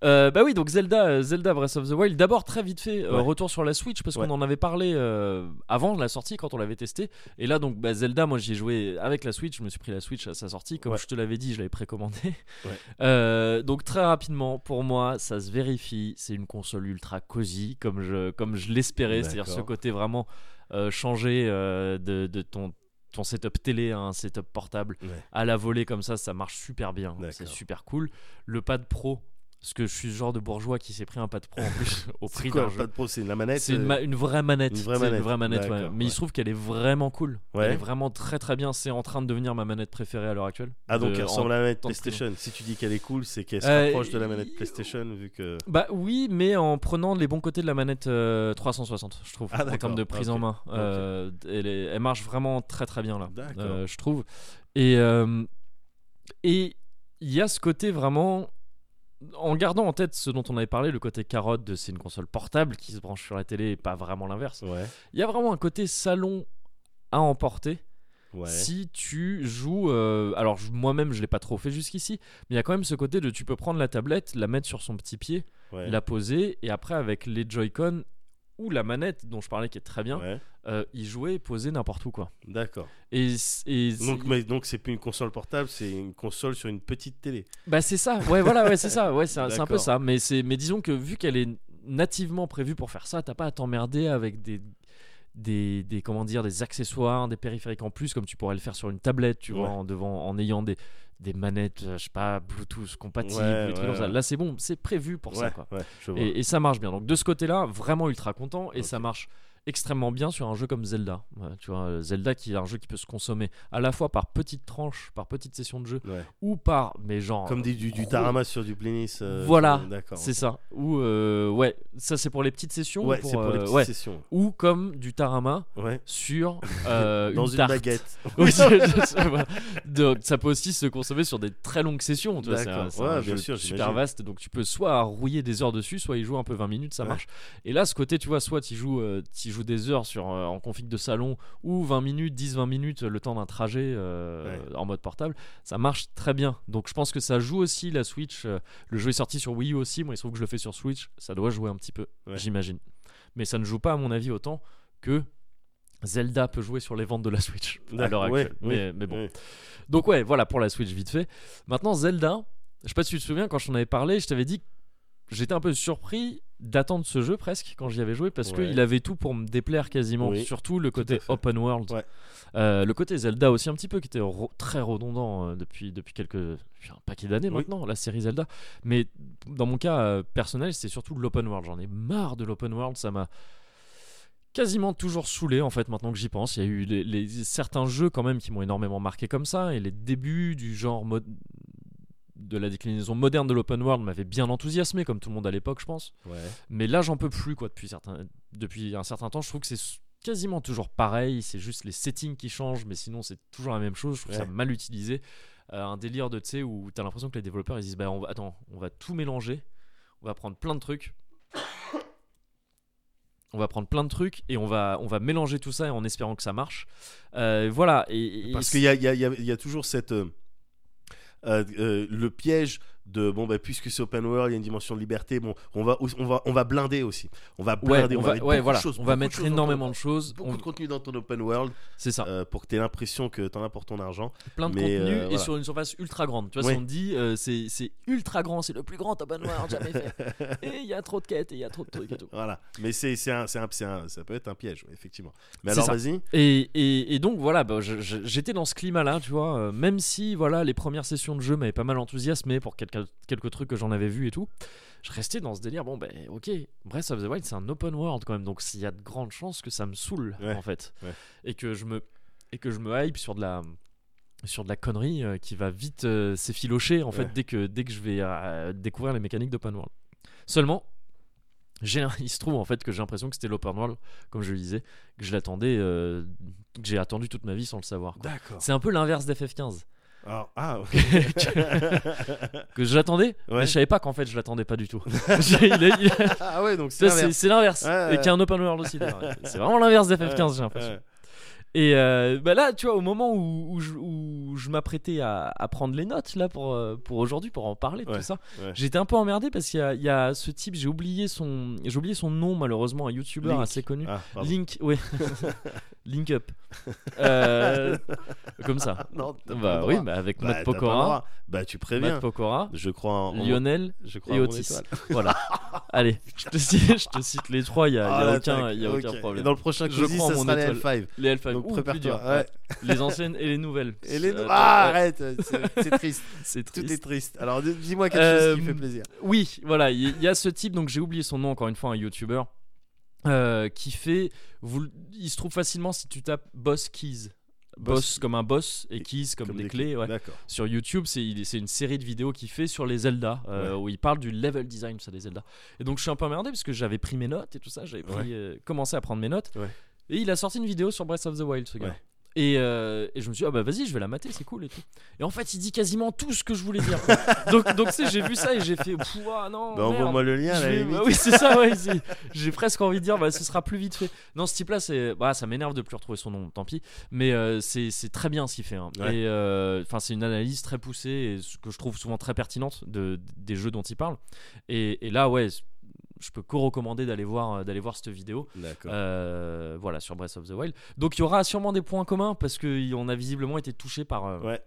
A: Euh, bah oui, donc Zelda, euh, Zelda Breath of the Wild. D'abord, très vite fait, euh,
B: Ouais.
A: retour sur la Switch parce
B: Ouais.
A: qu'on en avait parlé euh, avant la sortie quand on l'avait testé. Et là, donc bah, Zelda, moi j'y ai joué avec la Switch. Je me suis pris la Switch à sa sortie. Comme
B: Ouais.
A: je te l'avais dit, je l'avais précommandé.
B: Ouais.
A: Euh, donc très rapidement, pour moi, ça se vérifie. C'est une console ultra cosy comme je, comme je l'espérais. C'est-à-dire
B: D'accord.
A: ce côté vraiment euh, changé euh, de, de ton, ton setup télé à un setup portable
B: Ouais.
A: à la volée comme ça, ça marche super bien. hein.
B: D'accord.
A: C'est super cool. Le pad pro, parce que je suis ce genre de bourgeois qui s'est pris un pad pro en plus au
B: C'est
A: prix
B: quoi
A: d'un
B: un
A: jeu.
B: pad pro C'est la manette
A: hein, C'est une,
B: euh,
A: ma- une vraie manette.
B: une
A: C'est
B: vraie manette.
A: ouais.
B: D'accord,
A: Mais il
B: ouais.
A: se trouve qu'elle est vraiment cool.
B: Ouais.
A: Elle est vraiment très très bien. C'est en train de devenir ma manette préférée à l'heure actuelle.
B: Ah, donc
A: De-
B: elle
A: en-
B: ressemble à la manette
A: temps de prison.
B: PlayStation. Si tu dis qu'elle est cool, c'est qu'elle se
A: Euh,
B: rapproche de la manette
A: il-
B: PlayStation vu que.
A: Bah oui, mais en prenant les bons côtés de la manette euh, 360, je trouve,
B: Ah,
A: en
B: d'accord.
A: termes de prise
B: Ok.
A: en main. Euh, elle, est- elle marche vraiment très très bien là,
B: D'accord.
A: euh, je trouve. Et euh, et il y a ce côté vraiment, en gardant en tête ce dont on avait parlé, le côté carotte de c'est une console portable qui se branche sur la télé et pas vraiment l'inverse.
B: Ouais.
A: Il y a vraiment un côté salon à emporter
B: Ouais.
A: si tu joues euh, alors je- moi-même je l'ai pas trop fait jusqu'ici mais il y a quand même ce côté de tu peux prendre la tablette la mettre sur son petit pied
B: ouais.
A: la poser et après avec les Joy-Con ou la manette dont je parlais qui est très bien
B: Ouais.
A: euh, y jouer et poser n'importe où quoi
B: D'accord.
A: et, c- et c-
B: Donc, mais donc c'est plus une console portable, c'est une console sur une petite télé.
A: bah c'est ça ouais voilà ouais c'est ça ouais c'est un, c'est un peu
B: D'accord.
A: ça mais c'est mais disons que vu qu'elle est nativement prévue pour faire ça t'as pas à t'emmerder avec des des, des- comment dire des accessoires des périphériques en plus comme tu pourrais le faire sur une tablette tu vois
B: Ouais.
A: en devant en ayant des des manettes euh, je sais pas Bluetooth compatibles
B: Ouais,
A: des trucs
B: ouais,
A: comme ça
B: ouais.
A: là c'est bon c'est prévu pour ça
B: ouais,
A: quoi
B: ouais, je vois.
A: Et, et ça marche bien. Donc de ce côté-là, vraiment ultra content. Et
B: Ok.
A: ça marche extrêmement bien sur un jeu comme Zelda. Ouais, tu vois, euh, Zelda qui est un jeu qui peut se consommer à la fois par petites tranches, par petites sessions de jeu,
B: Ouais.
A: ou par, mais genre...
B: Comme des- du, du
A: gros-
B: tarama sur du Blinis. euh,
A: Voilà,
B: sur- D'accord.
A: C'est ça. Ou, euh, ouais, ça c'est pour les petites sessions.
B: Ouais,
A: ou pour,
B: c'est pour les
A: euh,
B: petites
A: ouais.
B: sessions.
A: Ou comme du tarama
B: Ouais.
A: sur euh,
B: Dans
A: une,
B: une
A: tarte.
B: baguette.
A: Oui, je- je- voilà. Donc ça peut aussi se consommer sur des très longues sessions. tu vois, C'est un,
B: D'accord.
A: c'est un
B: Ouais,
A: jeu
B: bien sûr,
A: super
B: j'imagine.
A: vaste. Donc tu peux soit rouiller des heures dessus, soit y jouer un peu 20 minutes, ça
B: Ouais.
A: marche. Et là, ce côté, tu vois, soit tu joues, euh, t'y joues des heures sur, euh, en config de salon, ou 20 minutes, 10-20 minutes, euh, le temps d'un trajet euh,
B: Ouais.
A: en mode portable, ça marche très bien. Donc je pense que ça joue aussi la Switch. euh, le jeu est sorti sur Wii U aussi. Moi, il se trouve que je le fais sur Switch. Ça doit jouer un petit peu,
B: Ouais.
A: j'imagine. Mais ça ne joue pas, à mon avis, autant que Zelda peut jouer sur les ventes de la Switch à l'heure
B: D'accord, ouais,
A: actuelle. mais, mais bon.
B: Ouais.
A: Donc, ouais, voilà pour la Switch, vite fait. Maintenant, Zelda, je sais pas si tu te souviens, quand je t'en avais parlé, je t'avais dit que j'étais un peu surpris d'attendre ce jeu presque quand j'y avais joué parce
B: Ouais.
A: qu'il avait tout pour me déplaire quasiment.
B: Oui,
A: Surtout le côté
B: fait.
A: open world.
B: Ouais.
A: Euh, le côté Zelda aussi, un petit peu, qui était re- très redondant euh, depuis, depuis quelques. Un paquet d'années
B: Oui.
A: maintenant, la série Zelda. Mais dans mon cas euh, personnel, c'est surtout l'open world. J'en ai marre de l'open world, ça m'a quasiment toujours saoulé en fait maintenant que j'y pense. Il y a eu les, les- certains jeux quand même qui m'ont énormément marqué comme ça et les débuts du genre mode de la déclinaison moderne de l'open world m'avaient bien enthousiasmé comme tout le monde à l'époque je pense.
B: Ouais.
A: Mais là j'en peux plus quoi depuis, certains, depuis un certain temps. Je trouve que c'est s- quasiment toujours pareil. C'est juste les settings qui changent mais sinon c'est toujours la même chose. Je trouve ça
B: Ouais.
A: mal utilisé. Euh, un délire de tu sais où t'as l'impression que les développeurs ils disent bah on va, attends on va tout mélanger, on va prendre plein de trucs on va prendre plein de trucs et on va, on va mélanger tout ça en espérant que ça marche. Euh, voilà. Et, et-
B: Parce qu'il y a, il y a- il y a- il y a toujours cette. euh, euh, euh, le piège de bon bah puisque c'est open world il y a une dimension de liberté bon on va on va on va blinder aussi on va
A: ouais,
B: blinder
A: on
B: on,
A: va,
B: mettre
A: ouais,
B: beaucoup
A: voilà,
B: de choses,
A: on va
B: beaucoup de
A: mettre
B: choses dans ton-
A: énormément de choses.
B: beaucoup
A: on-
B: de contenu dans ton open world
A: C'est ça.
B: euh, pour que tu aies l'impression que t'en as pour ton argent
A: plein de
B: mais,
A: contenu
B: euh,
A: et
B: voilà.
A: sur une surface ultra grande. Tu vois,
B: Ouais.
A: si on te dit euh, c'est c'est ultra grand, c'est le plus grand open world jamais fait. Et il y a trop de quêtes et il y a trop de trucs et tout.
B: voilà mais c'est c'est un, c'est un- c'est un- ça peut être un piège ouais, effectivement mais
A: C'est
B: alors
A: ça.
B: vas-y
A: Et, et- et donc voilà, bah, je- je- j'étais dans ce climat-là, tu vois, euh, même si voilà les premières sessions de jeu m'avaient pas mal enthousiasmé pour quelques, quelques trucs que j'en avais vu et tout. je restais dans ce délire. Bon, ben, ok, Breath of the Wild, c'est un open world quand même, donc il y a de grandes chances que ça me saoule,
B: Ouais,
A: en fait.
B: ouais.
A: Et que je me. Et que je me hype sur de la sur de la connerie euh, qui va vite euh, s'effilocher en fait
B: Ouais.
A: dès que dès que je vais euh, découvrir les mécaniques d'open world. Seulement, j'ai il se trouve en fait que j'ai l'impression que c'était l'open world comme je le disais, que je l'attendais, euh, que j'ai attendu toute ma vie sans le savoir. quoi.
B: D'accord.
A: C'est un peu l'inverse d'FF15
B: Alors, ah, ok.
A: que j'attendais,
B: Ouais.
A: mais je savais pas qu'en fait je l'attendais pas du tout. J'ai- il est- il est-
B: ah ouais, donc c'est
A: ça, c'est
B: l'inverse.
A: c'est l'inverse
B: Ouais, ouais.
A: et qui est un open world aussi. d'ailleurs. c'est vraiment l'inverse d'FF15 j'ai l'impression.
B: Ouais.
A: Et euh, bah là, tu vois, au moment où, où je, où je m'apprêtais à, à prendre les notes là pour, euh, pour aujourd'hui, pour en parler, de
B: Ouais,
A: tout ça,
B: ouais.
A: j'étais un peu emmerdé parce qu'il y a, il y a ce type, j'ai oublié, son- j'ai oublié son nom malheureusement, un youtubeur
B: Link.
A: assez connu.
B: Ah, pardon.
A: Link, ouais. Link up. Euh, comme ça.
B: Non, t'as pas le
A: Bah
B: droit.
A: oui, bah avec
B: Bah,
A: Matt
B: t'as pas le
A: Pokora,
B: droit. Bah, tu
A: Matt
B: préviens.
A: Pokora, Ah,
B: Je crois en. en-
A: Lionel
B: Je crois
A: et
B: en mon
A: Otis.
B: étoile.
A: Voilà. Allez, je te, cite, je te cite les trois, il n'y a, il y a
B: Ah, la
A: aucun,
B: tac,
A: il y a
B: ok.
A: aucun
B: Et
A: problème.
B: dans le prochain
A: Je
B: quiz,
A: crois en
B: ça
A: mon
B: sera les
A: étoile.
B: L5.
A: Les Alpha,
B: Donc
A: ouh, plus dur.
B: prépare-toi. ouais.
A: Les anciennes et les nouvelles.
B: Et les
A: Euh,
B: Ah,
A: ouais,
B: arrête, c'est c'est triste.
A: c'est triste.
B: Tout est triste. Alors dis- dis-moi quelque chose qui
A: Euh,
B: fait plaisir.
A: Oui, voilà, il y, y a ce type, donc j'ai oublié son nom encore une fois, un youtubeur, euh, qui fait. vous le- il se trouve facilement si tu tapes Boss Keys. Boss,
B: Boss-
A: comme un boss et keys comme, des, clés. ouais.
B: D'accord.
A: Sur YouTube, c'est il- c'est une série de vidéos qu'il fait sur les Zelda, euh, où il parle du level design ça, des Zelda. Et donc je suis un peu emmerdé parce que j'avais pris mes notes et tout ça, j'avais pris,
B: Ouais.
A: euh, commencé à prendre mes notes.
B: Ouais.
A: Et il a sorti une vidéo sur Breath of the Wild, ce gars.
B: Ouais.
A: Et, euh, et je me suis dit, ah bah vas-y, je vais la mater, c'est cool et tout. Et en fait, il dit quasiment tout ce que je voulais dire. quoi. donc, donc tu sais, j'ai vu ça et j'ai fait, pouah, non.
B: Bah,
A: Oh, merde.
B: envoie-moi le lien, à
A: Je
B: la
A: vais-
B: limite.
A: bah oui, c'est ça, ouais. c'est- J'ai presque envie de dire, bah, ce sera plus vite fait. Non, ce type-là, c'est, bah, ça m'énerve de plus retrouver son nom, tant pis. Mais euh, c'est c'est très bien ce qu'il fait. hein.
B: Ouais.
A: Et euh, enfin, c'est une analyse très poussée, et ce que je trouve souvent très pertinente de, des jeux dont il parle. Et, et là, ouais, je peux co-recommander d'aller voir, euh, d'aller voir cette vidéo.
B: D'accord.
A: Euh, voilà, sur Breath of the Wild. Donc, il y aura sûrement des points communs parce qu'on a visiblement été touché par, euh,
B: Ouais.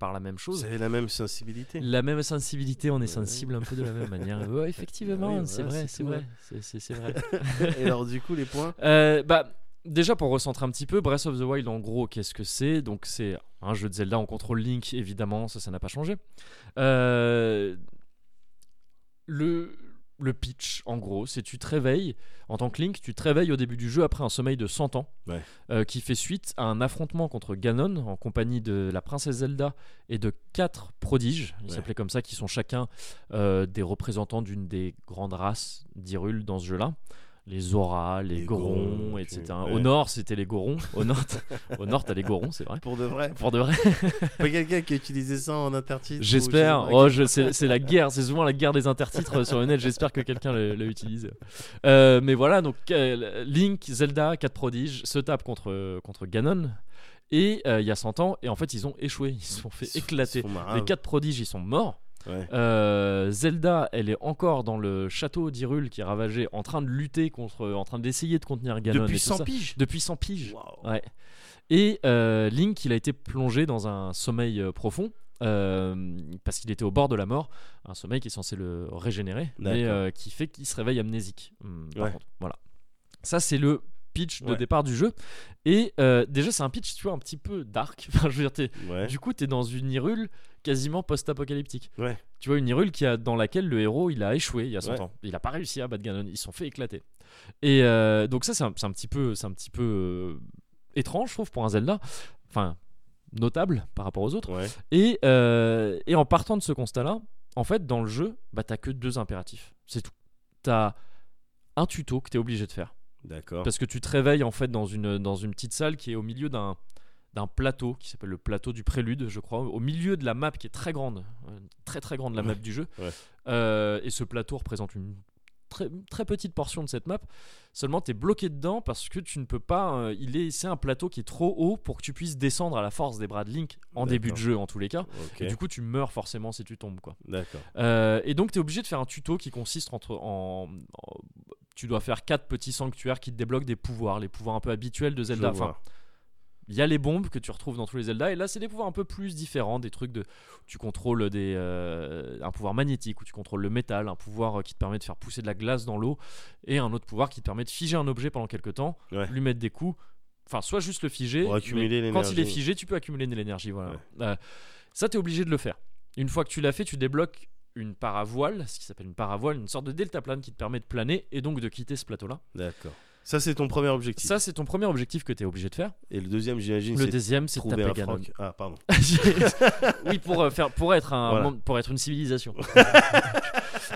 A: par la même chose.
B: Vous avez la même sensibilité.
A: La même sensibilité, on est
B: Ouais.
A: sensible un peu de la même manière. Ouais, effectivement,
B: Ah oui,
A: c'est
B: voilà,
A: vrai,
B: c'est
A: c'est
B: tout,
A: vrai.
B: ouais.
A: C'est- c'est- c'est vrai.
B: Et alors du coup les points.
A: Euh, bah, déjà pour recentrer un petit peu, Breath of the Wild, en gros, qu'est-ce que c'est Donc c'est un Hein, jeu de Zelda, on contrôle Link, évidemment, ça, ça n'a pas changé. Euh, le le pitch, en gros, c'est tu te réveilles en tant que Link, tu te réveilles au début du jeu après un sommeil de 100 ans,
B: Ouais.
A: euh, qui fait suite à un affrontement contre Ganon en compagnie de la princesse Zelda et de quatre prodiges, ils
B: Ouais.
A: s'appelaient comme ça, qui sont chacun euh, des représentants d'une des grandes races d'Hyrule dans ce jeu-là. Les Zora, les,
B: Les
A: Gorons,
B: Gorons, ok.
A: etc. Au
B: Ouais.
A: nord, c'était les Gorons. Au nord, au nord, t'as les Gorons, c'est vrai.
B: Pour de vrai.
A: Pour de vrai.
B: Pas quelqu'un qui a utilisé ça en intertitre. ou je sais
A: J'espère.
B: pas.
A: Oh, je- c'est c'est la guerre. C'est souvent la guerre des intertitres euh, sur le net. J'espère que quelqu'un le- l'a utilisé. Euh, mais voilà, donc euh, Link, Zelda, 4 prodiges se tapent contre, contre Ganon. Et euh, il y a 100 ans, et en fait, ils ont échoué. Ils se sont fait
B: Ils sont-
A: éclater.
B: ils sont marins.
A: Les 4 prodiges, ils sont morts.
B: Ouais.
A: Euh, Zelda, elle est encore dans le château d'Hyrule qui est ravagé, en train de lutter contre, en train d'essayer de contenir Ganon. et
B: Depuis
A: tout
B: 100
A: ça.
B: piges.
A: Depuis 100 piges.
B: Waouh.
A: Ouais. Et euh, Link, il a été plongé dans un sommeil euh, profond. euh, parce qu'il était au bord de la mort, un sommeil qui est censé le régénérer, mais
B: D'accord.
A: euh, qui fait qu'il se réveille amnésique. hum, par
B: Ouais.
A: contre. voilà. Ça, c'est le pitch de
B: Ouais.
A: départ du jeu. Et euh, déjà, c'est un pitch, tu vois, un petit peu dark. Enfin, je veux dire, t'es-
B: Ouais.
A: du coup, t'es dans une Hyrule quasiment post-apocalyptique.
B: Ouais.
A: Tu vois, une Hyrule qui a, dans laquelle le héros il a échoué il y a 100
B: Ouais.
A: ans. Il a pas réussi à battre Ganon, ils se sont fait éclater. Et euh, donc, ça, c'est un, c'est un petit peu, c'est un petit peu euh, étrange, je trouve, pour un Zelda. Enfin, notable par rapport aux autres.
B: Ouais.
A: Et, euh, et en partant de ce constat-là, en fait, dans le jeu, bah, t'as que deux impératifs. C'est tout. T'as un tuto que t'es obligé de faire.
B: D'accord.
A: Parce que tu te réveilles en fait dans une, dans une petite salle qui est au milieu d'un d'un plateau qui s'appelle le plateau du prélude je crois au milieu de la map qui est très grande euh, très très grande la map du jeu
B: ouais.
A: Euh, et ce plateau représente une très, une très petite portion de cette map seulement tu es bloqué dedans parce que tu ne peux pas euh, il est c'est un plateau qui est trop haut pour que tu puisses descendre à la force des bras de Link en début de
B: D'accord.
A: jeu en tous les cas
B: Ok.
A: et du coup tu meurs forcément si tu tombes quoi
B: D'accord.
A: euh, et donc, tu es obligé de faire un tuto qui consiste entre, en, en- Tu dois faire quatre petits sanctuaires qui te débloquent des pouvoirs, les pouvoirs un peu habituels de Zelda.
B: Je
A: Enfin,
B: vois.
A: il y a les bombes que tu retrouves dans tous les Zelda, et là, c'est des pouvoirs un peu plus différents, des trucs de. Tu contrôles des, euh, un pouvoir magnétique, où tu contrôles le métal, un pouvoir euh, qui te permet de faire pousser de la glace dans l'eau, et un autre pouvoir qui te permet de figer un objet pendant quelques temps,
B: Ouais.
A: lui mettre des coups. Enfin, soit juste le figer.
B: Pour accumuler
A: mais Quand il est
B: l'énergie.
A: figé, tu peux accumuler de l'énergie. Voilà.
B: Ouais.
A: Euh, ça, t'es obligé de le faire. Une fois que tu l'as fait, tu débloques une paravoile, ce qui s'appelle une paravoile, une sorte de deltaplane qui te permet de planer et donc de quitter ce plateau-là.
B: D'accord. Ça, c'est ton premier objectif.
A: Ça, c'est ton premier objectif que tu es obligé de faire.
B: Et le deuxième, j'imagine,
A: Le
B: c'est de
A: deuxième, c'est de
B: trouver
A: taper
B: un
A: Ganon.
B: Franck. Ah, pardon.
A: oui, pour, euh, faire, pour, être un,
B: Voilà.
A: membre- pour être une civilisation.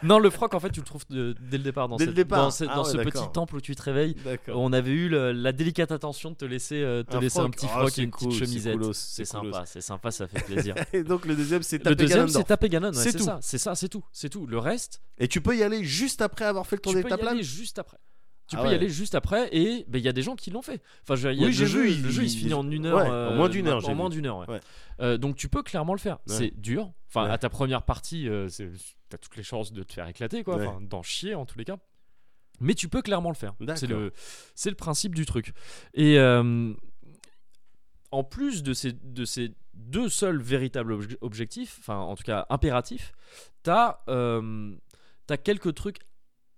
A: non, le froc, en fait, tu le trouves de- dès le départ dans,
B: Dès le
A: cette-
B: départ.
A: dans, ce-
B: Ah
A: dans
B: ouais,
A: ce
B: d'accord.
A: petit temple où tu te réveilles.
B: D'accord.
A: On avait eu le- la délicate attention de te laisser, euh, te laisser un
B: Ah, Oh,
A: petit froc et une petite chemisette. C'est sympa, c'est sympa, ça fait plaisir.
B: Et donc le deuxième, c'est
A: le
B: taper
A: deuxième,
B: Ganondorf.
A: c'est taper Ganon. ouais,
B: C'est
A: c'est
B: tout.
A: ça, c'est ça, c'est tout, c'est tout. Le reste,
B: Et tu peux y aller juste après avoir fait le tour
A: tu
B: des
A: peux y
B: taplanes
A: aller juste après. Tu
B: Ah
A: peux
B: ouais.
A: y aller juste après et ben, il y a des gens qui l'ont fait. Enfin, je veux dire, il y a
B: Oui,
A: le
B: j'ai
A: jeu-
B: vu,
A: Le
B: il-
A: jeu, il se
B: il-
A: finit en une
B: ouais,
A: heure.
B: en
A: euh,
B: moins d'une heure,
A: En
B: j'ai
A: moins
B: vu.
A: d'une heure, ouais.
B: Ouais.
A: Euh, donc tu peux clairement le faire.
B: Ouais.
A: C'est dur. Enfin,
B: Ouais.
A: à ta première partie, euh, c'est- t'as toutes les chances de te faire éclater, quoi.
B: Ouais.
A: Enfin, d'en chier en tous les cas. Mais tu peux clairement le faire. C'est
B: D'accord.
A: le, c'est le principe du truc. Et euh, en plus de ces, de ces deux seuls véritables obje- objectifs, enfin en tout cas impératifs, t'as euh, t'as quelques trucs,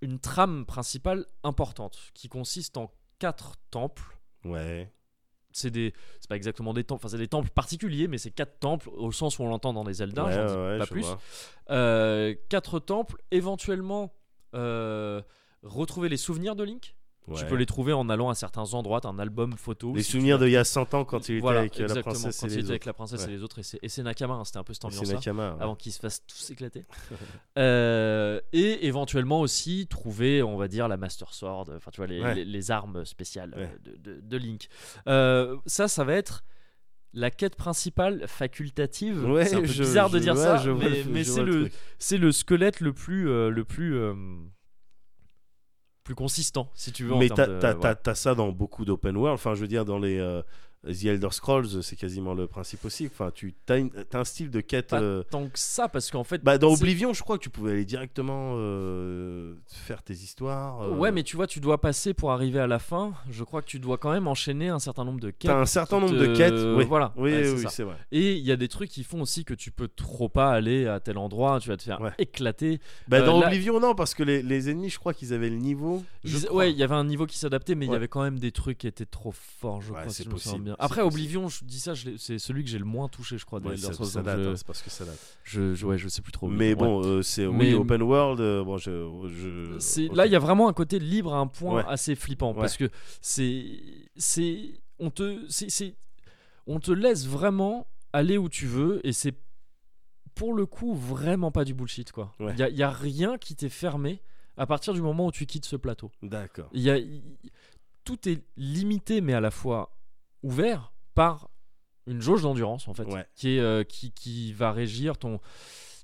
A: une trame principale importante qui consiste en quatre temples.
B: Ouais.
A: C'est des, c'est pas exactement des temples, enfin c'est des temples particuliers, mais c'est quatre temples au sens où on l'entend dans les Zelda,
B: ouais,
A: j'en dis
B: ouais,
A: pas
B: je
A: plus.
B: vois.
A: Euh, quatre temples, éventuellement euh, retrouver les souvenirs de Link. Tu
B: Ouais.
A: peux les trouver en allant à certains endroits, t'as un album photo.
B: Les
A: si tu
B: souvenirs
A: veux.
B: d'il y a 100 ans quand il était
A: Voilà,
B: avec euh, la
A: exactement,
B: princesse
A: quand
B: et
A: il
B: les
A: était avec
B: autres.
A: la princesse et
B: Ouais.
A: les autres, et c'est- et c'est Nakama, hein, c'était un peu cette
B: C'est
A: ambiance
B: Nakama. ouais.
A: avant qu'ils se fassent tous éclater. Euh, et éventuellement aussi trouver, on va dire, la Master Sword, euh, enfin tu vois, les,
B: Ouais.
A: les- les armes spéciales euh,
B: Ouais.
A: de, de- de Link. Euh, ça, ça va être la quête principale facultative.
B: Ouais,
A: c'est un peu
B: je-
A: bizarre de
B: je
A: dire
B: vois,
A: ça,
B: je vois
A: mais,
B: le-
A: mais
B: je
A: c'est
B: vois
A: le,
B: truc.
A: c'est le squelette le plus, euh, le plus, euh, plus consistant, si tu veux. en
B: Mais
A: termes
B: t'as
A: de-
B: t'as-
A: voilà.
B: t'as- t'as ça dans beaucoup d'open world. Enfin, je veux dire, dans les euh, The Elder Scrolls, c'est quasiment le principe aussi. Enfin, tu as, un style de quête.
A: Pas
B: euh,
A: tant que ça, parce qu'en fait,
B: Bah, dans
A: c'est-
B: Oblivion, je crois que tu pouvais aller directement euh, faire tes histoires. euh,
A: Ouais, mais tu vois, tu dois passer pour arriver à la fin. Je crois que tu dois quand même enchaîner un certain nombre de quêtes.
B: T'as un certain nombre de
A: te-
B: quêtes. oui.
A: voilà.
B: Oui,
A: euh, Ouais, c'est
B: oui,
A: ça.
B: c'est vrai.
A: Et il y a des trucs qui font aussi que tu peux trop pas aller à tel endroit, tu vas te faire
B: Ouais.
A: éclater.
B: Bah,
A: Euh,
B: dans
A: là-
B: Oblivion, non, parce que les, les ennemis, je crois qu'ils avaient le niveau. je
A: Ils-
B: crois.
A: ouais, il y avait un niveau qui s'adaptait, mais il y
B: Ouais.
A: avait quand même des trucs qui étaient trop forts, je
B: Ouais,
A: crois.
B: c'est
A: si je me souviens
B: possible,
A: bien.
B: c'est
A: Après,
B: possible.
A: Oblivion, je dis ça, je l'ai- c'est celui que j'ai le moins touché, je crois, des
B: Ouais,
A: Elder
B: ça,
A: Scrolls,
B: ça
A: donc
B: date,
A: je,
B: hein, c'est parce que ça date.
A: je- je- ouais, je sais plus trop.
B: Mais
A: Ouais.
B: bon, euh, c'est oui,
A: Mais-
B: open world. euh, bon, je, je-
A: C'est-
B: ok.
A: Là, il y a vraiment un côté libre à un point
B: Ouais.
A: assez flippant parce que c'est, c'est, on te, c'est, c'est- on te laisse vraiment aller où tu veux et c'est pour le coup vraiment pas du bullshit quoi. Il
B: Ouais.
A: y, a- y a rien qui t'est fermé à partir du moment où tu quittes ce plateau.
B: D'accord.
A: Il y a, il- tout est limité mais à la fois ouvert par une jauge d'endurance en fait
B: Ouais.
A: qui, est, euh, qui, qui va régir ton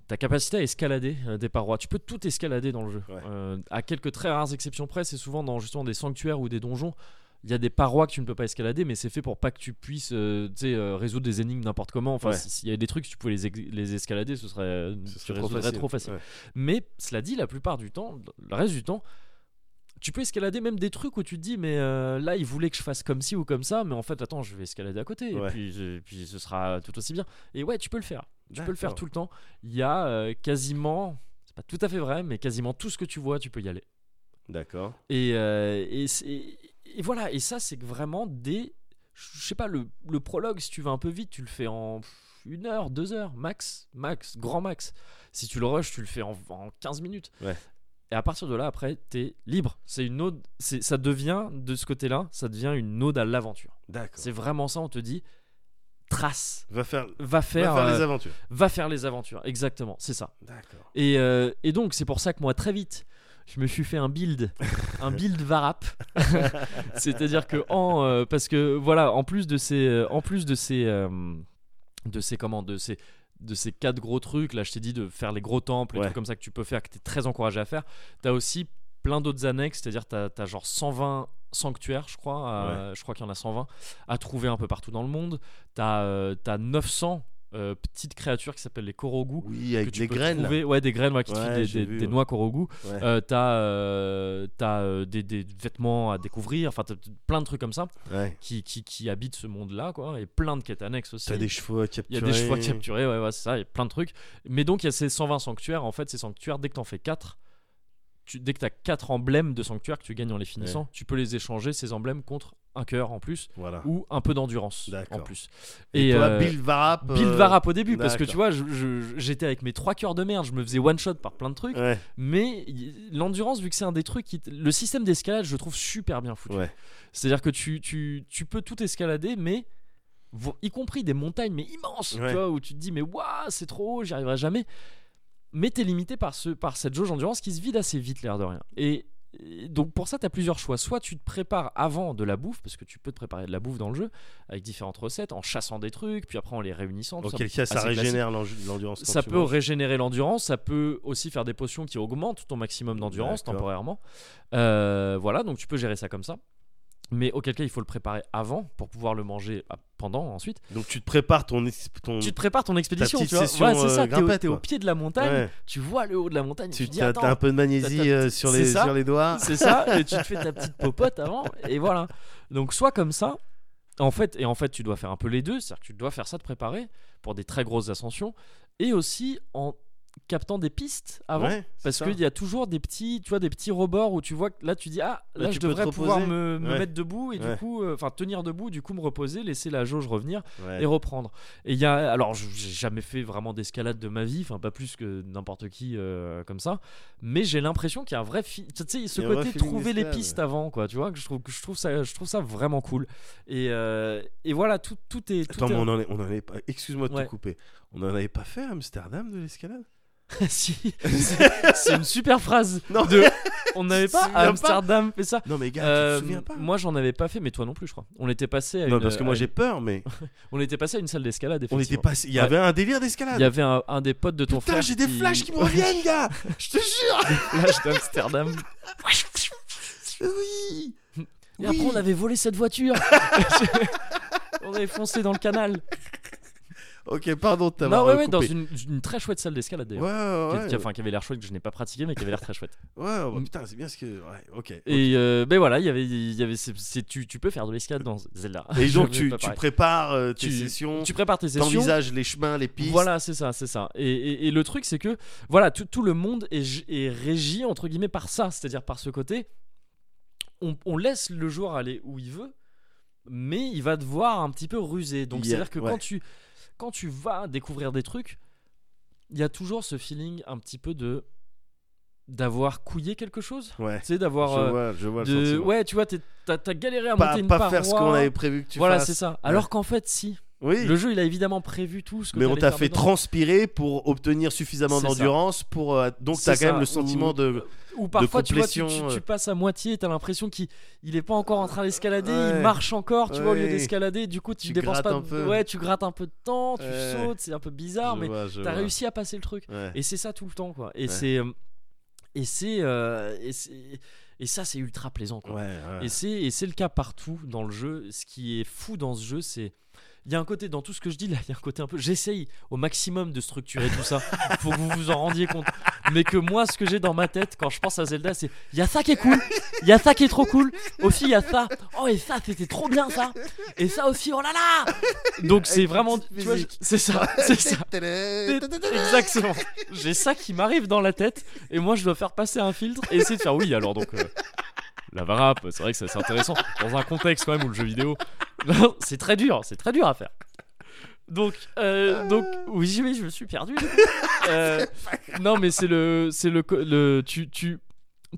A: ta capacité à escalader euh, des parois. Tu peux tout escalader dans le jeu.
B: Ouais.
A: Euh, à quelques très rares exceptions près, c'est souvent dans justement des sanctuaires ou des donjons. Il y a des parois que tu ne peux pas escalader, mais c'est fait pour pas que tu puisses euh, tu sais, euh, résoudre des énigmes n'importe comment. Enfin,
B: Ouais.
A: si- s'il y a des trucs, si tu pouvais les, ex- les escalader, ce serait, euh,
B: Ce
A: tu
B: serait
A: résoudrais trop facile.
B: ouais.
A: Mais cela dit, la plupart du temps, le reste du temps, tu peux escalader même des trucs où tu te dis, mais euh, là, il voulait que je fasse comme ci ou comme ça, mais en fait, attends, je vais escalader à côté,
B: Ouais.
A: et puis, et puis ce sera tout aussi bien. Et ouais, tu peux le faire. Tu peux le faire
B: D'accord.
A: tout le temps. Il y a euh, quasiment, c'est pas tout à fait vrai, mais quasiment tout ce que tu vois, tu peux y aller.
B: D'accord.
A: Et, euh, et, c'est- et voilà, et ça, c'est que vraiment des. Je sais pas, le, le prologue, si tu vas un peu vite, tu le fais en pff, une heure, deux heures, max, max, grand max. Si tu le rushes, tu le fais en, en 15 minutes.
B: Ouais.
A: Et à partir de là, après, t'es libre. C'est une ode. c'est- Ça devient, de ce côté-là, ça devient une ode à l'aventure.
B: D'accord.
A: C'est vraiment ça, on te dit trace,
B: Va faire, va
A: va faire,
B: faire
A: euh,
B: les aventures.
A: va faire les aventures. Exactement, c'est ça.
B: D'accord.
A: Et, euh, et donc, c'est pour ça que moi, très vite, je me suis fait un build, un build Varap. C'est-à-dire que, en, euh, parce que voilà, en plus de ces, euh, en plus de ces, euh, de ces comment, de ces de ces quatre gros trucs, là je t'ai dit de faire les gros temples,
B: Ouais.
A: les trucs comme ça que tu peux faire, que tu es très encouragé à faire, tu as aussi plein d'autres annexes, c'est-à-dire tu as, genre 120 sanctuaires, je crois, à- je crois qu'il y en a 120, à trouver un peu partout dans le monde, tu as, 900 euh, petites créatures qui s'appellent les Korogu,
B: Oui,
A: que
B: avec
A: tu
B: des
A: peux
B: graines. là.
A: trouver- ouais, des graines ouais, qui te
B: Ouais,
A: filent des-
B: j'ai
A: des,
B: vu,
A: des
B: ouais.
A: noix Korogu.
B: Ouais.
A: Euh, t'as euh, t'as, euh, des, des vêtements à découvrir, enfin t'as plein de trucs comme ça
B: Ouais.
A: qui, qui, qui habitent ce monde-là, quoi, et plein de quêtes annexes aussi.
B: T'as des chevaux à
A: Il y
B: capturer.
A: a des chevaux à capturer, ouais, ouais, c'est ça, il y a plein de trucs. Mais donc il y a ces 120 sanctuaires, en fait, ces sanctuaires, dès que t'en fais 4, tu- dès que tu as 4 emblèmes de sanctuaire que tu gagnes en les finissant, tu peux les échanger, ces emblèmes, contre un cœur en plus
B: Voilà.
A: ou un peu d'endurance en
B: D'accord.
A: plus.
B: Et, toi,
A: euh,
B: Bill Varap.
A: Bill
B: euh,
A: Varap au début, parce que tu vois,
B: d'accord.
A: je- je- j'étais avec mes trois cœurs de merde, je me faisais one shot par plein de trucs,
B: Ouais,
A: mais y- l'endurance, vu que c'est un des trucs qui. t- Le système d'escalade, je trouve super bien foutu.
B: ouais.
A: C'est-à-dire que tu, tu, tu peux tout escalader, mais vo- y compris des montagnes, mais immenses, tu
B: Ouais.
A: vois, où tu te dis, mais waouh, c'est trop haut, j'y arriverai jamais. Mais t'es limité par, ce, par cette jauge endurance qui se vide assez vite, l'air de rien. Et, et donc pour ça, t'as plusieurs choix. Soit tu te prépares avant de la bouffe, parce que tu peux te préparer de la bouffe dans le jeu, avec différentes recettes, en chassant des trucs, puis après en les réunissant. tout ça.
B: Auquel cas, ça
A: Assez classique.
B: régénère l'endu- l'endurance. quand
A: Ça
B: tu
A: peut
B: manges.
A: régénérer l'endurance, ça peut aussi faire des potions qui augmentent ton maximum d'endurance
B: D'accord.
A: temporairement. Euh, voilà, donc tu peux gérer ça comme ça. Mais auquel cas, il faut le préparer avant pour pouvoir le manger ah, pendant ensuite.
B: Donc, tu te prépares ton. ex- ton...
A: Tu te prépares ton expédition,
B: Mm. petite
A: tu vois.
B: session,
A: Voilà, c'est ça,
B: euh,
A: t'es au-
B: grimpette,
A: t'es au,
B: quoi.
A: pied de la montagne,
B: Ouais.
A: tu vois le haut de la montagne, tu,
B: Tu
A: te dis
B: t'as-
A: attends,
B: t'as un peu de
A: t'as
B: magnésie
A: ta
B: euh, sur,
A: c'est
B: les,
A: ça.
B: sur les doigts.
A: c'est ça, et tu te fais ta petite popote avant, et voilà. Donc soit comme ça, en fait, et en fait tu dois faire un peu les deux, c'est-à-dire que tu dois faire ça te préparer pour des très grosses ascensions, et aussi en captant des pistes avant.
B: Ouais, c'est
A: Parce
B: ça.
A: qu'il y a toujours des petits, tu vois, des petits rebords où tu vois que là tu dis ah là,
B: Là, tu
A: je
B: peux te
A: devrais pouvoir
B: reposer.
A: me, me
B: Ouais.
A: mettre debout et du
B: Ouais.
A: coup euh, enfin tenir debout, du coup me reposer, laisser la jauge revenir
B: Ouais.
A: et reprendre. Et il y a alors je- j'ai jamais fait vraiment d'escalade de ma vie, enfin pas plus que n'importe qui euh, comme ça, mais j'ai l'impression qu'il y a un vrai fi- tu sais ce
B: Il y a un vrai
A: côté
B: feeling
A: trouver les
B: d'escalade.
A: pistes avant quoi, tu vois que je trouve que je trouve ça je trouve ça vraiment cool. Et euh, et voilà tout tout est tout
B: Attends, mais
A: est-
B: on en, est- on en avait pas. Excuse-moi de
A: Ouais.
B: te couper. On en avait pas fait à Amsterdam de l'escalade
A: Si, c'est une super phrase.
B: Non.
A: De... On n'avait
B: Tu te
A: pas
B: souviens
A: à
B: pas
A: Amsterdam fait ça.
B: Non, mais gars,
A: Euh,
B: tu te souviens pas hein
A: moi euh, j'en avais pas fait, mais toi non plus, je crois. On était passé à
B: Non,
A: une,
B: parce que moi
A: à
B: j'ai
A: une-
B: peur, mais
A: on était passé à une salle d'escalade.
B: on était
A: effectivement.
B: passé. Il y avait un délire d'escalade.
A: Il y avait un, un des potes de ton
B: Putain,
A: frère.
B: j'ai des
A: qui-
B: flashs qui me reviennent, gars Je te jure
A: Des flashs d'Amsterdam.
B: Oui
A: Et après
B: Oui.
A: on avait volé cette voiture. on avait foncé dans le canal.
B: Ok, pardon de
A: Non
B: t'avoir euh,
A: ouais, ouais,
B: coupé.
A: dans une, une très chouette salle d'escalade
B: Ouais,
A: d'ailleurs. Qui-
B: ouais,
A: qui-
B: ouais.
A: Enfin, qui avait l'air chouette que je n'ai pas pratiqué, mais qui avait l'air très chouette.
B: Ouais, ouais,
A: Mm.
B: putain, c'est bien ce que... Ouais, ok.
A: Et euh, ben voilà, il y avait, il y avait, c'est- c'est- tu, tu peux faire de l'escalade dans Zelda.
B: Et
A: Je
B: donc,
A: vais
B: tu,
A: pas
B: tu
A: parler.
B: prépares euh, tes
A: Tu-
B: sessions,
A: tu prépares tes sessions.
B: t'envisages les chemins, les pistes.
A: Voilà, c'est ça, c'est ça. Et, et- et le truc, c'est que voilà, tout, tout le monde est, g- est régi entre guillemets par ça, c'est-à-dire par ce côté, on, on laisse le joueur aller où il veut, mais il va devoir un petit peu ruser. Donc
B: Il y a-
A: c'est-à-dire que
B: ouais.
A: quand tu quand tu vas découvrir des trucs, il y a toujours ce feeling un petit peu de d'avoir couillé quelque chose,
B: Ouais,
A: tu sais,
B: je
A: d'avoir euh,
B: vois, je vois le
A: de-
B: sentiment.
A: ouais, tu vois, t'es- t'as t'as galéré à monter
B: pas
A: une
B: pas
A: paroi.
B: faire ce qu'on avait prévu que tu
A: voilà,
B: fasses.
A: c'est ça. Alors qu'en fait, si.
B: Oui,
A: Le jeu, il a évidemment prévu tout ce que
B: mais on
A: t'allais
B: t'a
A: faire
B: fait
A: dedans.
B: transpirer pour obtenir suffisamment
A: C'est ça.
B: d'endurance pour... euh, donc,
A: C'est
B: t'as quand
A: ça,
B: même
A: ou-
B: le sentiment de...
A: Ou parfois, tu, vois, tu,
B: complétion,
A: tu- tu
B: euh.
A: passes à moitié et t'as l'impression qu'il il est pas encore en train d'escalader,
B: Ouais.
A: il marche encore, tu vois, au lieu
B: Ouais.
A: d'escalader. Du coup, tu,
B: Tu
A: dépenses
B: grattes
A: pas.
B: un peu.
A: Ouais, tu grattes un peu de temps, tu
B: Ouais.
A: sautes, c'est un peu bizarre,
B: Je
A: mais
B: vois, je
A: t'as
B: vois.
A: réussi à passer le truc.
B: Ouais.
A: Et c'est ça tout le temps, quoi. Et
B: Ouais.
A: c'est. euh, Et c'est. euh, et c'est- Et ça, c'est ultra plaisant, quoi.
B: Ouais, ouais.
A: Et c'est et c'est le cas partout dans le jeu. Ce qui est fou dans ce jeu, c'est il y a un côté dans tout ce que je dis là, il y a un côté un peu. J'essaye au maximum de structurer tout ça. Faut que vous vous en rendiez compte. Mais que moi, ce que j'ai dans ma tête quand je pense à Zelda, c'est il y a ça qui est cool, il y a ça qui est trop cool. Aussi, il y a ça. Oh et ça, c'était trop bien ça. Et ça aussi, oh là là. Donc c'est
B: Avec
A: vraiment,
B: une petite
A: tu vois,
B: musique.
A: c'est ça, c'est ça. Exactement. J'ai ça qui m'arrive dans la tête et moi je dois faire passer un filtre et essayer de faire oui alors donc euh, la varap, c'est vrai que ça, c'est intéressant dans un contexte quand même où le jeu vidéo c'est très dur, c'est très dur à faire. Donc euh, donc oui oui je me suis perdu. Euh, non mais c'est le c'est le, co- le tu tu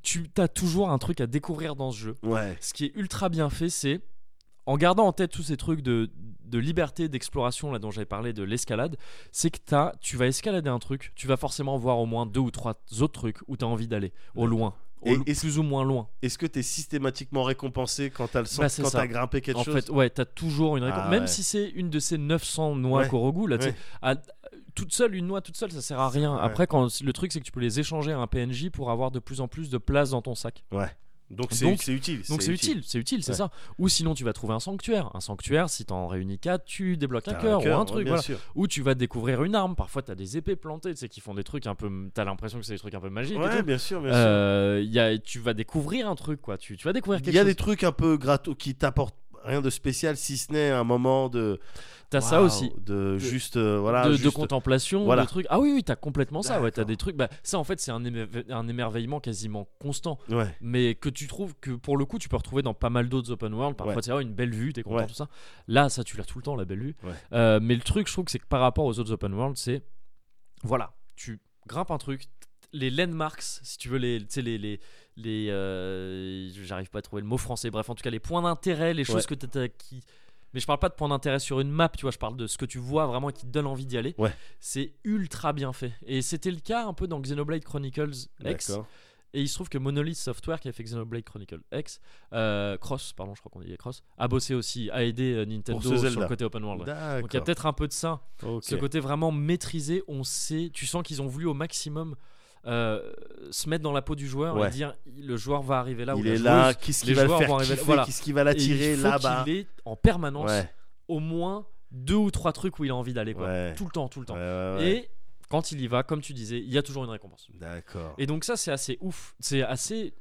A: tu as toujours un truc à découvrir dans ce jeu
B: Ouais.
A: ce qui est ultra bien fait, c'est en gardant en tête tous ces trucs de, de liberté, d'exploration, là dont j'avais parlé, de l'escalade, c'est que t'as- tu vas escalader un truc, tu vas forcément voir au moins deux ou trois autres trucs où tu as envie d'aller, au loin, au
B: Et
A: lo-
B: est-ce-
A: plus ou moins loin.
B: Est-ce que t'es systématiquement récompensé quand t'as le sens,
A: Bah, c'est
B: quand
A: ça.
B: t'as grimpé quelque
A: en
B: chose
A: fait, ouais, t'as toujours une récompense.
B: Ah,
A: Même
B: ouais.
A: si c'est une de ces 900 noix
B: Ouais.
A: Korogu, là, tu sais,
B: Ouais.
A: à- toute seule, une noix toute seule, ça sert à rien. Après, quand, le truc, c'est que tu peux les échanger à un PNJ pour avoir de plus en plus de place dans ton sac.
B: Donc
A: Donc-
B: c'est c'est utile.
A: Donc c'est utile, c'est utile, c'est
B: Ouais.
A: ça. Ou sinon tu vas trouver un sanctuaire. Un sanctuaire, si t'en réunis 4, tu débloques un
B: T'as
A: cœur ou un
B: ouais,
A: truc.
B: bien
A: Voilà.
B: sûr.
A: Ou tu vas découvrir une arme. Parfois t'as des épées plantées, tu sais, qui font des trucs un peu. T'as l'impression que c'est des trucs un peu magiques. et
B: Ouais,
A: tout.
B: bien sûr, bien sûr.
A: Euh, y a- tu vas découvrir un truc, quoi. Tu, tu vas découvrir
B: Il
A: quelque
B: y a
A: chose.
B: des trucs un peu gratos qui t'apportent rien de spécial si ce n'est un moment de
A: T'as ça
B: Waouh,
A: aussi.
B: de juste euh, voilà
A: de, de
B: juste-
A: contemplation,
B: voilà.
A: de trucs. Ah oui, oui, t'as complètement ça. Ouais, t'as
B: D'accord.
A: des trucs. Bah, ça, en fait, c'est un, émerve- un émerveillement quasiment constant,
B: ouais
A: mais que tu trouves que pour le coup, tu peux retrouver dans pas mal d'autres open world. Parfois,
B: Ouais.
A: tu as une belle vue, t'es content,
B: Ouais.
A: tout ça. Là, ça, tu l'as tout le temps, la belle vue.
B: Ouais.
A: Euh, mais le truc, je trouve que c'est que par rapport aux autres open world, c'est voilà, tu grimpes un truc. Les landmarks, si tu veux, les, tu sais, les, les, les euh, j'arrive pas à trouver le mot français. Bref, en tout cas, les points d'intérêt, les choses que t'as qui mais je parle pas de point d'intérêt sur une map, tu vois, je parle de ce que tu vois vraiment et qui te donne envie d'y aller.
B: Ouais.
A: C'est ultra bien fait. Et c'était le cas un peu dans Xenoblade Chronicles X.
B: d'accord
A: Et il se trouve que Monolith Software, qui a fait Xenoblade Chronicles X, euh, Cross, pardon, je crois qu'on dit Cross, a bossé aussi, a aidé euh, Nintendo
B: Pour ce
A: sur
B: Zelda.
A: le côté open world. ouais. bah. Donc il y a
B: d'accord
A: peut-être un peu de ça.
B: ok.
A: Ce côté vraiment maîtrisé, on sait, tu sens qu'ils ont voulu au maximum euh, se mettre dans la peau du joueur
B: Ouais.
A: et dire le joueur va arriver là où
B: il
A: la
B: est là
A: joueuse.
B: qu'est-ce
A: les
B: qu'il va le
A: joueurs
B: faire
A: vont arriver-
B: kiffer,
A: voilà.
B: qu'est-ce qu'il va
A: Et il
B: l'attirer
A: faut
B: là-bas
A: qu'il ait en permanence
B: ouais
A: au moins deux ou trois trucs où il a envie d'aller quoi.
B: Ouais.
A: Tout le temps, tout le temps.
B: Ouais, ouais, ouais.
A: Et quand il y va, comme tu disais, il y a toujours une récompense.
B: d'accord
A: Et donc ça c'est assez ouf, c'est assez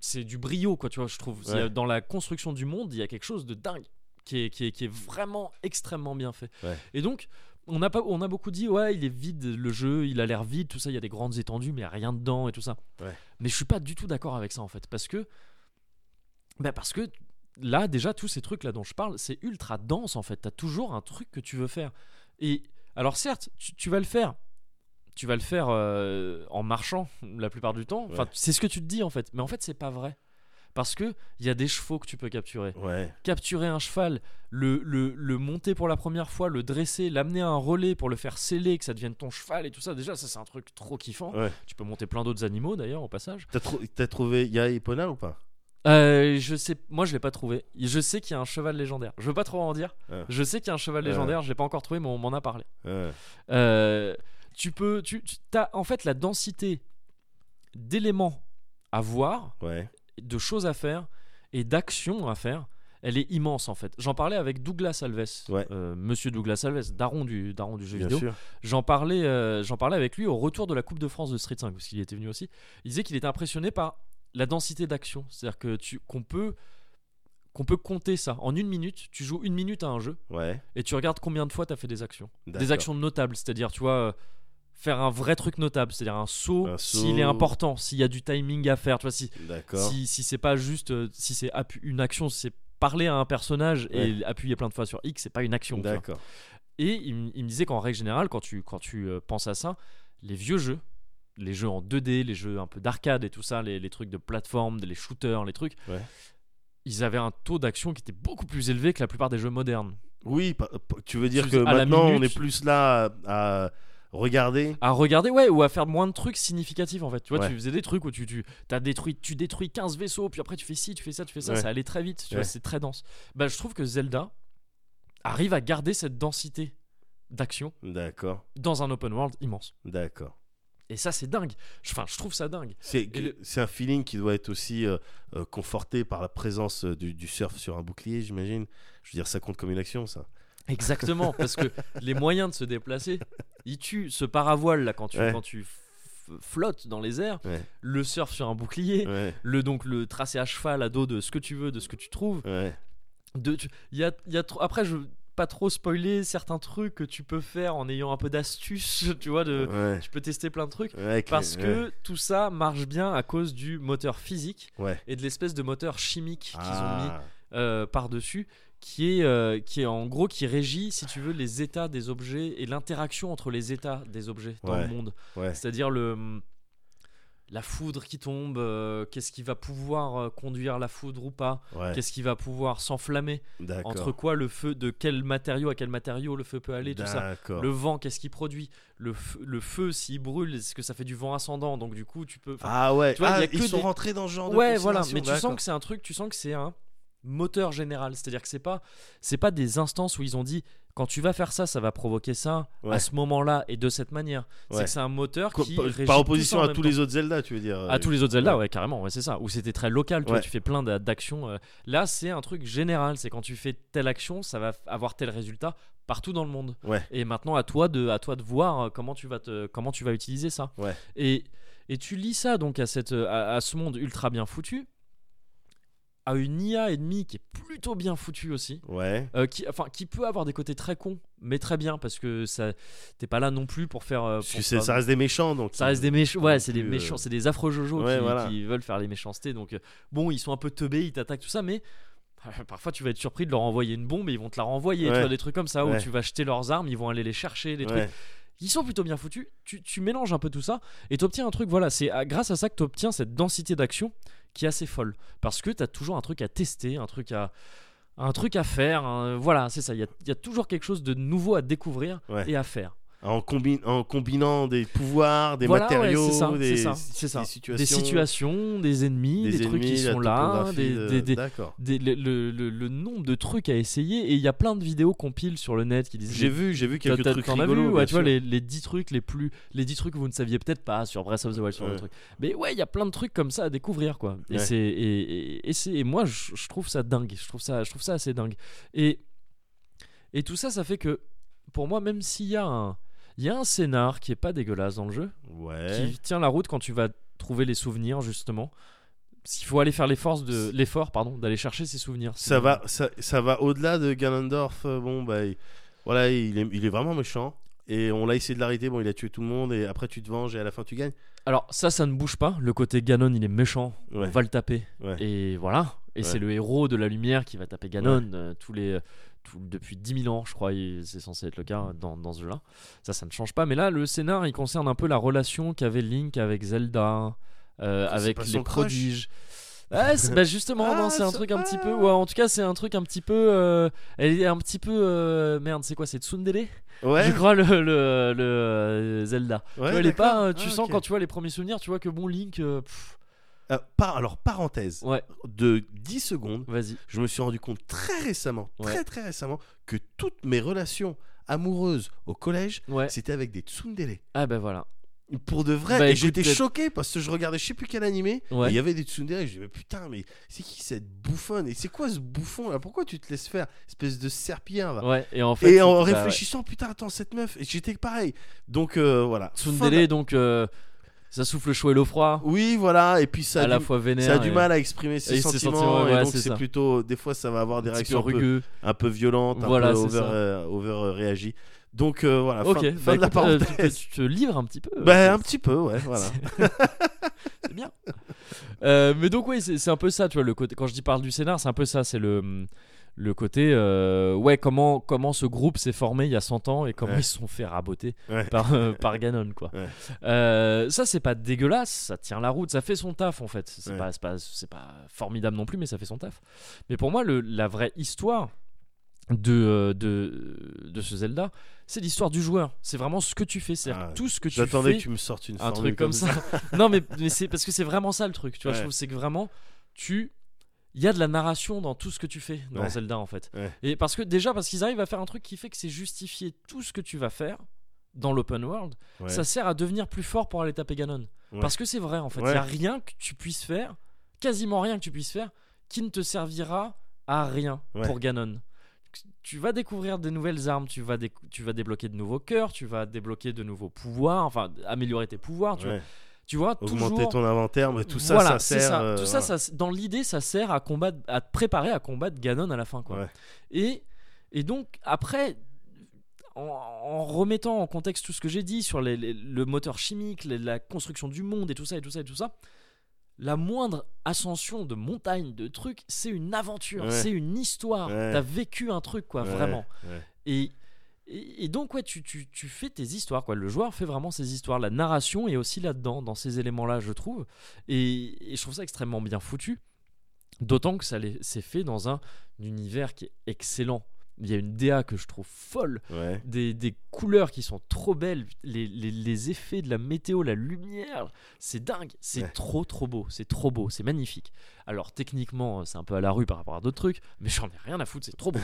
A: c'est du brio quoi, tu vois, je trouve. C'est-
B: Ouais.
A: Dans la construction du monde, il y a quelque chose de dingue qui est, qui est, qui est vraiment extrêmement bien fait.
B: Ouais.
A: Et donc on a, pas, on a beaucoup dit, ouais, il est vide le jeu, il a l'air vide, tout ça, il y a des grandes étendues, mais il y a rien dedans et tout ça.
B: Ouais.
A: Mais je suis pas du tout d'accord avec ça en fait, parce que, bah parce que là, déjà, tous ces trucs là dont je parle, c'est ultra dense en fait. T'as toujours un truc que tu veux faire. Et alors, certes, tu, tu vas le faire. Tu vas le faire euh, en marchant la plupart du temps. Enfin,
B: Ouais.
A: c'est ce que tu te dis en fait. Mais en fait, c'est pas vrai. Parce que il y a des chevaux que tu peux capturer
B: ouais
A: capturer un cheval, le, le, le monter pour la première fois, le dresser, l'amener à un relais pour le faire sceller, que ça devienne ton cheval et tout ça, déjà ça c'est un truc trop kiffant.
B: ouais
A: Tu peux monter plein d'autres animaux d'ailleurs au passage.
B: t'as trou- t'as trouvé il y a Epona ou pas
A: Euh, je sais, moi je l'ai pas trouvé. Je sais qu'il y a un cheval légendaire. Je veux pas trop en dire.
B: Ouais.
A: Je sais qu'il y a un cheval
B: Ouais.
A: légendaire, je l'ai pas encore trouvé, mais on m'en a parlé.
B: Ouais.
A: Euh, tu peux, tu, tu as en fait la densité d'éléments à voir
B: ouais
A: de choses à faire et d'actions à faire, elle est immense en fait. J'en parlais avec Douglas Alves,
B: Ouais.
A: euh, monsieur Douglas Alves, daron du, daron du jeu
B: bien
A: vidéo.
B: sûr
A: J'en parlais, euh, j'en parlais avec lui au retour de la Coupe de France de Street 5, parce qu'il était venu aussi. Il disait qu'il était impressionné par la densité d'action. C'est-à-dire que tu- qu'on peut, qu'on peut compter ça. En une minute, tu joues une minute à un jeu
B: ouais
A: et tu regardes combien de fois tu as fait des actions. Des
B: d'accord.
A: actions notables, c'est-à-dire, tu vois. euh, Faire un vrai truc notable, c'est-à-dire un saut,
B: Un
A: s'il est
B: saut.
A: important, s'il y a du timing à faire, tu vois, si,
B: d'accord
A: si, si c'est pas juste euh, si c'est appu- une action si c'est parler à un personnage et
B: Ouais.
A: appuyer plein de fois sur X c'est pas une action tu vois.
B: d'accord
A: et il, me- il me disait qu'en règle générale quand tu, quand tu euh, penses à ça les vieux jeux les jeux en 2D les jeux un peu d'arcade et tout ça les, les trucs de plateforme les shooters les trucs
B: Ouais.
A: ils avaient un taux d'action qui était beaucoup plus élevé que la plupart des jeux modernes
B: oui pa- pa- tu veux dire
A: Tu
B: que
A: faisais- à la
B: maintenant on
A: minute-
B: est plus là à à regarder
A: à regarder ouais ou à faire moins de trucs significatifs en fait tu vois
B: Ouais.
A: tu faisais des trucs où tu tu as détruit tu détruis 15 vaisseaux puis après tu fais ci tu fais ça tu fais ça
B: Ouais.
A: ça allait très vite tu
B: Ouais.
A: vois c'est très dense bah je trouve que Zelda arrive à garder cette densité d'action
B: d'accord
A: dans un open world immense
B: d'accord
A: et ça c'est dingue Je- enfin je trouve ça dingue
B: C'est
A: Et le-
B: c'est un feeling qui doit être aussi euh, euh, conforté par la présence euh, du, du surf sur un bouclier, j'imagine. Je veux dire, ça compte comme une action, ça.
A: exactement parce que les moyens de se déplacer ils tuent ce paravoile là quand tu
B: Ouais.
A: quand tu f- flottes dans les airs
B: Ouais.
A: le surf sur un bouclier
B: Ouais,
A: le donc le tracé à cheval à dos de ce que tu veux de ce que tu trouves
B: ouais,
A: de tu- il y a, il y a trop- après je veux pas trop spoiler certains trucs que tu peux faire en ayant un peu d'astuce tu vois de
B: ouais.
A: tu peux tester plein de trucs
B: Ouais, que-
A: Euh, parce
B: ouais.
A: que tout ça marche bien à cause du moteur physique
B: Ouais.
A: et de l'espèce de moteur chimique qu'ils ont mis
B: Ah,
A: par dessus euh, qui est euh, qui est en gros qui régit si tu veux les états des objets et l'interaction entre les états des objets dans
B: Ouais.
A: le monde
B: ouais.
A: c'est-à-dire le mm, la foudre qui tombe euh, qu'est-ce qui va pouvoir euh, conduire la foudre ou pas
B: ouais,
A: qu'est-ce qui va pouvoir s'enflammer
B: D'accord.
A: entre quoi le feu, de quel matériau à quel matériau le feu peut aller, tout ça.
B: D'accord.
A: Le vent, qu'est-ce qu'il produit le, feu- le feu, s'il brûle, est-ce que ça fait du vent ascendant Donc du coup, tu peux. enfin,
B: Ah ouais.
A: tu vois, il y
B: ah,
A: a
B: ils
A: que
B: sont
A: des-
B: rentrés dans ce genre de
A: ouais, voilà.
B: considération,
A: Mais tu sens
B: d'accord.
A: que c'est un truc, tu sens que c'est un moteur général. C'est-à-dire que c'est pas, c'est pas des instances où ils ont dit quand tu vas faire ça, ça va provoquer ça
B: Ouais.
A: à ce moment-là et de cette manière. C'est
B: Ouais.
A: que c'est un moteur
B: Quoi,
A: qui
B: par-
A: régit
B: Par
A: tout
B: opposition
A: ça en
B: à
A: même
B: tous
A: temps.
B: les autres Zelda, tu veux dire. euh,
A: À tous les autres Zelda,
B: Ouais.
A: ouais, carrément, ouais, c'est ça. Où c'était très local, tu, vois,
B: Ouais.
A: tu fais plein d'a- d'actions. euh, Là, c'est un truc général. C'est quand tu fais telle action, ça va f- avoir tel résultat partout dans le monde.
B: Ouais.
A: Et maintenant, à toi de, à toi de voir euh, comment tu vas, te, comment tu vas utiliser ça.
B: Ouais.
A: Et, et tu lis ça donc à, cette, euh, à, à ce monde ultra bien foutu. à une IA ennemie qui est plutôt bien foutue aussi.
B: Ouais.
A: euh, qui, enfin, qui peut avoir des côtés très cons, mais très bien, parce que ça, t'es pas là non plus pour faire. euh,
B: Parce
A: pour
B: que c'est-
A: faire-
B: ça reste des méchants, donc.
A: ça reste des méchants. Ouais, c'est des
B: plus, euh,
A: méchants, c'est des affreux jojo
B: ouais,
A: qui,
B: voilà.
A: qui veulent faire les méchancetés. Donc euh, bon, ils sont un peu teubés, ils t'attaquent tout ça, mais euh, parfois tu vas être surpris de leur envoyer une bombe et ils vont te la renvoyer.
B: Ouais.
A: Tu vois, des trucs comme ça
B: Ouais.
A: où tu vas jeter leurs armes, ils vont aller les chercher, des trucs.
B: Ouais.
A: Ils sont plutôt bien foutus. Tu, tu mélanges un peu tout ça et t'obtiens un truc. Voilà, c'est à- grâce à ça que t'obtiens cette densité d'action qui est assez folle parce que t'as toujours un truc à tester, un truc à un truc à faire. un- voilà, c'est ça. Il y a, il y a toujours quelque chose de nouveau à découvrir
B: Ouais.
A: et à faire.
B: En, combi- en combinant des pouvoirs, des
A: Voilà, ouais,
B: matériaux,
A: c'est ça,
B: des,
A: c'est ça, c'est ça.
B: des situations,
A: des situations, des ennemis, des, trucs
B: ennemis,
A: qui
B: la
A: sont là,
B: topographie, euh,
A: des,
B: de-
A: des- des-
B: D'accord.
A: des- le, le- le- le nombre de trucs à essayer. Et il y a plein de vidéos compiles sur le net qui disent.
B: J'ai vu, j'ai vu
A: T'as-
B: quelques
A: t'as-
B: trucs
A: t'en as
B: rigolos.
A: vu, ouais,
B: bien
A: tu vois,
B: sûr.
A: les, les 10 trucs les plus. Les 10 trucs que vous ne saviez peut-être pas sur Breath of the Wild, sur le
B: Ouais.
A: truc. Mais ouais, il y a plein de trucs comme ça à découvrir, quoi. Et,
B: Ouais.
A: c'est, et, et- et c'est, et moi, je, je trouve ça dingue. Je trouve ça, je trouve ça assez dingue. Et, et tout ça, ça fait que, pour moi, même s'il y a un. Il y a un scénar qui est pas dégueulasse dans le jeu,
B: Ouais.
A: qui tient la route quand tu vas trouver les souvenirs justement. Il faut aller faire les forces de l'effort pardon d'aller chercher ces souvenirs.
B: Ça
A: sinon-
B: va, ça, ça va au-delà de Ganondorf. euh, Bon, bah, il- voilà, il est, il est vraiment méchant. Et on l'a essayé de l'arrêter. Bon, il a tué tout le monde. Et après, tu te venges et à la fin, tu gagnes.
A: Alors ça ça ne bouge pas, le côté Ganon il est méchant,
B: Ouais.
A: on va le taper
B: Ouais.
A: et voilà et
B: Ouais.
A: c'est le héros de la lumière qui va taper Ganon euh, tous les tout- depuis 10 000 ans je crois et c'est censé être le cas dans, dans ce jeu-là. Ça ça ne change pas mais là le scénar il concerne un peu la relation qu'avait Link avec Zelda euh,
B: C'est
A: avec
B: pas
A: les
B: son crush
A: prodiges. Ouais, c'est- bah justement,
B: Ah,
A: non, c'est un
B: ça-
A: truc un petit peu.
B: ah.
A: Ouais, en tout cas, c'est un truc un petit peu. euh, elle est un petit peu. euh, merde, c'est quoi C'est Tsundere
B: Ouais.
A: Je crois le, le, le, euh, Zelda.
B: ouais,
A: tu vois, elle est
B: d'accord.
A: pas. euh, Tu
B: Ah,
A: sens
B: ok.
A: quand tu vois les premiers souvenirs, tu vois que bon, Link. euh, pff,
B: Euh, par- alors, parenthèse,
A: ouais,
B: de 10 secondes,
A: vas-y.
B: je me suis rendu compte très récemment,
A: Ouais.
B: très très récemment, que toutes mes relations amoureuses au collège,
A: Ouais.
B: c'était avec des tsundere.
A: Ah, bah voilà.
B: Pour de vrai,
A: Bah,
B: et
A: écoute,
B: j'étais
A: peut-être-
B: choqué parce que je regardais je sais plus quel animé, et il
A: Ouais.
B: y avait des tsundere, et je disais mais putain, mais c'est qui cette bouffonne Et c'est quoi ce bouffon là Pourquoi tu te laisses faire Espèce de serpillard là.
A: Ouais, et en fait.
B: et en
A: bah, ouais.
B: réfléchissant, putain, attends, cette meuf, et j'étais pareil. Donc euh, voilà. Fin
A: Tsundere,
B: de-
A: donc. euh, ça souffle chaud et l'eau froid.
B: Oui, voilà, et puis ça
A: à
B: a,
A: la
B: du...
A: fois vénère.
B: ça a du
A: et
B: mal à exprimer ses
A: et ses
B: sentiments,
A: sentiments,
B: et
A: ouais,
B: donc
A: c'est
B: c'est
A: ça.
B: plutôt. Des fois, ça va avoir des
A: un petit peu
B: réactions un peu-
A: rugueux.
B: un peu violente, un
A: Voilà,
B: peu
A: c'est
B: over,
A: ça.
B: euh, over, euh, réagi. Donc euh, voilà,
A: Ok,
B: fin,
A: bah écoute,
B: fin de la
A: euh, tu te-
B: parenthèse.
A: tu te livres un petit peu. euh,
B: Bah,
A: c'est-
B: un petit peu, ouais, voilà.
A: c'est bien. Euh, mais donc oui, c'est c'est un peu ça, tu vois, le côté. Quand je dis parle du scénar, c'est un peu ça, c'est le le côté euh, ouais comment comment ce groupe s'est formé il y a 100 ans et comment
B: Ouais.
A: ils se sont fait raboter
B: Ouais.
A: par euh, par Ganon quoi.
B: Ouais.
A: Euh, ça c'est pas dégueulasse, ça tient la route, ça fait son taf en fait. C'est
B: Ouais.
A: pas c'est pas c'est pas formidable non plus, mais ça fait son taf. Mais pour moi le- la vraie histoire de, euh, de, de ce Zelda, c'est l'histoire du joueur. C'est vraiment ce que tu fais, c'est
B: Ah,
A: tout ce que tu
B: J'attendais
A: fais
B: que tu me sortes une
A: un
B: formule
A: truc comme ça. non, mais, mais c'est parce que c'est vraiment ça le truc. Tu vois, je
B: Ouais.
A: trouve c'est que vraiment tu il y a de la narration dans tout ce que tu fais dans
B: Ouais.
A: Zelda en fait.
B: Ouais.
A: Et parce que déjà parce qu'ils arrivent à faire un truc qui fait que c'est justifié tout ce que tu vas faire dans l'open world,
B: Ouais.
A: ça sert à devenir plus fort pour aller taper Ganon.
B: Ouais.
A: Parce que c'est vrai en fait, il
B: Ouais.
A: y a rien que tu puisses faire, quasiment rien que tu puisses faire qui ne te servira à rien
B: Ouais.
A: pour Ganon. Tu vas découvrir des nouvelles armes, tu vas, déc- tu vas débloquer de nouveaux cœurs, tu vas débloquer de nouveaux pouvoirs, enfin améliorer tes pouvoirs, tu vois.
B: Ouais.
A: Tu vois,
B: Augmenter
A: toujours...
B: ton inventaire, mais tout ça,
A: Voilà,
B: ça
A: c'est
B: sert.
A: ça.
B: euh,
A: tout ça, ça s- dans l'idée, ça sert à combattre, à te préparer à combattre Ganon à la fin, quoi.
B: Ouais.
A: Et et donc après, en, en remettant en contexte tout ce que j'ai dit sur les- les- le moteur chimique, les- la construction du monde et tout ça et tout ça et tout ça, la moindre ascension de montagne, de trucs, c'est une aventure,
B: Ouais.
A: c'est une histoire.
B: Ouais.
A: T'as vécu un truc, quoi,
B: Ouais,
A: vraiment.
B: ouais.
A: Et et et donc ouais, tu, tu, tu fais tes histoires quoi. Le joueur fait vraiment ses histoires. La narration est aussi là-dedans, dans ces éléments-là, je trouve. Et, et je trouve ça extrêmement bien foutu. D'autant que ça l'est- c'est fait dans un univers qui est excellent. Il y a une DA que je trouve folle,
B: ouais.
A: des, des couleurs qui sont trop belles, les, les- les effets de la météo, la lumière, c'est dingue, c'est
B: Ouais.
A: trop trop beau, c'est trop beau, c'est magnifique. Alors techniquement, euh, c'est un peu à la rue par rapport à d'autres trucs, mais j'en ai rien à foutre, c'est trop beau.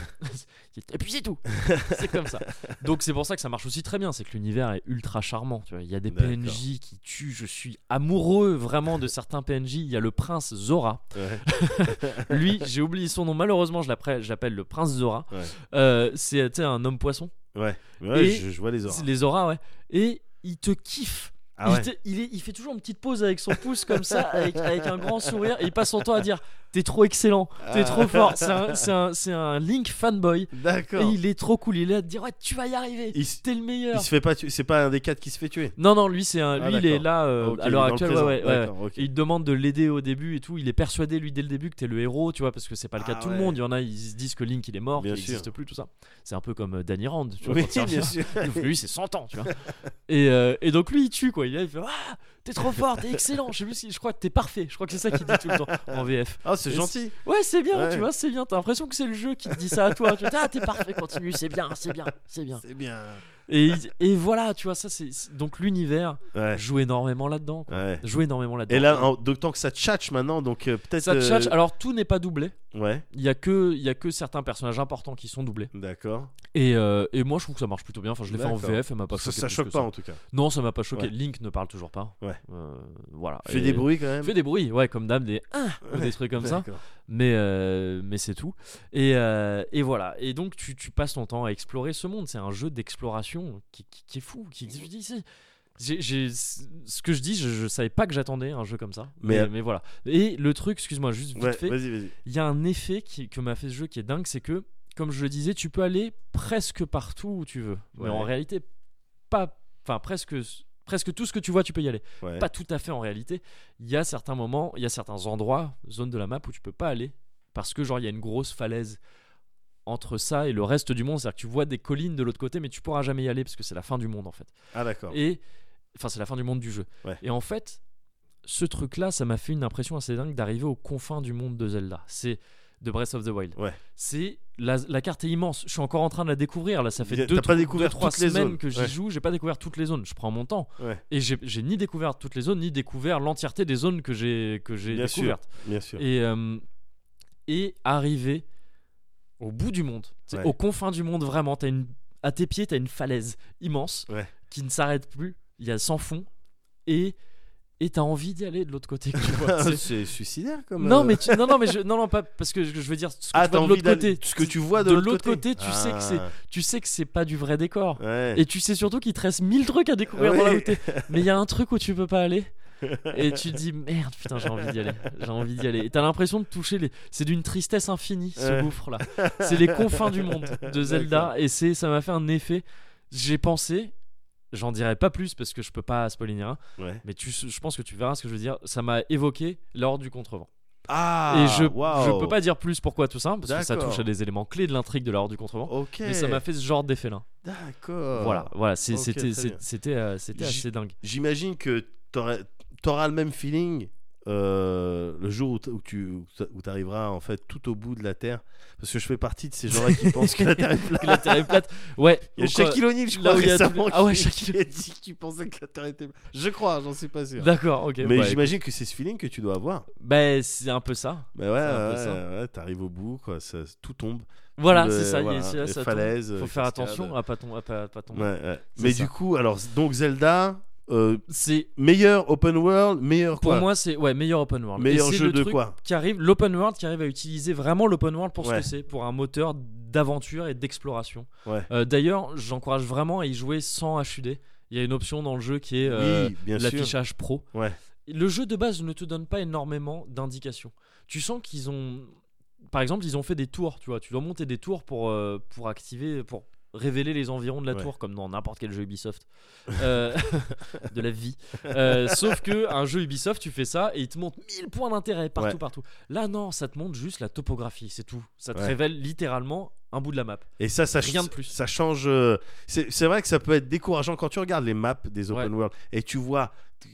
A: Et puis c'est tout, c'est comme ça. Donc c'est pour ça que ça marche aussi très bien, c'est que l'univers est ultra charmant. Tu vois. Il y a des
B: D'accord.
A: PNJ qui tuent, je suis amoureux vraiment de certains PNJ. Il y a le prince Zora,
B: ouais.
A: lui, j'ai oublié son nom, malheureusement, je l'appelle, je l'appelle le prince Zora.
B: Ouais.
A: Euh, c'est tu sais, un homme poisson.
B: Ouais. Ouais,
A: Et
B: je, je vois les
A: C'est
B: auras.
A: Les auras, ouais. Et il te kiffe.
B: Ah ouais.
A: il, était- il est- il fait toujours une petite pause avec son pouce comme ça, avec, avec un grand sourire, et il passe son temps à dire T'es trop excellent, t'es
B: Ah.
A: trop fort. C'est un, c'est un- c'est un Link fanboy, et
B: D'accord. Il...
A: il est trop cool. Il est là à te dire Ouais, tu vas y arriver,
B: Il s-
A: t'es le meilleur.
B: se fait pas tuer. C'est pas un des quatre qui se fait tuer.
A: Non, non, lui, c'est un,
B: Ah,
A: lui il est
B: d'accord.
A: là euh,
B: Ok, il
A: à
B: est
A: l'heure
B: dans le
A: actuelle. ouais,
B: présent.
A: ouais, ouais, ouais.
B: D'accord, ok.
A: Et il te demande de l'aider au début et tout. Il est persuadé, lui, dès le début, que t'es le héros, tu vois, parce que c'est pas le cas
B: Ah
A: de tout le
B: ouais.
A: monde. Il y en a, ils se disent que Link, il est mort, qu'il
B: Bien sûr.
A: n'existe plus, tout ça. C'est un peu comme euh, Danny Rand, tu vois.
B: Oui,
A: quand c'est un-
B: bien sûr.
A: lui, c'est 100 ans, tu vois. Et, euh, et donc, lui, il tue, quoi. Il, est là, il fait Ah, t'es trop fort, t'es excellent. Je sais plus si, je crois que t'es parfait. Je crois que c'est ça qu'il dit tout le temps en VF.
B: Ah, c'est
A: Et
B: gentil.
A: Ouais, c'est bien,
B: Ouais.
A: tu vois, c'est bien. T'as l'impression que c'est le jeu qui te dit ça à toi. Tu vois, ah, t'es parfait, continue, c'est bien, c'est bien, c'est bien.
B: C'est bien.
A: Et, il- et voilà, tu vois, ça, c'est. c'est- Donc, l'univers
B: Ouais.
A: joue énormément là-dedans, quoi.
B: ouais.
A: Joue énormément là-dedans.
B: Et là, en- d'autant que ça tchatche maintenant, donc euh, peut-être.
A: ça te
B: euh,
A: cherche. Alors, tout n'est pas doublé.
B: Ouais,
A: Il y, a que, il y a que certains personnages importants qui sont doublés.
B: d'accord.
A: Et, euh, et moi, je trouve que ça marche plutôt bien. Enfin, je l'ai fait en
B: D'accord.
A: VF, elle m'a pas
B: ça,
A: choqué
B: ça
A: plus
B: choque
A: que
B: pas en tout cas.
A: Non, ça m'a pas choqué.
B: Ouais.
A: Link ne parle toujours pas.
B: Ouais.
A: Euh, voilà.
B: Fait
A: Et-
B: des bruits quand même.
A: Fait des bruits, ouais, comme dame des Ah ou des
B: Ouais,
A: trucs comme ça.
B: D'accord.
A: Mais, euh, mais c'est tout. Et, euh, et voilà. Et donc, tu, tu passes ton temps à explorer ce monde. C'est un jeu d'exploration qui, qui- qui est fou. Qui, je dis, c'est- j'ai- j'ai- ce que je dis, je, je savais pas que j'attendais un jeu comme ça.
B: Mais-
A: Mais, mais, voilà. Et le truc, excuse-moi, juste vite
B: Ouais,
A: fait,
B: vas-y, vas-y.
A: il y a un effet qui, que m'a fait ce jeu qui est dingue, c'est que, comme je le disais, tu peux aller presque partout où tu veux. Mais
B: Ouais.
A: en réalité, pas. Enfin, presque, presque tout ce que tu vois, tu peux y aller.
B: Ouais.
A: Pas tout à fait en réalité. Il y a certains moments, il y a certains endroits, zones de la map où tu peux pas aller. Parce que, genre, il y a une grosse falaise entre ça et le reste du monde. C'est-à-dire que tu vois des collines de l'autre côté, mais tu pourras jamais y aller parce que c'est la fin du monde en fait.
B: Ah, d'accord.
A: Et. Enfin, c'est la fin du monde du jeu.
B: Ouais.
A: Et en fait, ce truc-là, ça m'a fait une impression assez dingue d'arriver aux confins du monde de Zelda. C'est de Breath of the Wild.
B: Ouais.
A: C'est la, la carte est immense. Je suis encore en train de la découvrir. Là, ça fait
B: T'as
A: deux,
B: pas
A: trois-
B: découvert
A: deux, trois
B: toutes les
A: semaines
B: zones.
A: que j'y
B: Ouais.
A: joue. J'ai pas découvert toutes les zones. Je prends mon temps.
B: Ouais.
A: Et j'ai j'ai ni découvert toutes les zones, ni découvert l'entièreté des zones que j'ai que j'ai
B: Bien
A: découvertes.
B: Bien sûr.
A: Et euh, et arriver au bout du monde, tu sais,
B: Ouais.
A: aux confins du monde vraiment. As une à tes pieds, t'as une falaise immense
B: Ouais.
A: qui ne s'arrête plus. Il y a sans fond et et t'as envie d'y aller de l'autre côté. tu vois. C'est-
B: c'est suicidaire comme.
A: non
B: euh,
A: mais tu- non non mais je, non non pas parce que je, je veux dire ce que
B: Ah,
A: tu vois
B: t'as
A: de
B: envie
A: l'autre
B: d'aller-
A: côté.
B: ce que tu vois de,
A: l'autre côté, tu sais que c'est
B: Ah,
A: tu sais que c'est pas du vrai décor.
B: Ouais.
A: Et tu sais surtout qu'il te reste mille trucs à découvrir dans la
B: Ouais.
A: route. Mais il y a un truc où tu peux pas aller. Et tu te dis merde, putain, j'ai envie d'y aller. J'ai envie d'y aller. Et t'as l'impression de toucher les. C'est d'une tristesse infinie ce
B: Ouais.
A: gouffre là. C'est les confins du monde de Zelda. Et c'est, ça m'a fait un effet. J'ai pensé, j'en dirai pas plus parce que je peux pas spoiler ni rien.
B: Ouais.
A: Mais tu, je pense que tu verras ce que je veux dire. Ça m'a évoqué l'ordre du contrevent.
B: Ah,
A: et je,
B: waouh.
A: je peux pas dire plus pourquoi tout ça parce que ça
B: D'accord.
A: touche à des éléments clés de l'intrigue de l'ordre du contrevent.
B: Ok.
A: Mais ça m'a fait ce genre d'effet là.
B: D'accord.
A: Voilà, voilà, c'est-
B: Euh, ok,
A: c'était
B: très bien.
A: c'est- c'était euh, c'était
B: J-
A: assez dingue.
B: J'imagine que t'aurais- t'auras le même feeling euh, le jour où, t- où tu où t'arriveras en fait tout au bout de la Terre, parce que je fais partie de ces gens-là qui pensent que la Terre est plate.
A: Que la Terre est plate. Ouais. euh,
B: Il y a
A: ou quoi-
B: Shaquille O'Neal, je
A: là
B: crois,
A: où il y a tous
B: récemment,
A: les- Ah ouais,
B: qui-
A: Shaquille-
B: qui a dit qu'il pensait que la Terre était plate. Je crois, j'en suis pas sûr.
A: D'accord, ok.
B: Mais
A: bah,
B: j'imagine que c'est ce feeling que tu dois avoir.
A: bah, c'est un peu ça.
B: Mais ouais,
A: un peu
B: ouais,
A: ça.
B: ouais, t'arrives au bout, quoi, ça, tout tombe.
A: Voilà,
B: Le-
A: c'est ça. il y a-
B: voilà,
A: c'est là,
B: les
A: ça tombe. Faut
B: falaises, les
A: faire
B: cascades.
A: attention à pas tom- à pas- pas
B: Ouais,
A: tomber.
B: ouais.
A: C'est
B: Mais
A: ça.
B: du coup, alors donc Zelda, euh,
A: C'est
B: meilleur open world, meilleur
A: pour
B: quoi
A: moi c'est ouais meilleur open world.
B: Meilleur
A: Et c'est
B: jeu
A: le
B: de
A: truc
B: quoi
A: Qui arrive l'open world qui arrive à utiliser vraiment l'open world pour ce
B: Ouais.
A: que c'est, pour un moteur d'aventure et d'exploration.
B: Ouais.
A: Euh, D'ailleurs, j'encourage vraiment à y jouer sans HUD. Il y a une option dans le jeu qui est euh,
B: Oui, bien sûr.
A: l'affichage pro.
B: Ouais.
A: Le jeu de base ne te donne pas énormément d'indications. Tu sens qu'ils ont, par exemple, ils ont fait des tours. Tu vois, tu dois monter des tours pour euh, pour activer pour révéler les environs de la
B: Ouais.
A: tour comme dans n'importe quel jeu Ubisoft Euh, de la vie Euh, sauf que un jeu Ubisoft tu fais ça et il te montre 1000 points d'intérêt partout
B: Ouais.
A: partout là non ça te montre juste la topographie c'est tout ça te
B: Ouais.
A: révèle littéralement un bout de la map
B: Et ça, ça,
A: Rien de plus.
B: ça change. euh, C'est c'est vrai que ça peut être décourageant quand tu regardes les maps des open world et tu vois t-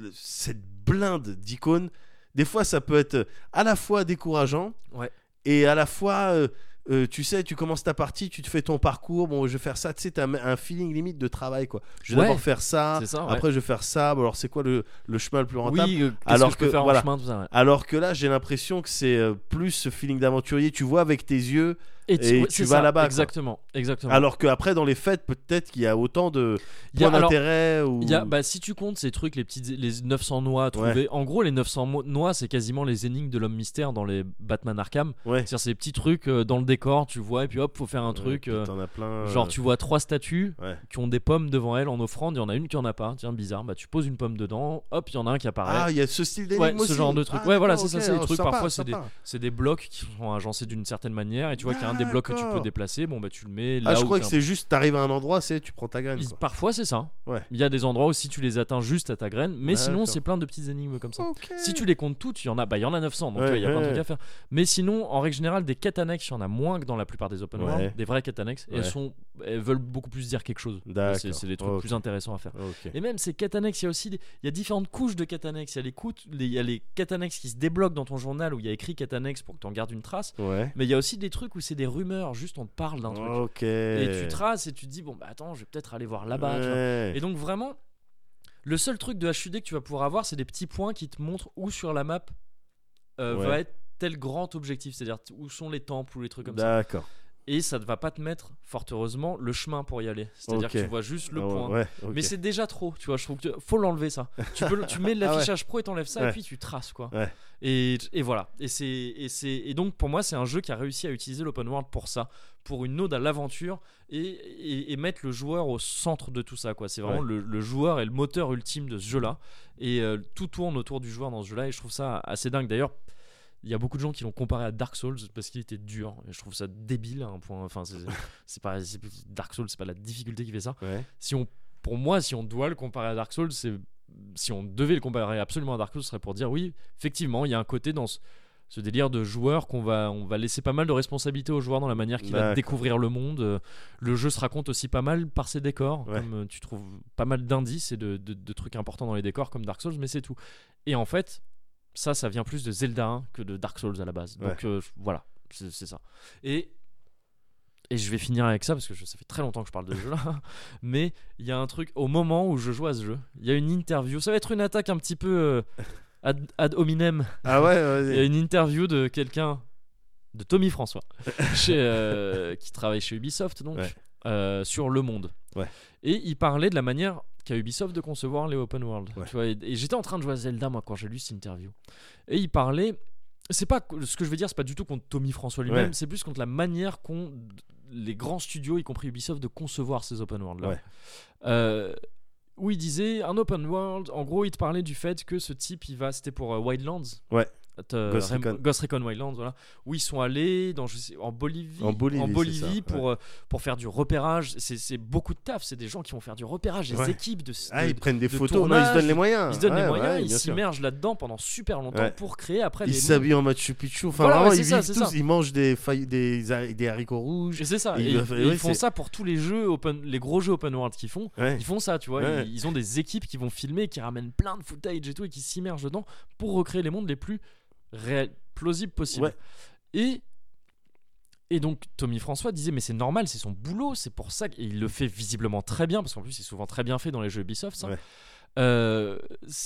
B: le- cette blinde d'icônes. Des fois, ça peut être euh, à la fois décourageant
A: Ouais.
B: et à la fois. euh, euh, tu sais, tu commences ta partie, tu te fais ton parcours. Bon, je vais faire ça. Tu sais, t'as un- un feeling limite de travail, quoi. Je vais
A: Ouais.
B: d'abord faire ça.
A: c'est ça ouais.
B: Après, je vais faire ça. Bon, alors, c'est quoi le, le chemin le plus
A: oui
B: rentable
A: euh, qu'est-ce
B: alors
A: que, je peux
B: que,
A: faire
B: voilà.
A: en chemin tout ça ouais.
B: alors que là, j'ai l'impression que c'est euh, plus ce feeling d'aventurier. Tu vois avec tes yeux
A: Et
B: Et
A: ouais,
B: tu
A: c'est
B: vas
A: ça,
B: là-bas, quoi.
A: Exactement, exactement.
B: Alors qu'après, dans les fêtes, peut-être qu'il y a autant de
A: Il y a-
B: points
A: alors,
B: d'intérêt ou.
A: Il y a, bah, si tu comptes ces trucs, les petites, les 900 noix à trouver. En gros, les 900 mo- noix, c'est quasiment les énigmes de l'homme mystère dans les Batman Arkham.
B: Ouais.
A: C'est-à-dire, c'est des petits trucs euh, dans le décor, tu vois, et puis hop, faut faire un truc.
B: Ouais,
A: euh,
B: puis T'en as plein.
A: genre,
B: euh,
A: tu vois trois statues
B: Ouais.
A: qui ont des pommes devant elles en offrande. Il y en a une qui en a pas. Tiens, bizarre. Bah, tu poses une pomme dedans. Hop, il y en a un qui apparaît.
B: Ah, il y a ce style d'énigme
A: Ouais, ce
B: aussi.
A: genre de truc.
B: Ah,
A: Ouais, voilà,
B: d'accord,
A: c'est ça,
B: ok.
A: c'est des
B: Oh,
A: trucs,
B: sympa,
A: parfois, c'est
B: sympa.
A: c'est des blocs qui sont agencés d'une certaine manière. Et tu vois qu'il y a un des blocs que tu peux
B: D'accord.
A: déplacer. Bon, bah, tu le mets là
B: Ah, je
A: où
B: crois
A: t'as
B: que
A: un
B: c'est juste, t'arrives à un endroit, c'est tu prends ta graine.
A: Il-
B: quoi.
A: Parfois c'est ça.
B: Ouais.
A: Il y a des endroits où si tu les atteins juste à ta graine, mais sinon
B: D'accord.
A: c'est plein de petites énigmes comme ça.
B: Ok.
A: Si tu les comptes toutes, il y en a, bah il y en a 900, donc
B: Ouais,
A: tu vois, il y a plein de
B: ouais.
A: trucs à faire. Mais sinon, en règle générale, des quêtes annexes, il y en a moins que dans la plupart des open
B: Ouais.
A: world, des vraies quêtes annexes. et
B: Ouais.
A: Elles sont, elles veulent beaucoup plus dire quelque chose.
B: D'accord.
A: C'est c'est des trucs
B: Ok.
A: plus intéressants à faire.
B: Ok.
A: Et même ces quêtes annexes, il y a aussi des- il y a différentes couches de quêtes annexes. Il y a les, coûtes- les- il y a les quêtes annexes qui se débloquent dans ton journal où il y a écrit quête annexe pour que tu en gardes une trace.
B: Ouais.
A: Mais il y a aussi des trucs où c'est des rumeurs, juste on te parle d'un truc.
B: Ok.
A: Et tu traces et tu te dis, bon, bah attends, je vais peut-être aller voir là-bas. tu vois.
B: Ouais.
A: Et donc vraiment, le seul truc de HUD que tu vas pouvoir avoir, c'est des petits points qui te montrent où sur la map euh,
B: Ouais.
A: va être tel grand objectif, c'est-à-dire t- où sont les temples ou les trucs comme ça.
B: D'accord.
A: Et ça ne va pas te mettre, fort heureusement, le chemin pour y aller. C'est-à-dire
B: Ok.
A: que tu vois juste le
B: Ah,
A: point.
B: Ouais. ok.
A: Mais c'est déjà trop, tu vois. Je trouve que tu- faut l'enlever ça. Tu, peux, le- tu mets de
B: Ah ouais.
A: l'affichage pro et t'enlèves ça et
B: Ouais.
A: puis tu traces quoi.
B: Ouais.
A: Et, et voilà. Et c'est et c'est et donc pour moi c'est un jeu qui a réussi à utiliser l'open world pour ça, pour une ode à l'aventure et, et, et mettre le joueur au centre de tout ça quoi. C'est vraiment
B: Ouais.
A: le, le joueur est le moteur ultime de ce jeu là et euh, tout tourne autour du joueur dans ce jeu là et je trouve ça assez dingue d'ailleurs. Il y a beaucoup de gens qui l'ont comparé à Dark Souls parce qu'il était dur. Et je trouve ça débile à un point. Enfin, c'est- c'est pas c'est- Dark Souls, c'est pas la difficulté qui fait ça
B: Ouais.
A: si on pour moi si on doit le comparer à Dark Souls c'est si on devait le comparer absolument à Dark Souls ce serait pour dire oui effectivement il y a un côté dans ce, ce délire de joueur qu'on va on va laisser pas mal de responsabilités au joueur dans la manière qu'il va
B: D'accord.
A: découvrir le monde Euh, le jeu se raconte aussi pas mal par ses décors
B: Ouais.
A: comme euh, tu trouves pas mal d'indices et de, de- de trucs importants dans les décors comme Dark Souls mais c'est tout et en fait ça ça vient plus de Zelda 1 que de Dark Souls à la base donc euh, voilà c'est c'est ça et et je vais finir avec ça parce que je- ça fait très longtemps que je parle de ce jeu là. Mais il y a un truc au moment où je joue à ce jeu, il y a une interview. Ça va être une attaque un petit peu euh, ad, ad hominem.
B: Ah ouais.
A: Il y a
B: vas-y.
A: une interview de quelqu'un de Tommy François chez, euh, qui travaille chez Ubisoft donc
B: Ouais.
A: euh, sur Le Monde.
B: Ouais.
A: Et il parlait de la manière qu'a Ubisoft de concevoir les open world.
B: Ouais.
A: Tu vois, et et j'étais en train de jouer à Zelda moi quand j'ai lu cette interview. Et il parlait c'est pas ce que je vais dire, c'est pas du tout contre Tommy François lui-même,
B: Ouais.
A: c'est plus contre la manière qu'ont les grands studios, y compris Ubisoft, de concevoir ces open world là.
B: Ouais.
A: Euh, où il disait un open world, en gros, il te parlait du fait que ce type, il va, c'était pour euh, Wildlands.
B: Ouais.
A: Euh,
B: Ghost
A: Ram-
B: Recon.
A: Ghost Recon Wildlands, voilà, où ils sont allés dans, je sais- en Bolivie,
B: En Bolivie, c'est ça, ouais.
A: pour, euh, pour faire du repérage. C'est c'est beaucoup de taf, c'est des gens qui vont faire du repérage, des
B: Ouais.
A: équipes de,
B: Ah,
A: de-
B: ils prennent des
A: de
B: photos. Non, ils se
A: tournage,
B: donnent les moyens.
A: ils se donnent les
B: Ouais,
A: moyens,
B: ouais,
A: ils
B: bien sûr.
A: s'immergent là-dedans pendant super longtemps
B: Ouais.
A: pour créer après
B: Ils
A: des
B: s'habillent en Machu Picchu. Enfin,
A: Voilà,
B: vraiment,
A: ouais, c'est
B: ils
A: ça,
B: vivent
A: c'est ça.
B: tous. Ils mangent des, failles- des, har- des haricots rouges.
A: Et c'est ça.
B: Et
A: Et
B: ils
A: ils,
B: doivent-
A: et ils
B: ouais,
A: font
B: c'est-
A: ça pour tous les jeux open, les gros jeux open world qu'ils font.
B: Ouais.
A: Ils font ça, tu vois.
B: Ouais.
A: Ils, ils ont des équipes qui vont filmer, qui ramènent plein de footage et tout, et qui s'immergent dedans pour recréer les mondes les plus réels, plausibles possibles.
B: Ouais.
A: Et et donc Tommy François disait mais c'est normal, c'est son boulot, c'est pour ça qu'il le fait visiblement très bien parce qu'en plus c'est souvent très bien fait dans les jeux Ubisoft. ça.
B: Ouais.
A: Euh,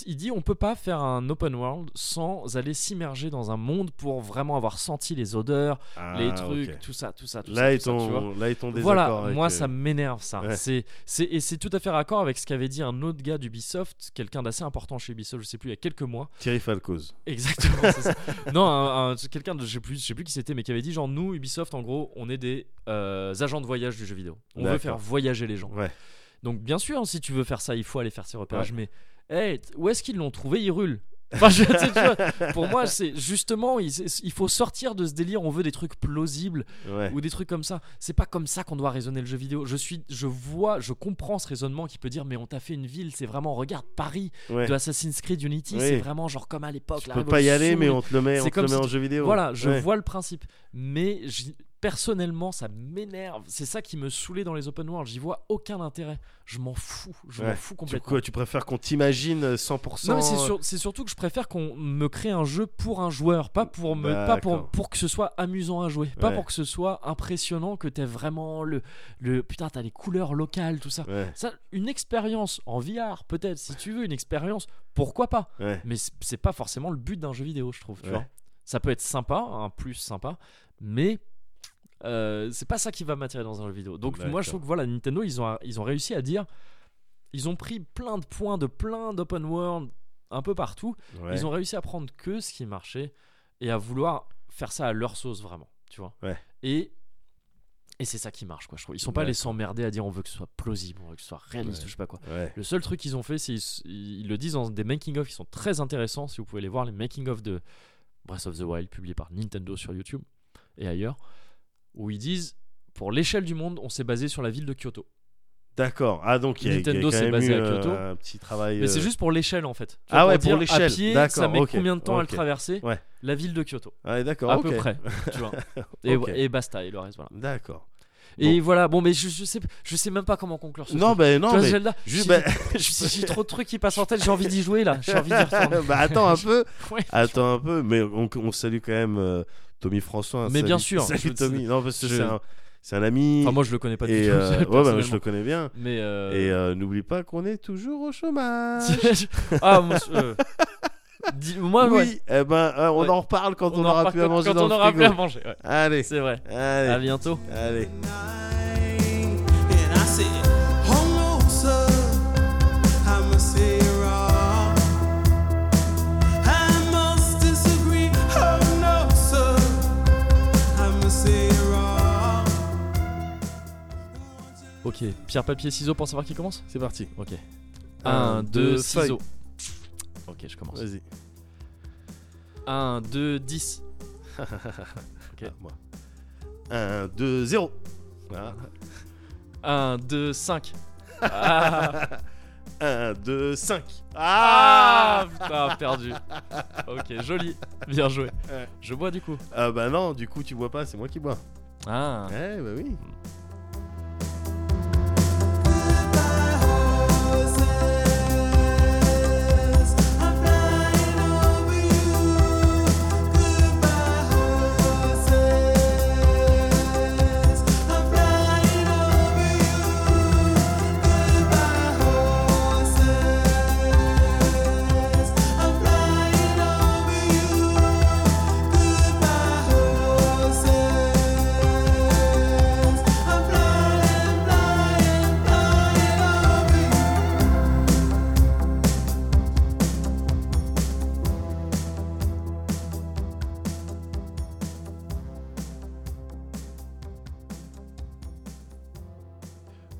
A: il dit on peut pas faire un open world sans aller s'immerger dans un monde pour vraiment avoir senti les odeurs,
B: Ah,
A: les trucs,
B: ok.
A: tout ça, tout ça, tout ça,
B: Là
A: tout
B: est
A: ça, tu vois.
B: ton, là est ton désaccord.
A: Voilà,
B: avec,
A: moi
B: euh,
A: ça m'énerve ça.
B: Ouais.
A: C'est, c'est, et c'est tout à fait raccord avec ce qu'avait dit un autre gars d'Ubisoft, quelqu'un d'assez important chez Ubisoft, je sais plus, il y a quelques mois.
B: Thierry Falcoz.
A: Exactement, c'est ça. Non, un- un- quelqu'un de, je sais, plus, je sais plus qui c'était, mais qui avait dit genre, nous, Ubisoft, en gros, on est des euh, agents de voyage du jeu vidéo. On veut
B: D'accord.
A: faire voyager les gens.
B: Ouais.
A: Donc bien sûr, si tu veux faire ça, il faut aller faire ses repérages. Mais hey, t- où est-ce qu'ils l'ont trouvé Hyrule Enfin, je- tu sais, tu vois, pour moi, c'est justement, il, il faut sortir de ce délire. On veut des trucs plausibles
B: Ouais.
A: ou des trucs comme ça. C'est pas comme ça qu'on doit raisonner le jeu vidéo. Je suis, je vois, je comprends ce raisonnement qui peut dire, mais on t'a fait une ville, c'est vraiment, regarde Paris
B: ouais.
A: de Assassin's Creed Unity,
B: Oui.
A: c'est vraiment genre comme à l'époque.
B: Tu
A: la
B: peux pas y
A: révolution,
B: aller, mais
A: les-
B: on te le
A: C'est
B: met, on te
A: comme
B: le met
A: si
B: en jeu vidéo.
A: Voilà, je
B: Ouais.
A: vois le principe, mais j'y- personnellement, ça m'énerve. C'est ça qui me saoulait dans les open world. J'y vois aucun intérêt. Je m'en fous, je m'en
B: Ouais.
A: fous
B: Tu,
A: complètement.
B: quoi, tu préfères qu'on t'imagine euh, 100%
A: Non, mais c'est, sur- c'est surtout que je préfère qu'on me crée un jeu pour un joueur, pas pour me, pas pour,
B: D'accord.
A: pour que ce soit amusant à jouer, pas
B: Ouais.
A: pour que ce soit impressionnant, que t'aies vraiment le, le putain, t'as les couleurs locales, tout ça.
B: Ouais,
A: Ça, une expérience en VR, peut-être, si tu veux une expérience, pourquoi pas
B: ouais.
A: Mais c'est- c'est pas forcément le but d'un jeu vidéo, je trouve. Tu
B: Ouais.
A: vois ça peut être sympa, un plus sympa, mais Euh, c'est pas ça qui va m'attirer dans un jeu vidéo. Donc moi
B: D'accord.
A: je trouve que voilà Nintendo ils ont ils ont réussi à dire ils ont pris plein de points de plein d'open world un peu partout.
B: Ouais.
A: Ils ont réussi à prendre que ce qui marchait et à vouloir faire ça à leur sauce vraiment, tu vois.
B: Ouais.
A: Et et c'est ça qui marche quoi. Je trouve ils sont pas
B: D'accord.
A: allés s'emmerder à dire on veut que ce soit plausible, on veut que ce soit réaliste,
B: Ouais.
A: ou je sais pas quoi.
B: Ouais.
A: Le seul truc qu'ils ont fait, c'est ils, ils le disent dans des making of qui sont très intéressants. Si vous pouvez les voir, les making of de Breath of the Wild publiés par Nintendo sur YouTube et ailleurs, où ils disent pour l'échelle du monde, on s'est basé sur la ville de Kyoto.
B: D'accord. Ah donc il y a, il y a
A: Nintendo
B: quand
A: s'est
B: même
A: basé
B: eu,
A: à
B: euh,
A: Kyoto.
B: un petit travail.
A: Mais c'est
B: euh,
A: juste pour l'échelle en fait.
B: Ah ouais, pour
A: dire, à
B: l'échelle.
A: pied, Ça
B: D'accord,
A: met
B: ok,
A: combien de temps à le
B: ok.
A: traverser
B: Ouais.
A: La ville de Kyoto,
B: Ouais, d'accord.
A: à
B: ok.
A: peu près. tu vois. Et,
B: Ok.
A: et basta, et le reste voilà.
B: D'accord.
A: Et voilà. Bon, mais je, je sais, je sais même pas comment conclure ce
B: Non,
A: truc.
B: ben
A: Tu
B: non,
A: vois,
B: mais
A: Zelda,
B: juste,
A: j'ai-
B: ben,
A: j'ai j'ai trop de trucs qui passent en tête. J'ai envie d'y jouer là. J'ai envie d'y retourner.
B: bah, attends un peu,
A: Ouais.
B: attends un peu, mais on, on salue quand même euh, Tommy François. hein,
A: Mais
B: salut-
A: bien sûr,
B: salut
A: je-
B: Tommy. Non parce que
A: je-
B: c'est un, c'est un ami.
A: Enfin, moi, je le connais pas du
B: et
A: tout.
B: euh, ouais, bah,
A: personnellement.
B: je le connais bien.
A: Mais euh,
B: Et euh, n'oublie pas qu'on est toujours au chômage.
A: ah, moi, je- euh, dis- moi,
B: oui,
A: Ah ouais.
B: eh ben, euh, on
A: Ouais.
B: en reparle quand on,
A: en
B: aura
A: reparle
B: plus à manger
A: quand
B: dans
A: on
B: le
A: aura plus à
B: frigo.
A: manger. ouais.
B: Allez,
A: C'est vrai. À
B: allez,
A: bientôt.
B: allez.
D: And I said, "Oh no, sir, I must say you're wrong. I must disagree. Oh no, sir, I must say you're wrong."
A: Ok, pierre, papier, ciseaux pour savoir qui commence
B: C'est parti.
A: Ok.
B: Un,
A: 1,
B: deux,
A: 2,
B: feuille.
A: ciseaux. Ok, je commence.
B: Vas-y.
A: 1, 2, 10. Ok.
B: Ah, moi. 1, 2, 0. Ah,
A: 1, 2, 5.
B: 1, 2, 5.
A: Ah Putain, perdu. Ok, joli. Bien joué.
B: Ouais.
A: Je bois du coup.
B: Ah bah non, du coup tu bois pas, c'est moi qui bois.
A: Ah.
B: Eh bah oui.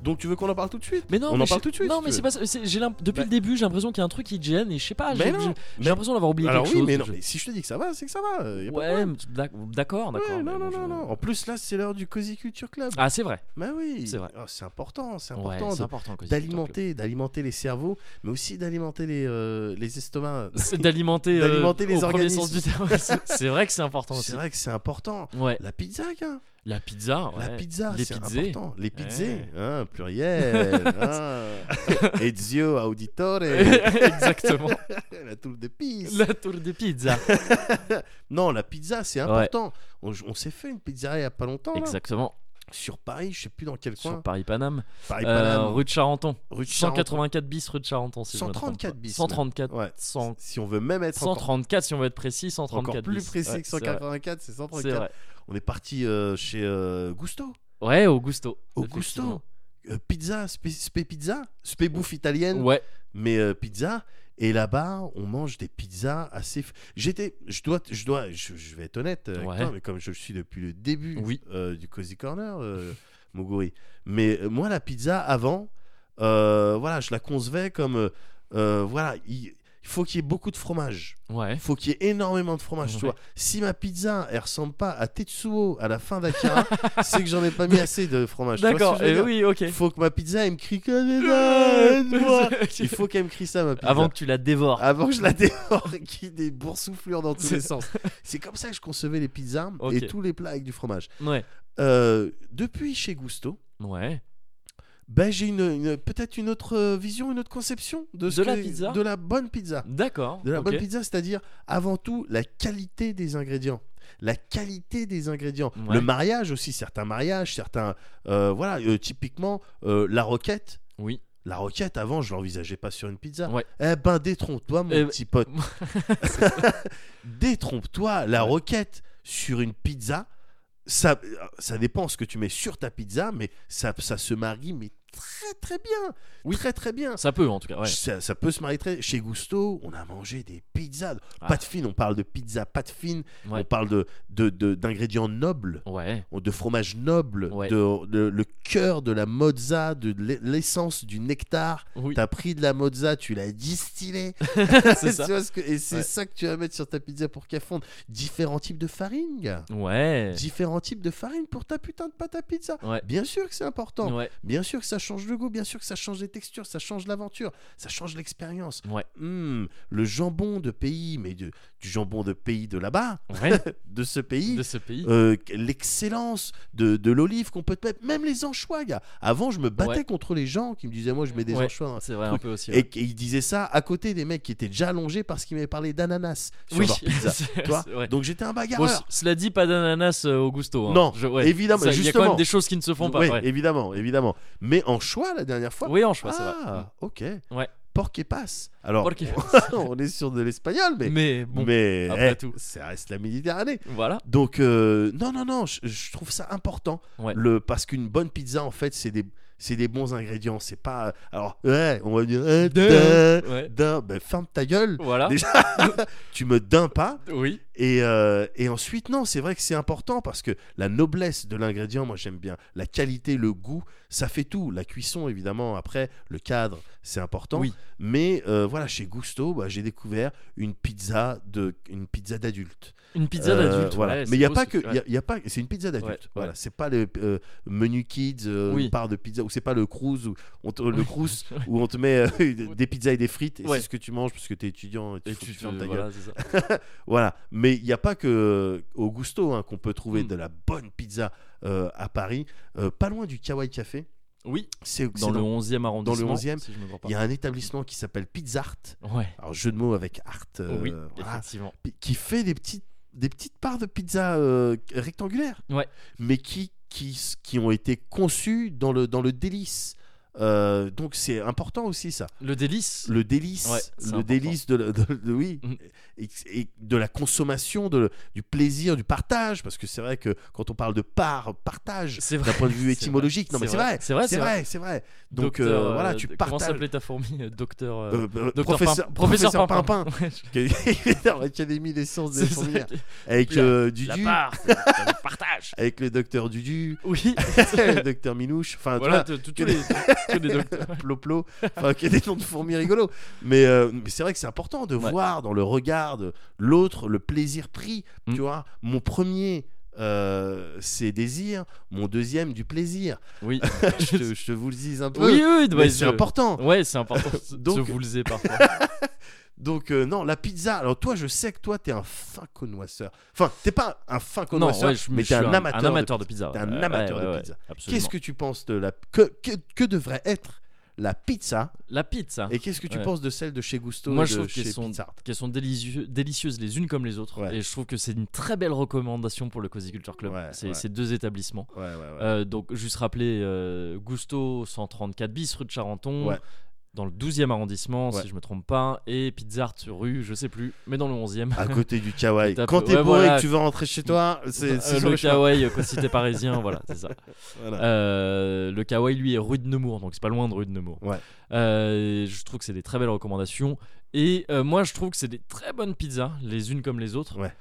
B: Donc tu veux qu'on en parle tout de suite
A: Mais non,
B: On
A: mais
B: en parle
A: je-
B: tout de suite,
A: Non,
B: si tu
A: mais c'est
B: veux.
A: pas. ça. C'est- j'ai l'imp- Depuis
B: Bah-
A: le début, j'ai l'impression qu'il y a un truc qui te gêne et je sais pas. Ah, j'ai-
B: Mais
A: j'ai-
B: Ben non.
A: J'ai l'impression d'avoir oublié
B: Alors
A: quelque
B: oui,
A: chose.
B: mais non.
A: je-
B: mais si je te dis que ça va, c'est que ça va. euh, y a pas de
A: Ouais,
B: problème.
A: mais d'ac- d'accord, d'accord.
B: Ouais,
A: mais bon,
B: non, non,
A: je-
B: non, non. En plus là, c'est l'heure du Cozy Culture Club.
A: Ah, c'est vrai.
B: Bah oui.
A: C'est vrai.
B: Ah, c'est important, c'est
A: Ouais,
B: important.
A: c'est
B: de-
A: important. Cosy Culture
B: D'alimenter, d'alimenter les cerveaux, mais aussi d'alimenter les, euh, les estomacs.
A: Club. C'est d'alimenter, euh,
B: D'alimenter les
A: au premier
B: organismes.
A: sens du terme. C'est- C'est vrai que c'est important aussi.
B: C'est vrai que c'est important.
A: Ouais,
B: La pizza, gars.
A: la pizza.
B: La
A: ouais.
B: pizza,
A: Les
B: c'est
A: pizzés.
B: important. Les pizzés,
A: Ouais.
B: hein, pluriel. hein. Ezio Auditore,
A: Exactement.
B: la tour de pizza.
A: La tour des pizzas.
B: Non, la pizza, c'est important. On, on s'est fait une pizzeria il y a pas longtemps. là.
A: Exactement.
B: Sur Paris, je sais plus dans quel coin.
A: Sur Paris-Paname.
B: Paris,
A: Euh,
B: Paname,
A: rue de Charenton.
B: rue de Charenton.
A: 184 bis, rue de Charenton. Si je me trompe
B: 134
A: pas.
B: bis,
A: 134.
B: Ouais.
A: 100
B: Si on veut même être encore,
A: 134 si on veut être précis, 134
B: encore plus
A: bis.
B: précis
A: Ouais,
B: que
A: c'est vrai.
B: 184, c'est 134.
A: C'est vrai.
B: On est parti euh, chez euh, Gusto.
A: Ouais, au gusto.
B: Au Gusto. Euh, pizza, spé, spé pizza, spé bouffe italienne.
A: Ouais,
B: mais euh, pizza. Et là-bas, on mange des pizzas assez. f- J'étais, je dois, je dois, je, je vais être honnête avec
A: Ouais.
B: toi, mais comme je le suis depuis le début
A: Oui.
B: euh, du cozy corner, euh, Moguri. Mais euh, moi, la pizza avant, euh, voilà, je la concevais comme, euh, euh, voilà, il il faut qu'il y ait beaucoup de fromage.
A: ouais.
B: Il faut qu'il y ait énormément de fromage, tu
A: Ouais.
B: vois. Si ma pizza, elle ressemble pas à Tetsuo à la fin d'Akira, c'est que j'en ai pas mis assez de fromage. tu vois ce que
A: D'accord,
B: je veux
A: eh
B: dire
A: oui, ok.
B: Il faut que ma pizza, elle me crie comme moi il faut qu'elle me crie ça, ma pizza.
A: Avant que tu la dévores.
B: Avant que je la dévore, qui des boursouflures dans tous
A: C'est-
B: les sens. C'est comme ça que je concevais les pizzas
A: Ok.
B: et tous les plats avec du fromage.
A: Ouais.
B: Euh, depuis chez Gusto,
A: Ouais.
B: ben j'ai une, une- peut-être une autre euh, vision, une autre conception de, ce
A: De la
B: qu'est-
A: pizza
B: de la bonne pizza.
A: D'accord.
B: De la
A: ok.
B: bonne pizza, c'est-à-dire avant tout la qualité des ingrédients. La qualité des ingrédients.
A: Ouais.
B: Le mariage aussi, certains mariages, certains. euh, voilà, euh, typiquement, euh, la roquette.
A: Oui.
B: La roquette, avant, je l'envisageais pas sur une pizza.
A: Ouais.
B: Eh ben, détrompe-toi, mon
A: Eh ben-
B: petit pote. détrompe-toi, la roquette sur une pizza. ça, euh, ça dépend ce que tu mets sur ta pizza, mais ça, ça se marie mais très très bien. Oui, très très bien.
A: Ça peut en tout cas, ouais.
B: Ça, ça peut se marier très. Chez Gusto, on a mangé des pizzas,
A: Ah.
B: pâte fine. On parle de pizza pâte fine.
A: Ouais.
B: On parle de de- de- d'ingrédients nobles,
A: Ouais.
B: de fromage noble,
A: Ouais.
B: de, de- le cœur de la mozza, de l'e- l'essence du nectar.
A: Oui.
B: T'as pris de la mozza, tu l'as distillée.
A: C'est ça.
B: Tu vois ce que- et c'est
A: Ouais.
B: ça que tu vas mettre sur ta pizza pour qu'elle fonde. Différents types de farine, gars.
A: Ouais.
B: Différents types de farine pour ta putain de pâte à pizza.
A: Ouais.
B: Bien sûr que c'est important.
A: Ouais.
B: Bien sûr que ça change le goût, bien sûr que ça change les textures, ça change l'aventure, ça change l'expérience.
A: Ouais.
B: Hmm, le jambon de pays, mais de- du jambon de pays de là-bas,
A: Ouais.
B: de ce pays.
A: De ce pays.
B: euh, L'excellence de, de l'olive qu'on peut te mettre, même les anchois, gars. Avant, je me battais
A: Ouais.
B: contre les gens qui me disaient, moi, je mets des
A: Ouais.
B: anchois. dans-
A: C'est vrai un
B: truc.
A: peu aussi.
B: Et, et ils disaient ça à côté des mecs qui étaient déjà allongés parce qu'ils m'avaient parlé d'ananas sur
A: oui.
B: leur pizza.
A: C'est-
B: tu vois
A: c'est- ouais.
B: Donc j'étais un
A: Bon,
B: bagarreur.
A: c- cela dit, pas d'ananas euh, au gusto. hein.
B: Non,
A: Je- ouais.
B: évidemment,
A: Ça, Il y a quand même
B: justement.
A: des choses qui ne se font pas.
B: Oui,
A: ouais.
B: évidemment, évidemment. Mais en choix, la dernière fois,
A: Oui, en choix, c'est vrai.
B: Ah, ok.
A: Ouais.
B: Porc et passe. Alors,
A: Porc et
B: on est sur de l'espagnol, mais,
A: Mais bon,
B: mais
A: après
B: eh,
A: tout.
B: ça reste la Méditerranée.
A: voilà.
B: Donc, euh, non, non, non, je, je trouve ça important.
A: Ouais.
B: Le, parce qu'une bonne pizza, en fait, c'est des, c'est des bons ingrédients. C'est pas. Alors, ouais, on va dire. eh,
A: Dun.
B: dun,
A: Ouais.
B: dun. Ben, ferme ta gueule.
A: Voilà.
B: Déjà, tu me dins pas.
A: Oui.
B: Et, euh, et ensuite, non, c'est vrai que c'est important parce que la noblesse de l'ingrédient, moi j'aime bien. La qualité, le goût, ça fait tout. La cuisson, évidemment, après, le cadre, c'est important.
A: Oui.
B: Mais euh, voilà, chez Gusto, bah, j'ai découvert une pizza de une pizza d'adulte.
A: Une pizza
B: Euh,
A: d'adulte.
B: voilà.
A: ouais, c'est
B: Mais il y a
A: beau,
B: pas
A: ce-
B: que,
A: ouais.
B: y a- y a pas, c'est une pizza d'adulte.
A: Ouais, ouais.
B: Voilà, c'est pas le euh, menu kids, euh,
A: Oui.
B: une part de pizza, ou c'est pas le cruise où on te, le
A: Oui.
B: cruise où on te met euh, une- des pizzas et des frites. Et
A: Ouais.
B: c'est ce que tu manges parce que t'es étudiant et tu,
A: Et
B: faut que
A: tu
B: tu fermes
A: te-
B: ta gueule.
A: voilà, c'est ça.
B: Voilà, mais il n'y a pas que au Gusto hein, qu'on peut trouver
A: Mm.
B: de la bonne pizza euh, à Paris, Euh, pas loin du Kawaii Café.
A: Oui,
B: C'est c'est
A: dans le 11e arrondissement.
B: 11e,
A: si je me trompe pas.
B: Il y a un établissement qui s'appelle Pizza Art,
A: Ouais.
B: alors jeu de mots avec art, euh,
A: Oh oui,
B: voilà,
A: effectivement.
B: pi- qui fait des petites des petites parts de pizza euh, rectangulaires,
A: Ouais.
B: mais qui qui s- qui ont été conçues dans le dans le délice. Euh, donc c'est important aussi ça
A: Le délice.
B: le délice,
A: Ouais, c'est
B: le
A: important.
B: délice de, la- de- de- oui,
A: Mhm.
B: et, et de la consommation, de, du plaisir, du partage, parce que c'est vrai que quand on parle de part, partage,
A: C'est vrai.
B: d'un point de vue
A: c'est
B: étymologique, non mais c'est vrai,
A: C'est vrai,
B: c'est vrai, c'est vrai. Donc euh,
A: Docteur,
B: voilà,
A: euh,
B: tu
A: Comment
B: partages.
A: s'appelait ta fourmi Docteur. euh,
B: Euh, euh,
A: Docteur
B: professeur,
A: Pimpin.
B: professeur,
A: Professeur
B: Pimpin,
A: Ouais, je-
B: qui est dans l'Académie des sciences des
A: c'est ça
B: fourmilières,
A: qui-
B: avec
A: La-
B: euh, Dudu,
A: La part. c'est Le partage.
B: avec le docteur Dudu,
A: Oui.
B: le docteur Minouche, enfin tu
A: Voilà,
B: vois,
A: tout- tout-
B: Ah, que
A: tous les tous les docteurs.
B: Ploplo, enfin, qui a des noms de fourmis rigolos. Mais, euh, mais c'est vrai que c'est important de
A: Ouais.
B: voir dans le regard de l'autre le plaisir pris.
A: Mm.
B: Tu vois, mon premier, euh, c'est désir. Mon deuxième, du plaisir.
A: Oui.
B: je, te, je te vous le dis un peu.
A: Oui, oui,
B: Mais
A: bah,
B: c'est
A: je-
B: important.
A: Ouais, c'est important. de-
B: Donc-
A: de vous le dire parfois.
B: Donc, euh, non, la pizza. Alors, toi, je sais que toi, t'es un fin connoisseur. Enfin, t'es pas un fin
A: Non,
B: connoisseur,
A: ouais, je-
B: mais
A: je
B: t'es
A: suis
B: un, amateur. de
A: de pizza.
B: T'es un
A: ouais,
B: amateur
A: ouais,
B: de
A: ouais,
B: pizza.
A: absolument.
B: Qu'est-ce que tu penses de la. Que, que, que devrait être la pizza
A: La pizza.
B: Et qu'est-ce que tu
A: Ah, Ouais.
B: penses de celle de chez Gusto
A: Moi,
B: et
A: je
B: de
A: trouve
B: chez
A: qu'elles sont,
B: Pizza Hut
A: qu'elles sont délicieux- délicieuses les unes comme les autres.
B: Ouais.
A: Et je trouve que c'est une très belle recommandation pour le Cozy Culture Club.
B: Ouais,
A: c'est
B: ouais.
A: Ces deux établissements.
B: Ouais, ouais, ouais.
A: Euh, donc, juste rappeler euh, Gusto 134 bis, rue de Charenton.
B: Ouais.
A: Dans le 12e arrondissement,
B: Ouais.
A: si je me trompe pas, et Pizza Hut, rue, je sais plus, mais dans le 11e.
B: à côté du kawaii.
A: Tout à
B: Quand
A: fait.
B: t'es
A: Ouais,
B: bourré
A: voilà.
B: et que tu veux rentrer chez toi, c'est c'est
A: Euh,
B: sur
A: le
B: le chemin.
A: kawaii, quoi, si t'es parisien, voilà, c'est ça.
B: Voilà.
A: Euh, le kawaii, lui, est rue de Nemours, donc c'est pas loin de rue de Nemours.
B: Ouais.
A: Euh, je trouve que c'est des très belles recommandations. Et euh, moi, je trouve que c'est des très bonnes pizzas, les unes comme les autres.
B: Ouais.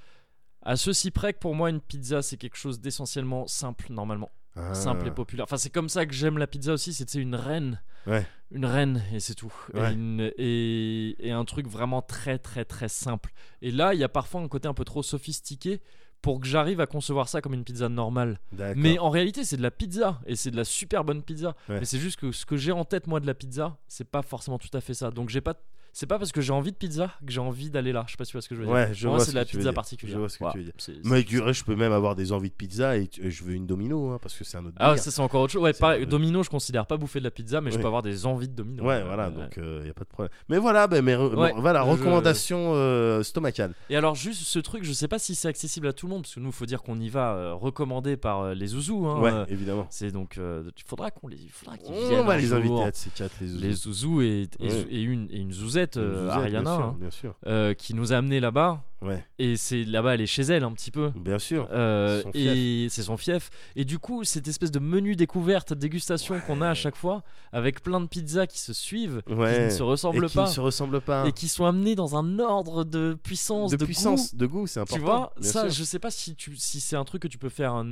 A: À ceci près que pour moi, une pizza, c'est quelque chose d'essentiellement simple, normalement.
B: Ah.
A: Simple et populaire. Enfin, c'est comme ça que j'aime la pizza aussi, c'est tu sais, une reine.
B: Ouais.
A: Une reine, et c'est tout. Et
B: Ouais.
A: une- Et, et un truc vraiment très, très, très simple. Et là, il y a parfois un côté un peu trop sophistiqué pour que j'arrive à concevoir ça comme une pizza normale.
B: D'accord.
A: Mais en réalité, c'est de la pizza et c'est de la super bonne pizza.
B: Ouais.
A: Mais c'est juste que ce que j'ai en tête moi de la pizza, c'est pas forcément tout à fait ça. Donc j'ai pas c'est pas parce que j'ai envie de pizza que j'ai envie d'aller là. Je sais pas si tu vois ce que je veux dire.
B: Ouais, je
A: Pour
B: vois
A: moi,
B: ce
A: c'est de la
B: que tu veux
A: pizza
B: dire.
A: particulière.
B: Je vois ce que
A: Voilà.
B: tu veux dire.
A: C'est- c'est-
B: Mais du reste, je peux même avoir des envies de pizza et tu- et je veux une domino hein, parce que c'est un autre.
A: Ah,
B: délire.
A: ça c'est encore autre chose. Ouais,
B: C'est
A: pareil,
B: un-
A: domino, je considère pas bouffer de la pizza, mais je
B: Ouais.
A: peux avoir des envies de domino.
B: Ouais,
A: Euh,
B: voilà,
A: euh,
B: donc il n'y a pas de problème. Mais voilà, ben, mes re-
A: Ouais,
B: bon, voilà
A: je-
B: recommandation euh, stomacale.
A: Et alors juste ce truc, je sais pas si c'est accessible à tout le monde parce que nous faut dire qu'on y va euh, recommandé par euh, les zouzous hein.
B: ouais,
A: Euh,
B: évidemment.
A: C'est donc euh, il faudra qu'on les il faudra qu'ils viennent.
B: On va
A: un
B: les
A: jour.
B: inviter à ces quatre, les
A: les zouzous et, et,
B: Ouais.
A: et une et une zouzette, euh,
B: Zouzette,
A: Ariana.
B: Bien sûr,
A: hein.
B: bien sûr.
A: euh, qui nous a amené là-bas.
B: Ouais,
A: Et c'est là-bas, elle est chez elle un petit peu.
B: bien sûr.
A: Euh,
B: Son fief.
A: et c'est son fief. Et du coup, cette espèce de menu découverte, dégustation qu'on a à chaque fois, avec plein de pizzas qui se suivent, qui
B: Ouais.
A: ne se
B: et
A: ressemblent
B: qui
A: pas,
B: ne se ressemblent pas.
A: et qui sont amenées dans un ordre de puissance,
B: de,
A: de, goût.
B: puissance, de goût, c'est important.
A: Tu vois,
B: bien
A: ça,
B: sûr.
A: je sais pas si, tu, si c'est un truc que tu peux faire, un-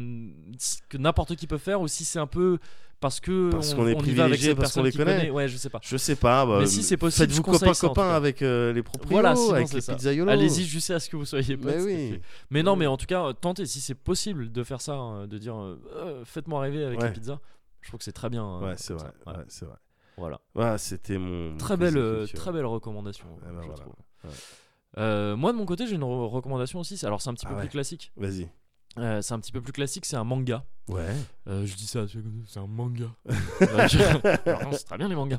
A: que n'importe qui peut faire, ou si c'est un peu parce que
B: Parce
A: on,
B: qu'on est
A: on y va avec
B: privilégié,
A: cette
B: parce qu'on
A: personne
B: les
A: qui
B: connaît.
A: Ouais, je sais pas.
B: Je sais pas. bah,
A: Mais si c'est possible, je
B: faites-vous
A: conseille
B: copain
A: ça, en tout
B: copain
A: cas.
B: avec euh, les proprios,
A: Voilà, sinon,
B: avec
A: c'est
B: les
A: ça.
B: pizzaiolos.
A: Allez-y jusqu'à ce que vous soyez potes,
B: Mais
A: c'est
B: oui.
A: fait. Mais non,
B: Oui.
A: mais en tout cas, euh, tentez si c'est possible de faire ça, hein, de dire euh, Euh, faites-moi rêver avec
B: Ouais.
A: les pizzas. Je trouve que c'est très bien. hein,
B: Ouais, c'est
A: comme
B: vrai.
A: ça.
B: Ouais,
A: Ouais,
B: c'est vrai.
A: Voilà.
B: Voilà, c'était mon.
A: Très
B: mon
A: belle,
B: plaisir
A: euh,
B: culturel.
A: très belle recommandation.
B: Eh ben
A: je
B: voilà.
A: trouve.
B: Ouais.
A: Euh, moi de mon côté, j'ai une re- recommandation aussi. Alors c'est un petit
B: Ah
A: peu
B: ouais.
A: plus classique.
B: Vas-y.
A: Euh, c'est un petit peu plus classique. C'est un manga.
B: Ouais.
A: Euh, je dis ça, c'est comme ça, c'est un manga. Bah, je- Non, c'est très bien les mangas.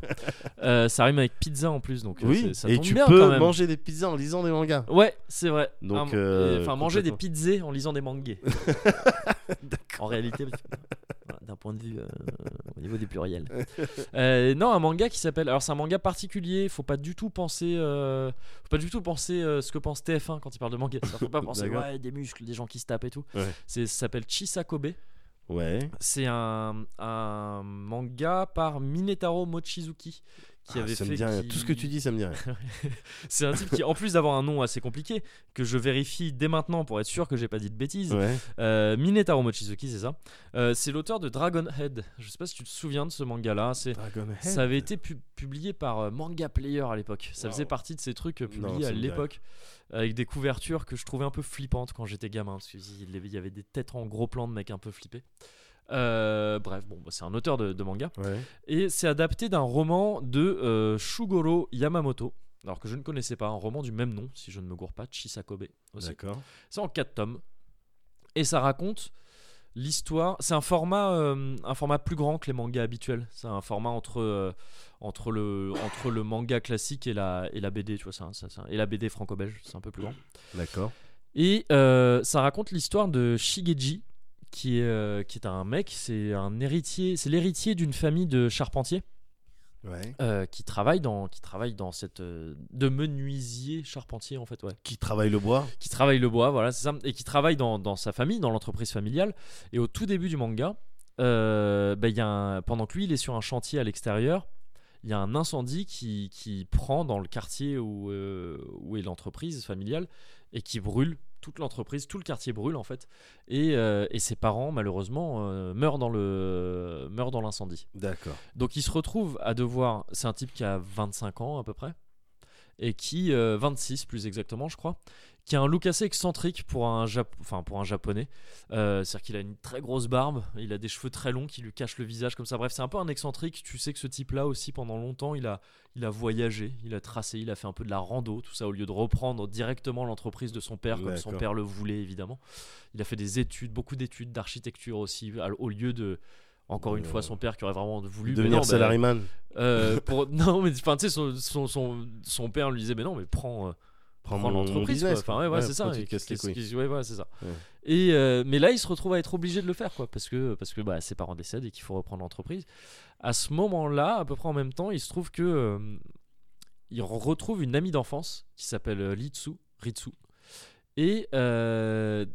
A: Euh, ça rime avec pizza en plus, donc euh,
B: Oui.
A: c'est- ça
B: Et
A: tombe
B: tu
A: bien quand
B: peux
A: même.
B: manger des pizzas en lisant des mangas.
A: Ouais, c'est vrai.
B: Donc,
A: Un-
B: euh,
A: enfin, manger des
B: complètement.
A: pizzas en lisant des mangas. en réalité, parce que- voilà, d'un point de vue euh, au niveau du pluriel. Euh, non, un manga qui s'appelle. Alors, c'est un manga particulier. Faut pas du tout penser. euh, Faut pas du tout penser euh, ce que pense TF1 quand il parle de manga. C'est-à-dire, Faut pas penser
B: D'accord.
A: ouais des muscles, des gens qui se tapent et tout.
B: Ouais.
A: C'est ça s'appelle Chisakobe.
B: Ouais.
A: C'est un, un manga par Minetaro Mochizuki qui
B: Ah,
A: avait
B: ça
A: fait
B: me dit rien.
A: qui-
B: Tout ce que tu dis, ça me dit rien.
A: C'est un type qui, en plus d'avoir un nom assez compliqué, que je vérifie dès maintenant pour être sûr que j'ai pas dit de bêtises.
B: Ouais.
A: Euh, Minetaro Mochizuki, c'est ça. Euh, c'est l'auteur de Dragon Head. Je sais pas si tu te souviens de ce manga-là. C'est ça avait été pu- publié par euh, Manga Player à l'époque. Ça
B: Wow.
A: faisait partie de ces trucs euh,
B: Non,
A: publiés
B: ça
A: à
B: me dit
A: l'époque avec des couvertures que je trouvais un peu flippantes quand j'étais gamin parce qu'il y avait des têtes en gros plan de mecs un peu flippés. Euh, bref, bon, bah, c'est un auteur de, de manga
B: Ouais.
A: et c'est adapté d'un roman de euh, Shugoro Yamamoto. Alors que je ne connaissais pas un roman du même nom, si je ne me gourre pas, Chisakobe aussi.
B: D'accord.
A: C'est en 4 tomes. Et ça raconte l'histoire. C'est un format, euh, un format plus grand que les mangas habituels. C'est un format entre, euh, entre, le, entre le manga classique et la, et la BD, tu vois, ça, ça, ça- et la BD franco-belge. C'est un peu plus grand.
B: D'accord.
A: Et euh, ça raconte l'histoire de Shigeji, qui est, euh, qui est un mec, c'est un héritier, c'est l'héritier d'une famille de charpentiers
B: Ouais.
A: euh, qui travaille dans, qui travaille dans cette, euh, de menuisier charpentier en fait, ouais
B: Qui travaille le bois.
A: qui travaille le bois, voilà, c'est ça, et qui travaille dans, dans sa famille, dans l'entreprise familiale. Et au tout début du manga, euh, bah, il y a un- pendant que lui, il est sur un chantier à l'extérieur, il y a un incendie qui, qui prend dans le quartier où, euh, où est l'entreprise familiale et qui brûle toute l'entreprise, tout le quartier brûle en fait. Et, euh, et ses parents, malheureusement, euh, meurent dans le- meurent dans l'incendie.
B: D'accord.
A: Donc il se retrouve à devoir. C'est un type qui a 25 ans à peu près. Et qui. euh, 26 plus exactement, je crois. Qui a un look assez excentrique pour un, Jap- enfin, pour un japonais. Euh, C'est-à-dire qu'il a une très grosse barbe. Il a des cheveux très longs qui lui cachent le visage comme ça. Bref, c'est un peu un excentrique. Tu sais que ce type-là aussi, pendant longtemps, il a, il a voyagé. Il a tracé. Il a fait un peu de la rando. Tout ça au lieu de reprendre directement l'entreprise de son père comme son
B: D'accord.
A: père le voulait évidemment. Il a fait des études, beaucoup d'études d'architecture aussi. à- Au lieu de. Encore une
B: Euh,
A: fois, son père qui aurait vraiment voulu mais non,
B: Devenir
A: bah,
B: salaryman.
A: euh, pour non mais enfin tu sais son, son, son, son père lui disait mais non mais prends euh,
B: Prends
A: prends
B: mon- mon
A: l'entreprise quoi.
B: business,
A: enfin ouais, ouais,
B: ouais,
A: c'est ça
B: pourquoi tu
A: Et
B: te casses les
A: qu'est-ce
B: couilles
A: qui- ouais, voilà, c'est ça
B: Ouais.
A: et euh, mais là il se retrouve à être obligé de le faire quoi parce que parce que bah, ses parents décèdent et qu'il faut reprendre l'entreprise à ce moment là à peu près en même temps il se trouve que euh, il retrouve une amie d'enfance qui s'appelle euh, Litsu Ritsu et euh,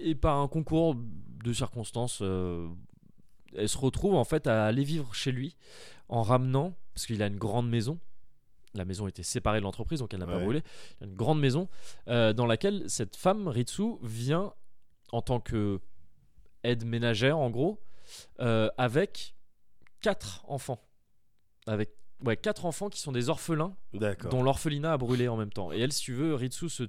A: et par un concours de circonstances euh, elle se retrouve en fait à aller vivre chez lui en ramenant, parce qu'il a une grande maison, la maison était séparée de l'entreprise, donc elle n'a pas
B: Ouais.
A: brûlé, il a une grande maison euh, dans laquelle cette femme, Ritsu, vient en tant que aide ménagère, en gros, euh, avec quatre enfants. Avec ouais, quatre enfants qui sont des orphelins
B: D'accord.
A: dont l'orphelinat a brûlé en même temps. Et elle, si tu veux, Ritsu se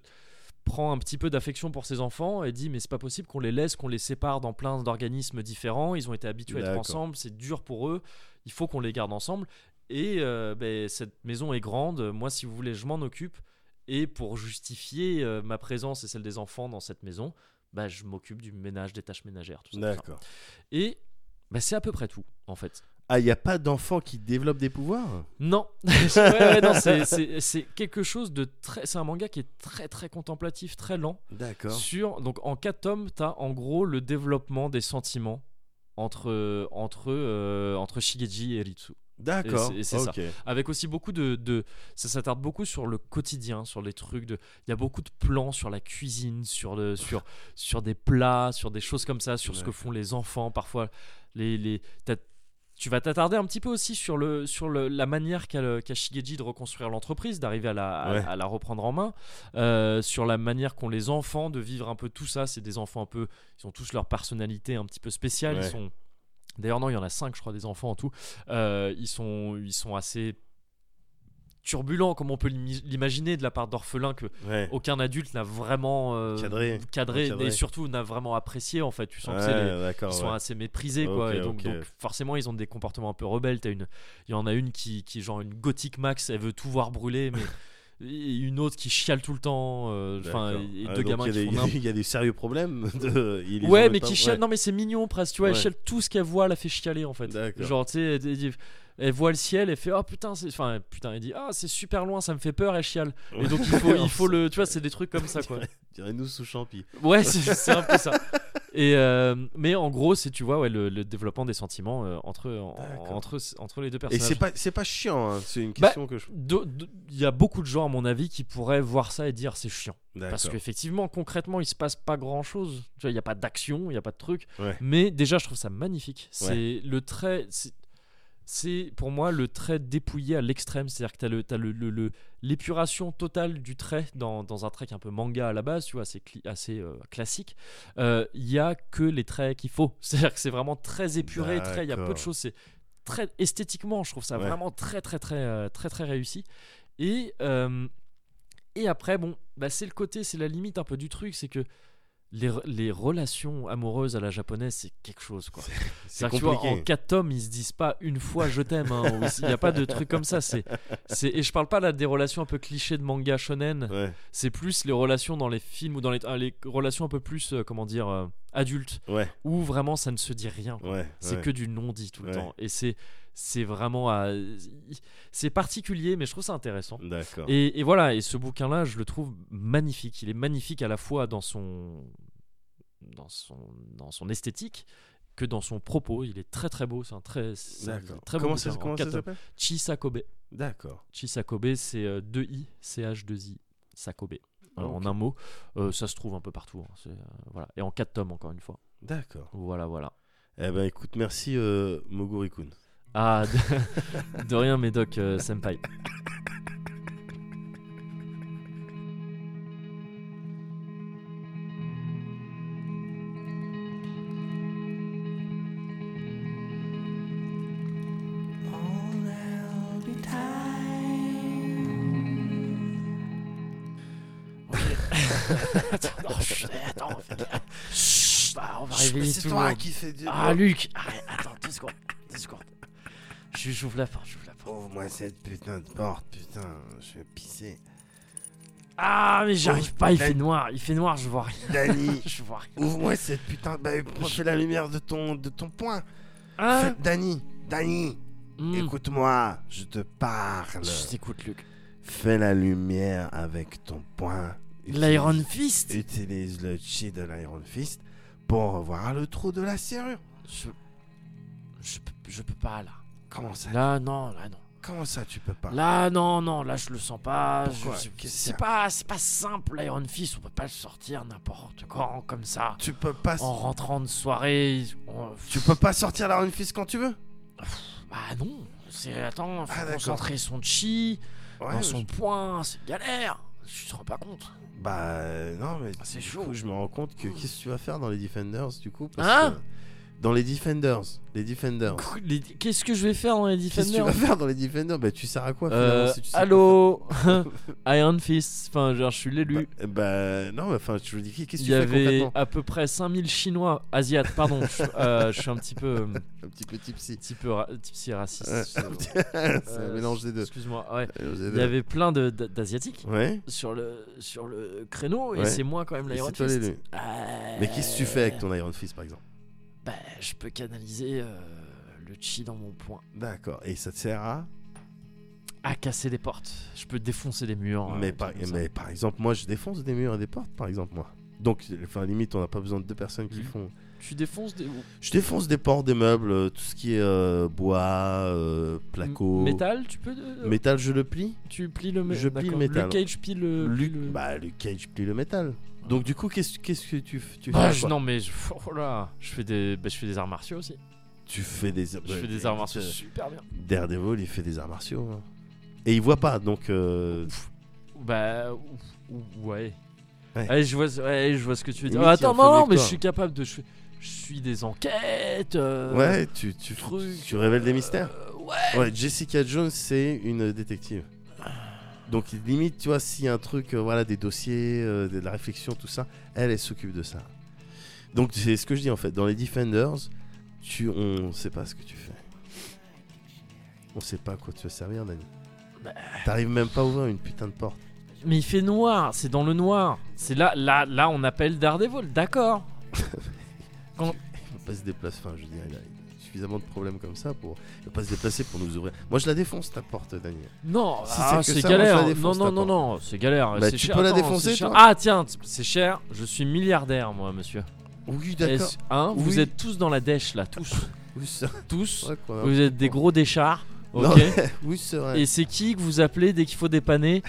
A: prend un petit peu d'affection pour ses enfants et dit mais c'est pas possible qu'on les laisse, qu'on les sépare dans plein d'organismes différents, ils ont été habitués à être
B: D'accord.
A: ensemble, c'est dur pour eux, il faut qu'on les garde ensemble. Et euh, ben, cette maison est grande, moi si vous voulez je m'en occupe. Et pour justifier euh, ma présence et celle des enfants dans cette maison, bah, je m'occupe du ménage, des tâches ménagères, tout ça. tout ça.
B: D'accord.
A: Et ben, c'est à peu près tout en fait.
B: Ah, il n'y a pas d'enfant qui développe des pouvoirs
A: Non, Ouais, ouais, non, c'est- c'est c'est quelque chose de très. C'est un manga qui est très très contemplatif, très lent.
B: D'accord.
A: Sur donc en 4 tomes, t'as en gros le développement des sentiments entre entre euh, entre Shigeji et Ritsu.
B: D'accord.
A: Et c'est- et c'est ça.
B: ok.
A: avec aussi beaucoup de, de- ça s'attarde beaucoup sur le quotidien sur les trucs de il y a beaucoup de plans sur la cuisine sur le sur sur des plats sur des choses comme ça sur ce que
B: D'accord.
A: font les enfants parfois les les t'as- tu vas t'attarder un petit peu aussi sur le sur le, la manière qu'a le- qu'a Shigeji de reconstruire l'entreprise d'arriver à la à-
B: Ouais.
A: à la reprendre en main euh, sur la manière qu'ont les enfants de vivre un peu tout ça c'est des enfants un peu ils ont tous leur personnalité un petit peu spéciale ils
B: Ouais.
A: sont D'ailleurs, non, il y en a 5, je crois, des enfants en tout. Euh, ils, sont, ils sont assez turbulents, comme on peut l'imi- l'imaginer, de la part d'orphelins que
B: Ouais.
A: aucun adulte n'a vraiment euh,
B: Cadré.
A: cadré,
B: Cadré.
A: et surtout n'a vraiment apprécié, en fait. Tu sens que c'est
B: Ouais,
A: les-
B: d'accord.
A: Ils sont
B: Ah ouais.
A: assez méprisés, quoi.
B: Ok,
A: et donc,
B: ok.
A: donc, forcément, ils ont des comportements un peu rebelles. T'as une, il y en a une qui, qui est genre une gothique max, elle veut tout voir brûler, mais et une autre qui chiale tout le temps. euh, Enfin,
B: D'accord.
A: et
B: Ah,
A: deux
B: donc
A: gamins
B: il y a
A: qui
B: des-
A: font n'importe
B: Il y a des sérieux problèmes. de- ils les
A: ouais,
B: ont
A: mais
B: pas-
A: qui
B: ouais.
A: chiale. Non, mais c'est mignon presque. Tu vois, elle
B: Ouais.
A: chiale tout ce qu'elle voit, elle la fait chialer en fait.
B: D'accord.
A: Genre, tu sais, elle, elle- elle voit le ciel, elle fait oh putain, c'est... enfin putain, elle dit ah c'est super loin, ça me fait peur, elle chiale. Et
B: Ouais.
A: donc il faut, il faut le, tu vois, c'est des trucs comme ça quoi.
B: Dirais-nous sous champi.
A: Ouais, c'est, c'est un peu ça. Et euh, mais en gros, c'est tu vois, ouais, le, le développement des sentiments euh, entre en-
B: D'accord.
A: entre entre les deux
B: Et
A: personnages.
B: c'est pas, c'est pas chiant. hein, C'est une
A: Bah,
B: question que je.
A: Do- do- Il y a beaucoup de gens, à mon avis, qui pourraient voir ça et dire c'est chiant. Parce
B: D'accord.
A: qu'effectivement, concrètement, il se passe pas grand chose. Tu vois, il n'y a pas d'action, il n'y a pas de truc.
B: Ouais.
A: Mais déjà, je trouve ça magnifique. C'est le trait. c'est- C'est pour moi le trait dépouillé à l'extrême. C'est-à-dire que tu as l'épuration le, le, l'épuration totale du trait dans, dans un trait qui est un peu manga à la base, tu vois, assez, cli- assez euh, classique. Euh, Il y a que les traits qu'il faut. C'est-à-dire que c'est vraiment très épuré, très, il y a peu de
B: D'accord.
A: choses. C'est très esthétiquement, je trouve ça
B: Ouais.
A: vraiment très, très, très, euh, très, très réussi. Et. euh, et après, bon, bah, c'est le côté, c'est la limite un peu du truc, c'est que les, re- les relations amoureuses à la japonaise, c'est quelque chose, quoi.
B: C'est
A: C'est-à-dire que tu vois, en
B: compliqué.
A: 4 tomes, ils se disent pas une fois je t'aime, hein, ou il n'y a pas de truc comme ça. C'est, c'est, et je parle pas là des relations un peu clichés de manga shonen,
B: Ouais,
A: c'est plus les relations dans les films ou dans les, ah, les relations un peu plus, euh, comment dire, euh, adultes,
B: ouais, où
A: où vraiment ça ne se dit rien. quoi.
B: ouais.
A: C'est
B: ouais.
A: que du non-dit tout le
B: Ouais.
A: temps. Et c'est, c'est vraiment. à- C'est particulier, mais je trouve ça intéressant.
B: D'accord.
A: Et, et voilà, et ce bouquin-là, je le trouve magnifique. Il est magnifique à la fois dans son, dans son, dans son esthétique que dans son propos. Il est très très beau. C'est un très, c'est un
B: D'accord.
A: très beau
B: comment
A: bouquin.
B: ça,
A: en
B: comment
A: quatre
B: ça
A: tomes.
B: s'appelle
A: Chisakobe.
B: D'accord.
A: Chisakobe, c'est euh, 2i, CH2i, Sakobe. Alors,
B: Ok.
A: En un mot, Euh, ça se trouve un peu partout. hein. C'est, euh, voilà. Et en 4 tomes, encore une fois.
B: D'accord.
A: Voilà, voilà.
B: Eh ben écoute, merci euh, Moguri-kun.
A: Ah, de, de rien, Médoc euh, Senpai. Non, chut, attends, Chut, bah, on va réveiller tout le monde.
B: qui fais du.
A: Ah, Luc, arrête, attends, deux secondes, deux secondes. Je- J'ouvre la porte, j'ouvre la porte.
B: Ouvre-moi cette putain de porte, putain, je vais pisser.
A: Ah, mais j'arrive
B: Ouvre
A: pas, il
B: la-
A: fait noir, il fait noir, je vois rien,
B: Dani,
A: je vois rien.
B: ouvre-moi cette putain de. Bah, fais la lumière de ton, de ton poing. Ah.
A: Hein
B: Dani, Dani,
A: Hmm.
B: écoute-moi, je te parle.
A: Je t'écoute, Luc.
B: Fais la lumière avec ton poing.
A: L'Iron Fist
B: Utilise le chi de l'Iron Fist pour revoir le trou de la serrure.
A: je... je. peux- Je peux pas, là.
B: Comment ça
A: Là, non, là, non.
B: Comment ça tu peux pas
A: Là, non, non, là, je le sens pas. je-
B: Pourquoi
A: je-
B: Qu'est-ce qu'il y
A: C'est
B: a
A: pas, c'est pas simple, Iron Fist, on peut pas le sortir n'importe quand, comme ça.
B: Tu peux pas
A: En rentrant de soirée. on-
B: Ah, Tu peux pas sortir l'Iron Fist quand tu veux
A: Bah non, c'est. Attends, faut
B: Ah, d'accord.
A: concentrer son chi.
B: Ouais,
A: dans
B: je-
A: son point, c'est galère. Tu te rends pas compte.
B: Bah euh, non mais
A: Ah, c'est
B: du
A: chaud.
B: coup, je me rends compte que qu'est-ce que tu vas faire dans les Defenders du coup parce
A: Hein
B: que- Dans les Defenders, les Defenders.
A: Les- Qu'est-ce que je vais faire dans les
B: Qu'est-ce que tu vas
A: Defenders
B: faire dans les Defenders Bah tu sers à quoi finalement,
A: euh,
B: si tu sais pas
A: Allô Iron Fist, enfin, genre, je suis l'élu.
B: faire Bah, bah, non mais enfin je vous dis qu'est-ce que
A: Il
B: tu
A: y
B: fais
A: avait
B: concrètement
A: à peu près 5000 Chinois, Asiates, pardon, je, euh, je suis un petit peu, euh,
B: Un petit peu tipsy.
A: petit peu ra- tipsy raciste.
B: Ouais.
A: excusez-moi.
B: C'est un
A: Euh,
B: mélange des deux.
A: Excuse-moi, ouais.
B: Un mélange des
A: Il
B: deux.
A: y avait plein de- d- d'Asiatiques
B: Ouais.
A: sur le, sur le créneau, et
B: Ouais.
A: c'est moi quand même
B: Et
A: l'Iron
B: c'est toi l'élu.
A: Fist. Euh,
B: Mais qu'est-ce que tu fais avec ton Iron Fist par exemple
A: bah, Je peux canaliser euh, le chi dans mon point.
B: D'accord. Et ça te sert à
A: à casser des portes. Je peux défoncer des murs.
B: mais,
A: euh,
B: par,
A: comme ça.
B: mais par exemple, moi je défonce des murs et des portes, par exemple, moi. Donc, enfin, limite, on n'a pas besoin de deux personnes qui
A: Mhm.
B: font.
A: Tu défonces des.
B: Je défonce des portes, des meubles, euh, tout ce qui est euh, bois, euh, placo.
A: M- Métal, tu peux. euh,
B: Métal, je le plie.
A: Tu plies le mé-
B: Je plie le
A: d'accord.
B: métal.
A: Luke Cage plie le. plie
B: Luc,
A: le-
B: bah, Luke Cage plie le métal. Donc, du coup, qu'est-ce qu'est-ce que tu, f- tu fais
A: Ah,
B: quoi
A: je- non mais je, oh là, je fais des, bah, je fais des arts martiaux aussi.
B: Tu fais des. euh,
A: Je fais des arts martiaux super bien.
B: Daredevil, il fait des arts martiaux. hein. Et il voit pas, donc. euh,
A: Bah ou- ou- ouais.
B: Ouais.
A: Ouais, je vois, ce- ouais, je vois ce que tu veux dire.
B: Limite, il y a
A: attends,
B: un
A: non,
B: faux
A: non, mais je
B: victoire.
A: suis capable de, je, fais- je suis des enquêtes. euh,
B: ouais, tu, tu,
A: truc,
B: tu révèles des
A: euh,
B: mystères.
A: ouais.
B: Ouais, Jessica Jones, c'est une détective. Donc limite, tu vois, s'il y a un truc, euh, voilà, des dossiers, euh, de la réflexion, tout ça, elle, elle s'occupe de ça. Donc c'est ce que je dis en fait. Dans les Defenders, tu, on sait pas ce que tu fais. On sait pas à quoi tu vas servir, Dani.
A: Bah.
B: T'arrives même pas à ouvrir une putain de porte.
A: Mais il fait noir, c'est dans le noir. C'est là, là, là, on appelle Daredevil, d'accord.
B: Il faut pas se déplacer. Enfin, je veux dire, il a suffisamment de problèmes comme ça pour il faut pas se déplacer pour nous ouvrir. Moi, je la défonce ta porte, Dani.
A: Non,
B: Si
A: ah,
B: c'est que
A: c'est
B: ça,
A: galère.
B: moi, je la défonce,
A: non, non, non,
B: t'attends.
A: non, c'est galère.
B: Bah,
A: c'est
B: tu
A: cher.
B: peux la
A: Attends,
B: défoncer,
A: c'est cher.
B: toi
A: Ah tiens, t- c'est cher. Je suis milliardaire, moi, monsieur.
B: Oui, d'accord.
A: Est-ce- hein, Vous
B: Oui.
A: êtes tous dans la dèche là, tous,
B: Oui, c'est
A: tous.
B: vrai qu'on a-
A: Vous êtes des gros déchards. Ok.
B: Non, oui, c'est vrai.
A: Et c'est qui que vous appelez dès qu'il faut dépanner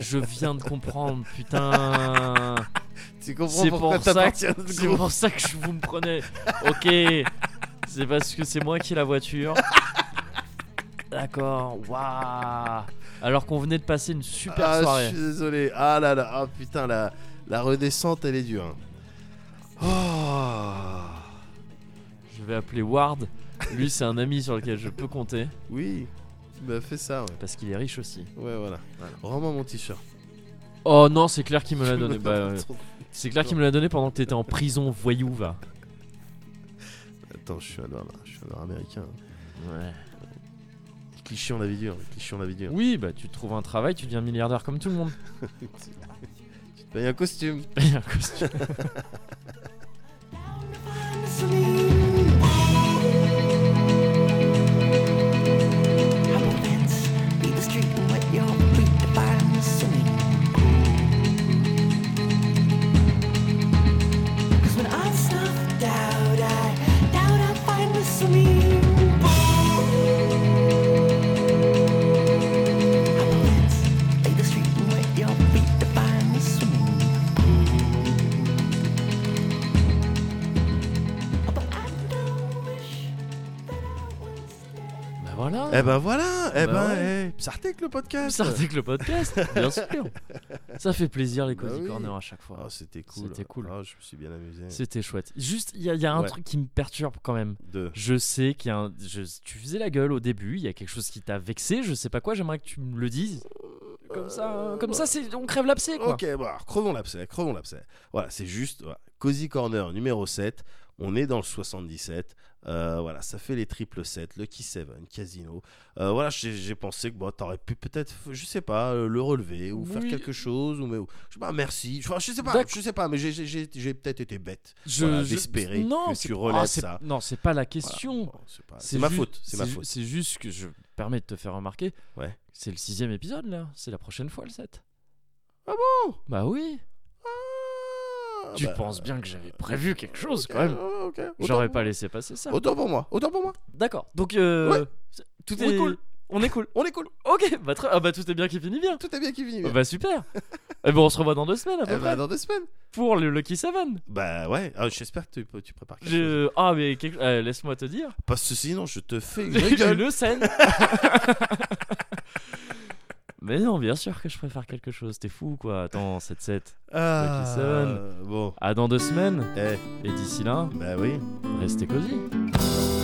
A: Je viens de comprendre, putain.
B: Tu comprends
A: C'est
B: pourquoi
A: pour ça que-
B: t'appartiens à ce
A: C'est
B: groupe.
A: pour ça que je- vous me prenez. Ok. C'est parce que c'est moi qui ai la voiture. D'accord. Waouh. Alors qu'on venait de passer une super
B: ah,
A: soirée.
B: Je suis désolé. Ah là là, ah putain, la, la redescente, elle est dure. hein. Oh.
A: Je vais appeler Ward. Lui, c'est un ami sur lequel je peux compter.
B: Oui, bah fais ça, ouais.
A: Parce qu'il est riche aussi.
B: Ouais, voilà. Rends-moi mon t-shirt.
A: Oh non, c'est Claire qui me l'a donné.
B: Je me
A: Bah, ouais.
B: attends,
A: c'est Claire qui me l'a donné pendant que t'étais en prison, voyou, va.
B: Attends, je suis à l'heure là, je suis à l'heure américain.
A: Ouais.
B: Cliché, on la vie dure, cliché, on la vie dure.
A: Oui, bah tu trouves un travail, tu deviens milliardaire comme tout le monde.
B: Tu te payes un costume.
A: Et un costume. Bah voilà.
B: Eh ben voilà, eh
A: Bah
B: ben,
A: ouais.
B: eh, Psartek, le podcast.
A: Ça avec le podcast, bien sûr. Ça fait plaisir les
B: Bah
A: Cozy
B: oui.
A: Corner à chaque fois.
B: Ah, c'était cool.
A: C'était cool.
B: Ah, je me suis bien amusé.
A: C'était chouette. Juste, il y, a- il y a un
B: Ouais.
A: truc qui me perturbe quand même.
B: Deux.
A: Je sais qu'il y a un. je- tu faisais la gueule au début, il y a quelque chose qui t'a vexé, je sais pas quoi, j'aimerais que tu me le dises. Comme ça, euh, comme ça c'est, on crève l'abcès quoi.
B: Ok, bon, alors, crevons l'abcès, crevons l'abcès. Voilà, c'est juste. voilà. Cozy Corner numéro 7. On est dans le 77. Euh, voilà, ça fait les triple 7, le Key 7, Casino. Euh, voilà, j'ai j'ai pensé que bon, t'aurais pu peut-être, je sais pas, euh, le relever ou faire
A: Oui.
B: quelque chose. Ou, mais, ou- je sais pas, merci. Je, je sais pas,
A: D'accord.
B: je sais pas, mais j'ai- j'ai- j'ai j'ai peut-être été bête.
A: Je,
B: Voilà,
A: je-
B: d'espérer que
A: c'est-
B: tu relèves
A: ah, c'est-
B: ça.
A: Non, c'est pas la
B: Voilà,
A: question.
B: bon, c'est pas- Bah, C'est ma
A: ju-
B: faute, c'est ma
A: ju-
B: faute.
A: C'est juste que je me permets de te faire remarquer.
B: Ouais.
A: C'est le sixième épisode là, c'est la prochaine fois le 7.
B: Ah
A: bon Bah oui.
B: Ah,
A: tu
B: bah,
A: penses bien que j'avais prévu quelque chose
B: ok,
A: quand même.
B: ouais, ok.
A: J'aurais
B: Autant-
A: pas laissé passer ça.
B: Autant pour moi, autant pour moi.
A: D'accord. Donc euh,
B: Ouais.
A: c'est- tout
B: On est
A: est
B: cool.
A: On est cool.
B: On est cool,
A: Ok. Bah, très- ah bah tout est bien qui finit bien.
B: tout est bien qui finit.
A: Ah
B: bien.
A: Bah super. Et bon, on se revoit dans deux semaines à peu
B: Eh
A: près
B: ben, dans deux semaines.
A: pour le Lucky Seven.
B: Bah ouais, ah, j'espère que tu, tu prépares quelque chose.
A: Je... Ah mais quelque- euh, laisse-moi te dire.
B: Parce que sinon, je te fais une gueule.
A: le scène. mais non, bien sûr que je préfère quelque chose. T'es fou quoi. Attends, 7-7.
B: Ah,
A: Qui sonne.
B: Bon,
A: À dans deux semaines.
B: eh,
A: Et d'ici là,
B: bah oui.
A: restez cosy.
B: Bye.